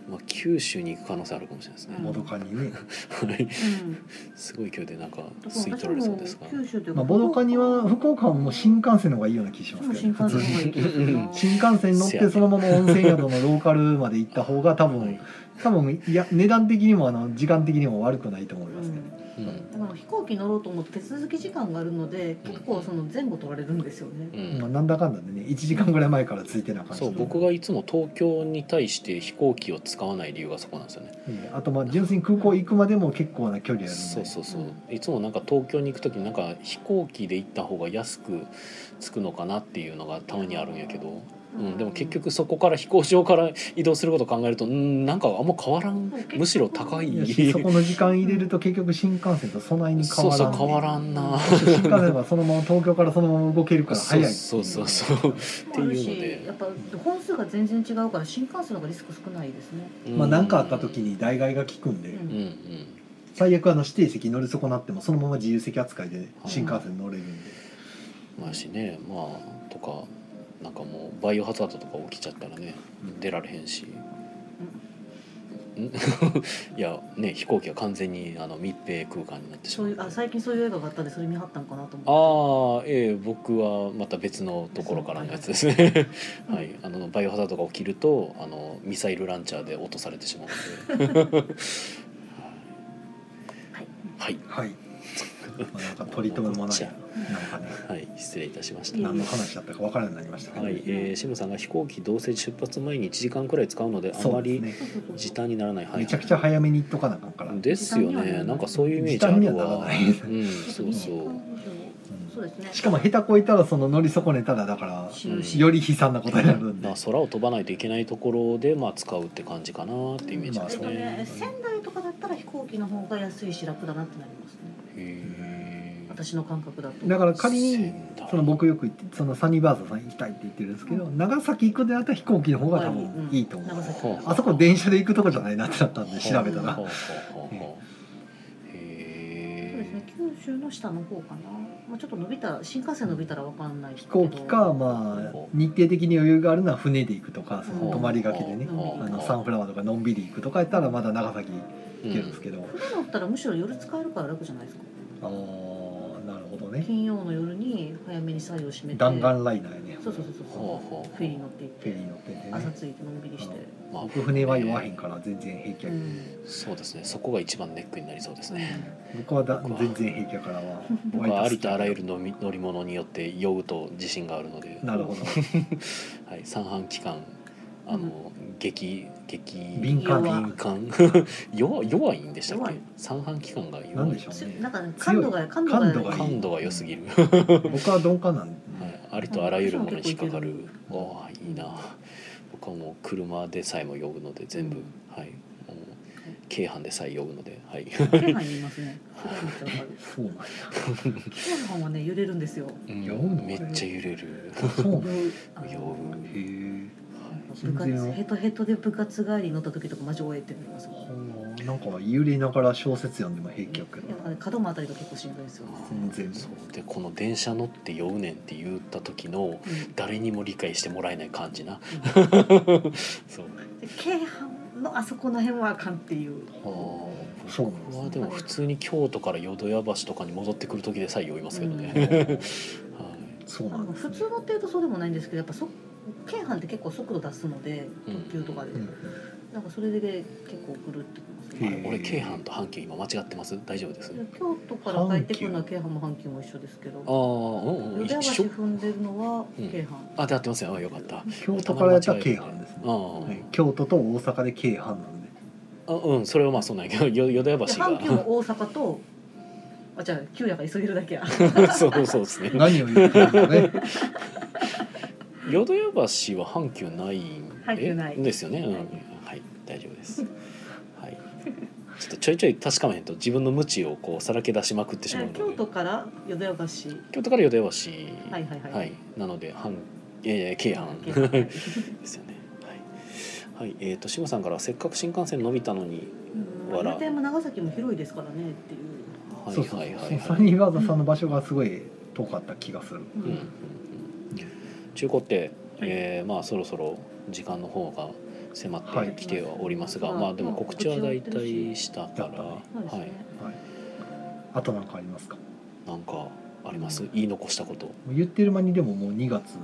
[SPEAKER 1] まあ、九州に行く可能性あるかもしれないですね
[SPEAKER 3] うん
[SPEAKER 2] ボドカニね、
[SPEAKER 1] はい
[SPEAKER 3] うん
[SPEAKER 1] すごい勢いでなんか
[SPEAKER 3] だ
[SPEAKER 1] 吸い
[SPEAKER 3] か
[SPEAKER 1] 取ら
[SPEAKER 3] ら
[SPEAKER 1] れ
[SPEAKER 3] 私
[SPEAKER 1] そう
[SPEAKER 3] も
[SPEAKER 1] ですが
[SPEAKER 3] 九州というか
[SPEAKER 2] まあ、ボドカニは福岡はもう新幹線の方がいいような気し
[SPEAKER 3] 私
[SPEAKER 2] ます
[SPEAKER 3] も
[SPEAKER 2] けど
[SPEAKER 3] 新
[SPEAKER 2] ね
[SPEAKER 3] 幹線の
[SPEAKER 1] うん
[SPEAKER 2] 普通に新幹
[SPEAKER 3] 方がいいけどな
[SPEAKER 2] 線乗ってそのまま温泉宿のローカルまで行った方が多
[SPEAKER 1] は
[SPEAKER 2] 分
[SPEAKER 1] い
[SPEAKER 2] 多分いや値段的にもあの時間的にも悪くないと思いますね、
[SPEAKER 1] うん
[SPEAKER 3] だから飛行機乗ろうと思って手続き時間があるので結構その前後取られるんですよね
[SPEAKER 1] う。
[SPEAKER 2] まあ、
[SPEAKER 1] ん
[SPEAKER 2] なんだかんだでね1時間ぐらい前からついてな感じ
[SPEAKER 1] そう僕がいつも東京に対して飛行機を使わない理由がそこなんですよね。
[SPEAKER 2] えーあとまあ純粋に空港行くまでも結構な距離あるんで
[SPEAKER 1] そうそうそううんいつもなんか東京に行く時になんか飛行機で行った方が安く着くのかなっていうのがたまにあるんやけど、うん、でも結局そこから飛行場から移動することを考えるとうんなんかあんま変わらんむしろ高い
[SPEAKER 2] いやしそこの時間入れると結局新幹線とそないに変
[SPEAKER 1] そう
[SPEAKER 2] わら
[SPEAKER 1] そ
[SPEAKER 2] ん
[SPEAKER 1] う
[SPEAKER 2] ね
[SPEAKER 1] 変わらんな。
[SPEAKER 2] 新幹線はそのまま東京からそのまま動けるから早いってい
[SPEAKER 1] そうそうそうそうっていうので
[SPEAKER 3] やっぱ本数が全然違うから新幹線の方がリスク少ないですね。
[SPEAKER 2] まあ、何かあった時に代替が効くんで、
[SPEAKER 3] う
[SPEAKER 1] うんんうん
[SPEAKER 2] 最悪あの指定席乗り損なってもそのまま自由席扱いで新幹線乗れるんで、
[SPEAKER 1] まあしねまあとかなんかもうバイオハザードとか起きちゃったらね
[SPEAKER 2] うん
[SPEAKER 1] 出られへんし、ん いやね飛行機は完全にあの密閉空間になってし
[SPEAKER 3] そ
[SPEAKER 1] ま
[SPEAKER 3] う
[SPEAKER 1] う
[SPEAKER 3] いうあ最近そういう映画があったんでそれ見張ったんかなと思っ
[SPEAKER 1] あ
[SPEAKER 3] て。
[SPEAKER 1] あええ僕はまた別のところからのやつですね
[SPEAKER 3] うん
[SPEAKER 1] はいあのバイオハザードが起きるとあのミサイルランチャーで落とされてしまうので
[SPEAKER 3] はい。
[SPEAKER 1] はい
[SPEAKER 2] はい、まあ、なんか取り留めもない
[SPEAKER 1] じ
[SPEAKER 2] なん
[SPEAKER 1] ゃ
[SPEAKER 2] かね
[SPEAKER 1] はい失礼いたしまし
[SPEAKER 3] いえい
[SPEAKER 1] た
[SPEAKER 3] え
[SPEAKER 2] 何の話だったか分からなくなりましたけど、
[SPEAKER 1] はい、えー、シムさんが飛行機どうせ出発前に1時間くらい使うのであ
[SPEAKER 2] そ
[SPEAKER 1] ま
[SPEAKER 2] うです
[SPEAKER 1] り
[SPEAKER 2] ね
[SPEAKER 1] 時短にならないはいはい
[SPEAKER 2] めちゃくちゃ早めに行っとかなあかんから、うん
[SPEAKER 1] ですよ
[SPEAKER 3] 時短に
[SPEAKER 1] ね
[SPEAKER 3] はならない
[SPEAKER 1] なんかそういうイメージあ
[SPEAKER 2] 時短に
[SPEAKER 1] る
[SPEAKER 2] はなら
[SPEAKER 1] わ
[SPEAKER 2] ない
[SPEAKER 1] うんそうそう
[SPEAKER 3] そうですね。
[SPEAKER 2] しかも下手こいたらその乗り損ねたらだから
[SPEAKER 3] 死ぬし
[SPEAKER 2] より悲惨なことになるんで、
[SPEAKER 1] まあ空を飛ばないといけないところでまあ使うって感じかなってイメージ
[SPEAKER 2] ま
[SPEAKER 1] で
[SPEAKER 2] あ
[SPEAKER 3] え
[SPEAKER 1] す
[SPEAKER 3] っとね
[SPEAKER 1] ね。
[SPEAKER 3] 仙台とかだったら飛行機の方が安いし楽だなってなりますね。
[SPEAKER 1] へー
[SPEAKER 3] 私の感覚だと。
[SPEAKER 2] だから仮に
[SPEAKER 1] 仙台
[SPEAKER 2] その僕よく言ってそのサニーバーストさん行きたいって言ってるんですけど、長崎行くであったら飛行機の方が多分いいと思う、
[SPEAKER 3] 長崎
[SPEAKER 1] ほうほう
[SPEAKER 2] あそこ電車で行くとこじゃないなってなったんで調べたら
[SPEAKER 1] ほうほうほうほう
[SPEAKER 3] そうですね
[SPEAKER 1] へ。
[SPEAKER 3] 九州の下の方かな。まあちょっと伸びた新幹線伸びたらわかんないけ
[SPEAKER 2] 飛
[SPEAKER 3] ど。
[SPEAKER 2] 行機かまあ日程的に余裕があるのは船で行くとかそ
[SPEAKER 1] ー
[SPEAKER 2] の泊まりがけでね
[SPEAKER 3] うん
[SPEAKER 2] あのサンフラワーとかのんびり行くとかやったらまだ長崎行けるんですけど、
[SPEAKER 3] 船乗ったらむしろ夜使えるから楽じゃないですか。
[SPEAKER 2] あーなるほどね
[SPEAKER 3] 金曜の夜に早めに作業を閉めて。
[SPEAKER 2] 弾丸ライナーやね
[SPEAKER 3] そうそうそうそう
[SPEAKER 1] ほうほう
[SPEAKER 3] フェリー乗って行っ
[SPEAKER 2] フェリー
[SPEAKER 3] て
[SPEAKER 2] 乗っててね
[SPEAKER 3] 朝着いてのんびりして、
[SPEAKER 1] まあ
[SPEAKER 2] 僕船は弱へんから全然平気
[SPEAKER 3] う
[SPEAKER 2] やけど、
[SPEAKER 3] ん、
[SPEAKER 1] そうですね。そこが一番ネックになりそうですね。
[SPEAKER 2] 僕はだ
[SPEAKER 1] 僕は
[SPEAKER 2] 全然平気やからは
[SPEAKER 1] 僕はありとあらゆ
[SPEAKER 2] る
[SPEAKER 1] る乗り乗り物によって酔うと自信があるので、
[SPEAKER 2] なるほど
[SPEAKER 1] はい、三半期間あの、激激
[SPEAKER 2] 敏感
[SPEAKER 1] 敏感 弱弱いんでしたっ
[SPEAKER 3] 弱
[SPEAKER 1] け
[SPEAKER 3] い？
[SPEAKER 1] 三半期間が弱い。
[SPEAKER 2] なんでしょう
[SPEAKER 3] つ
[SPEAKER 2] ね
[SPEAKER 3] なんかね感度が感度
[SPEAKER 2] 感度
[SPEAKER 3] が
[SPEAKER 2] がいい
[SPEAKER 1] 感度が良すぎる。
[SPEAKER 2] 僕は鈍感なんで、
[SPEAKER 1] はい、ありとあらゆるものに引っかかる。ああいいな。僕はもう車でさえも酔うので全部、
[SPEAKER 3] うん
[SPEAKER 1] はい。もう京阪でさえ酔うので、はい。
[SPEAKER 3] 京阪にいま すね京阪めっちゃわかる
[SPEAKER 2] そうなんや
[SPEAKER 3] 京阪はね揺れるんですよ
[SPEAKER 1] うん
[SPEAKER 2] 酔うの
[SPEAKER 1] めっちゃ揺れ る。
[SPEAKER 2] そうなんや
[SPEAKER 3] 酔うあ
[SPEAKER 1] 酔
[SPEAKER 3] の
[SPEAKER 1] う。
[SPEAKER 2] へえ
[SPEAKER 3] 部
[SPEAKER 2] 全然
[SPEAKER 3] 活ヘトヘトで部活帰り乗った時とかマジおえってなりますもん
[SPEAKER 2] ほうなんか揺れながら小説読んでも平気やけど
[SPEAKER 3] なんかね角もあたりが結構しんどいんですよ、
[SPEAKER 2] 全然
[SPEAKER 1] そうでこの電車乗って酔うねんって言った時の
[SPEAKER 3] うんうん
[SPEAKER 1] 誰にも理解してもらえない感じな。そう。
[SPEAKER 3] で京阪のあそこの辺はあかんっていう
[SPEAKER 2] そうなんです
[SPEAKER 1] ま
[SPEAKER 2] ね
[SPEAKER 1] あでも普通に京都から淀屋橋とかに戻ってくる時でさえ酔いますけど
[SPEAKER 3] うん
[SPEAKER 1] ね。は
[SPEAKER 2] そう
[SPEAKER 3] あ
[SPEAKER 2] な
[SPEAKER 3] の
[SPEAKER 2] んです、
[SPEAKER 3] 普
[SPEAKER 2] ね、
[SPEAKER 3] 通乗ってるとそうでもないんですけどやっぱそ京阪って結構速度出すので
[SPEAKER 1] うん
[SPEAKER 3] 特急とかで、
[SPEAKER 2] うん
[SPEAKER 3] なんかそれで結構狂ってきま
[SPEAKER 1] い。
[SPEAKER 3] す
[SPEAKER 2] へ
[SPEAKER 1] あ
[SPEAKER 2] ー
[SPEAKER 3] ね。
[SPEAKER 1] れ俺京阪と阪急今間違ってます？大丈夫です？
[SPEAKER 3] 京都から帰ってくるのは京阪も阪急も一緒ですけ
[SPEAKER 1] ああ、
[SPEAKER 3] ど、
[SPEAKER 1] うんうん、
[SPEAKER 3] 淀屋
[SPEAKER 1] 一
[SPEAKER 3] 橋
[SPEAKER 1] 緒。
[SPEAKER 3] 踏んでるのは
[SPEAKER 1] うん
[SPEAKER 3] 京阪。
[SPEAKER 1] あ、で合ってますよ。あよかった。
[SPEAKER 2] 京都からやったら京阪ですね、
[SPEAKER 1] あ
[SPEAKER 2] は
[SPEAKER 1] あ
[SPEAKER 2] い、京都と大阪で京阪なんで
[SPEAKER 1] あ、うん、それはまあそうなんやけど、よ淀屋橋
[SPEAKER 3] で阪急
[SPEAKER 1] が。
[SPEAKER 3] も大阪と、あじゃあ旧やから急げるだけや。
[SPEAKER 1] そうそうですね。
[SPEAKER 2] 何を言ってるのかね
[SPEAKER 1] 淀屋橋は阪急ないんで。
[SPEAKER 3] 阪急ない
[SPEAKER 1] ですよね。うん、はい、大丈夫です。はい。ちょっとちょいちょい確かめへんと自分の無知をこうさらけ出しまくってしまうので。
[SPEAKER 3] 京都から淀屋橋。
[SPEAKER 1] 京都から淀屋橋。
[SPEAKER 3] はいはいはい
[SPEAKER 1] なので、阪えー、京
[SPEAKER 3] 京
[SPEAKER 1] 阪。
[SPEAKER 3] 阪
[SPEAKER 1] ですよね。はい。はい、えっ、と、志麻さんからせっかく新幹線伸びたのに。
[SPEAKER 3] うん
[SPEAKER 1] わら
[SPEAKER 3] 岩手山長崎も広いですからねっていう。
[SPEAKER 1] はい
[SPEAKER 2] そうそう
[SPEAKER 1] はいは
[SPEAKER 2] そ
[SPEAKER 1] いうは
[SPEAKER 2] サ
[SPEAKER 1] い。
[SPEAKER 2] ニーバーザさんの場所がすごい遠かった気がする、
[SPEAKER 3] う
[SPEAKER 1] うんうんうん
[SPEAKER 3] ん
[SPEAKER 1] 中古って、えーまあそろそろ時間の方が迫ってきてはおりますが、
[SPEAKER 3] はい
[SPEAKER 1] まあでも告知は大
[SPEAKER 3] 告知はやって
[SPEAKER 1] 体
[SPEAKER 3] る
[SPEAKER 1] したから、は
[SPEAKER 3] そうです
[SPEAKER 1] い、
[SPEAKER 3] ね。
[SPEAKER 2] はい、あと何かありますかも
[SPEAKER 1] なんかあります言い残したこと。
[SPEAKER 2] う言ってる間にでももう2月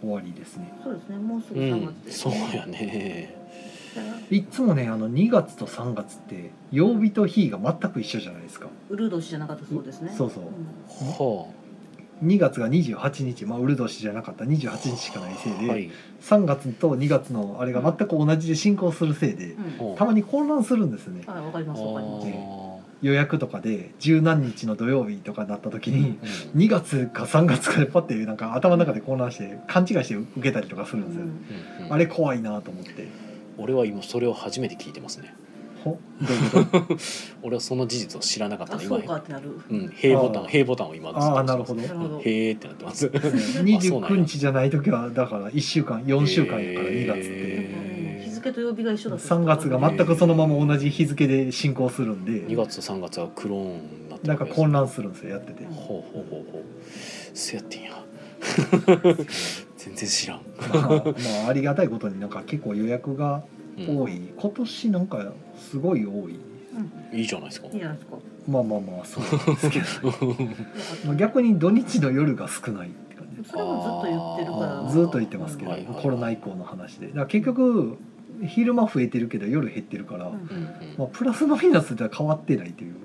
[SPEAKER 2] 終わりですね
[SPEAKER 3] そうですね。もうすぐ
[SPEAKER 1] う
[SPEAKER 3] 3
[SPEAKER 1] ん
[SPEAKER 3] 月、です
[SPEAKER 1] そうやね。
[SPEAKER 2] いつもねあの2月と3月って曜日と日が全く一緒じゃないですか
[SPEAKER 3] ウルド氏じゃなかったそうですね。
[SPEAKER 2] そうそうん
[SPEAKER 1] は
[SPEAKER 2] 2月が28日まあウルド氏じゃなかった28日しかないせい
[SPEAKER 1] あ
[SPEAKER 2] で、
[SPEAKER 1] はい
[SPEAKER 2] 3月と2月のあれが全く同じで進行するせいで
[SPEAKER 3] うん
[SPEAKER 1] ほう
[SPEAKER 2] たまに混乱するんですね
[SPEAKER 3] はい、わかり
[SPEAKER 1] あ
[SPEAKER 3] ます、わかります。
[SPEAKER 2] 予約とかで十何日の土曜日とかだった時
[SPEAKER 1] ー
[SPEAKER 2] に
[SPEAKER 1] うん
[SPEAKER 2] 2月か3月かでパッてなんか頭の中で混乱して勘違いして受けたりとかするんですよ、
[SPEAKER 1] うんうん
[SPEAKER 2] あれ怖いなと思って
[SPEAKER 1] 俺は今それを初めて聞いてますね
[SPEAKER 2] ほどういうこと
[SPEAKER 1] 俺はその事実を知らなかった
[SPEAKER 3] あ、
[SPEAKER 1] の
[SPEAKER 3] そ
[SPEAKER 1] 今
[SPEAKER 3] うかってなる。
[SPEAKER 1] うん、平ボタ
[SPEAKER 2] あ
[SPEAKER 1] ン
[SPEAKER 2] ー
[SPEAKER 1] 平ボタンを今ずっと
[SPEAKER 2] ああ
[SPEAKER 1] 押
[SPEAKER 2] なる
[SPEAKER 1] して
[SPEAKER 2] ほ
[SPEAKER 1] ま
[SPEAKER 2] ど
[SPEAKER 3] なるほど。
[SPEAKER 1] すへーってなってます へ
[SPEAKER 2] 29日じゃない時はだから1週間4週間やから2月って
[SPEAKER 1] へー
[SPEAKER 3] 日付と曜日が一緒だった。
[SPEAKER 2] 3月が全くそのまま同じ日付で進行するん
[SPEAKER 1] 2
[SPEAKER 2] で
[SPEAKER 1] 月と3月はクローンになって
[SPEAKER 2] なんか
[SPEAKER 1] こ
[SPEAKER 2] 混乱するんですよやってて
[SPEAKER 1] ほうほうほうほうせやって んや全然知らん、
[SPEAKER 2] まあ、まあ、ありがたいことになんか結構予約が
[SPEAKER 1] うん
[SPEAKER 2] 多い今年なんかすごい多い
[SPEAKER 3] うん
[SPEAKER 1] いいじゃないですか
[SPEAKER 3] いいじゃないですか。
[SPEAKER 2] まあまあまあそうなんですけど まあ
[SPEAKER 3] よかっ
[SPEAKER 2] 逆に土日の夜が少ないって感じ
[SPEAKER 3] たそれもずっと言ってるから。
[SPEAKER 2] ずっと言ってますけど、
[SPEAKER 1] はいはいはい
[SPEAKER 2] コロナ以降の話でだから結局昼間増えてるけど夜減ってるから、
[SPEAKER 3] うんうん
[SPEAKER 1] う
[SPEAKER 3] うん
[SPEAKER 2] まあ、プラスマイナスでは変わってないという、
[SPEAKER 1] ん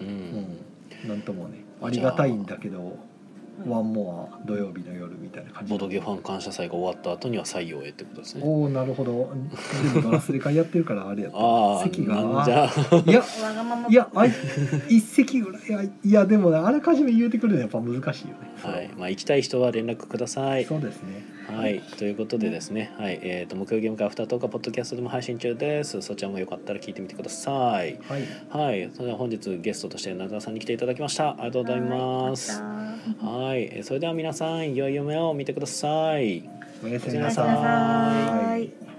[SPEAKER 1] うんうん
[SPEAKER 2] うん、なんともねありがたいんだけどワンモア土曜日の夜みたいな感じ
[SPEAKER 1] ボドゲファン感謝祭が終わった後には採用へってことですね
[SPEAKER 2] おおなるほどでもドラスレ会やってるからあれやっ た
[SPEAKER 1] ああ
[SPEAKER 2] 席が
[SPEAKER 1] なんじゃ
[SPEAKER 2] いや
[SPEAKER 3] わがまま。
[SPEAKER 2] いや、あい一席ぐらいはいいやでもねあらかじめ言うてくるのはやっぱ難しいよね。
[SPEAKER 1] はいまあ、行きたい人は連絡ください。
[SPEAKER 2] そうですね。
[SPEAKER 1] はい、ということでですね、はいえー、と木曜ゲーム会アフタートークはポッドキャストでも配信中です。そちらもよかったら聞いてみてください。
[SPEAKER 2] はい。
[SPEAKER 1] はい、それでは本日ゲストとして中田さんに来ていただきました。ありがとうございます。
[SPEAKER 3] は
[SPEAKER 1] はい、えーそれでは皆さん、良い夢を見てください。
[SPEAKER 2] おやす
[SPEAKER 3] い。
[SPEAKER 2] み
[SPEAKER 3] お
[SPEAKER 2] な
[SPEAKER 3] やす
[SPEAKER 2] さ
[SPEAKER 3] みな
[SPEAKER 2] ー
[SPEAKER 3] さ
[SPEAKER 2] い
[SPEAKER 3] い。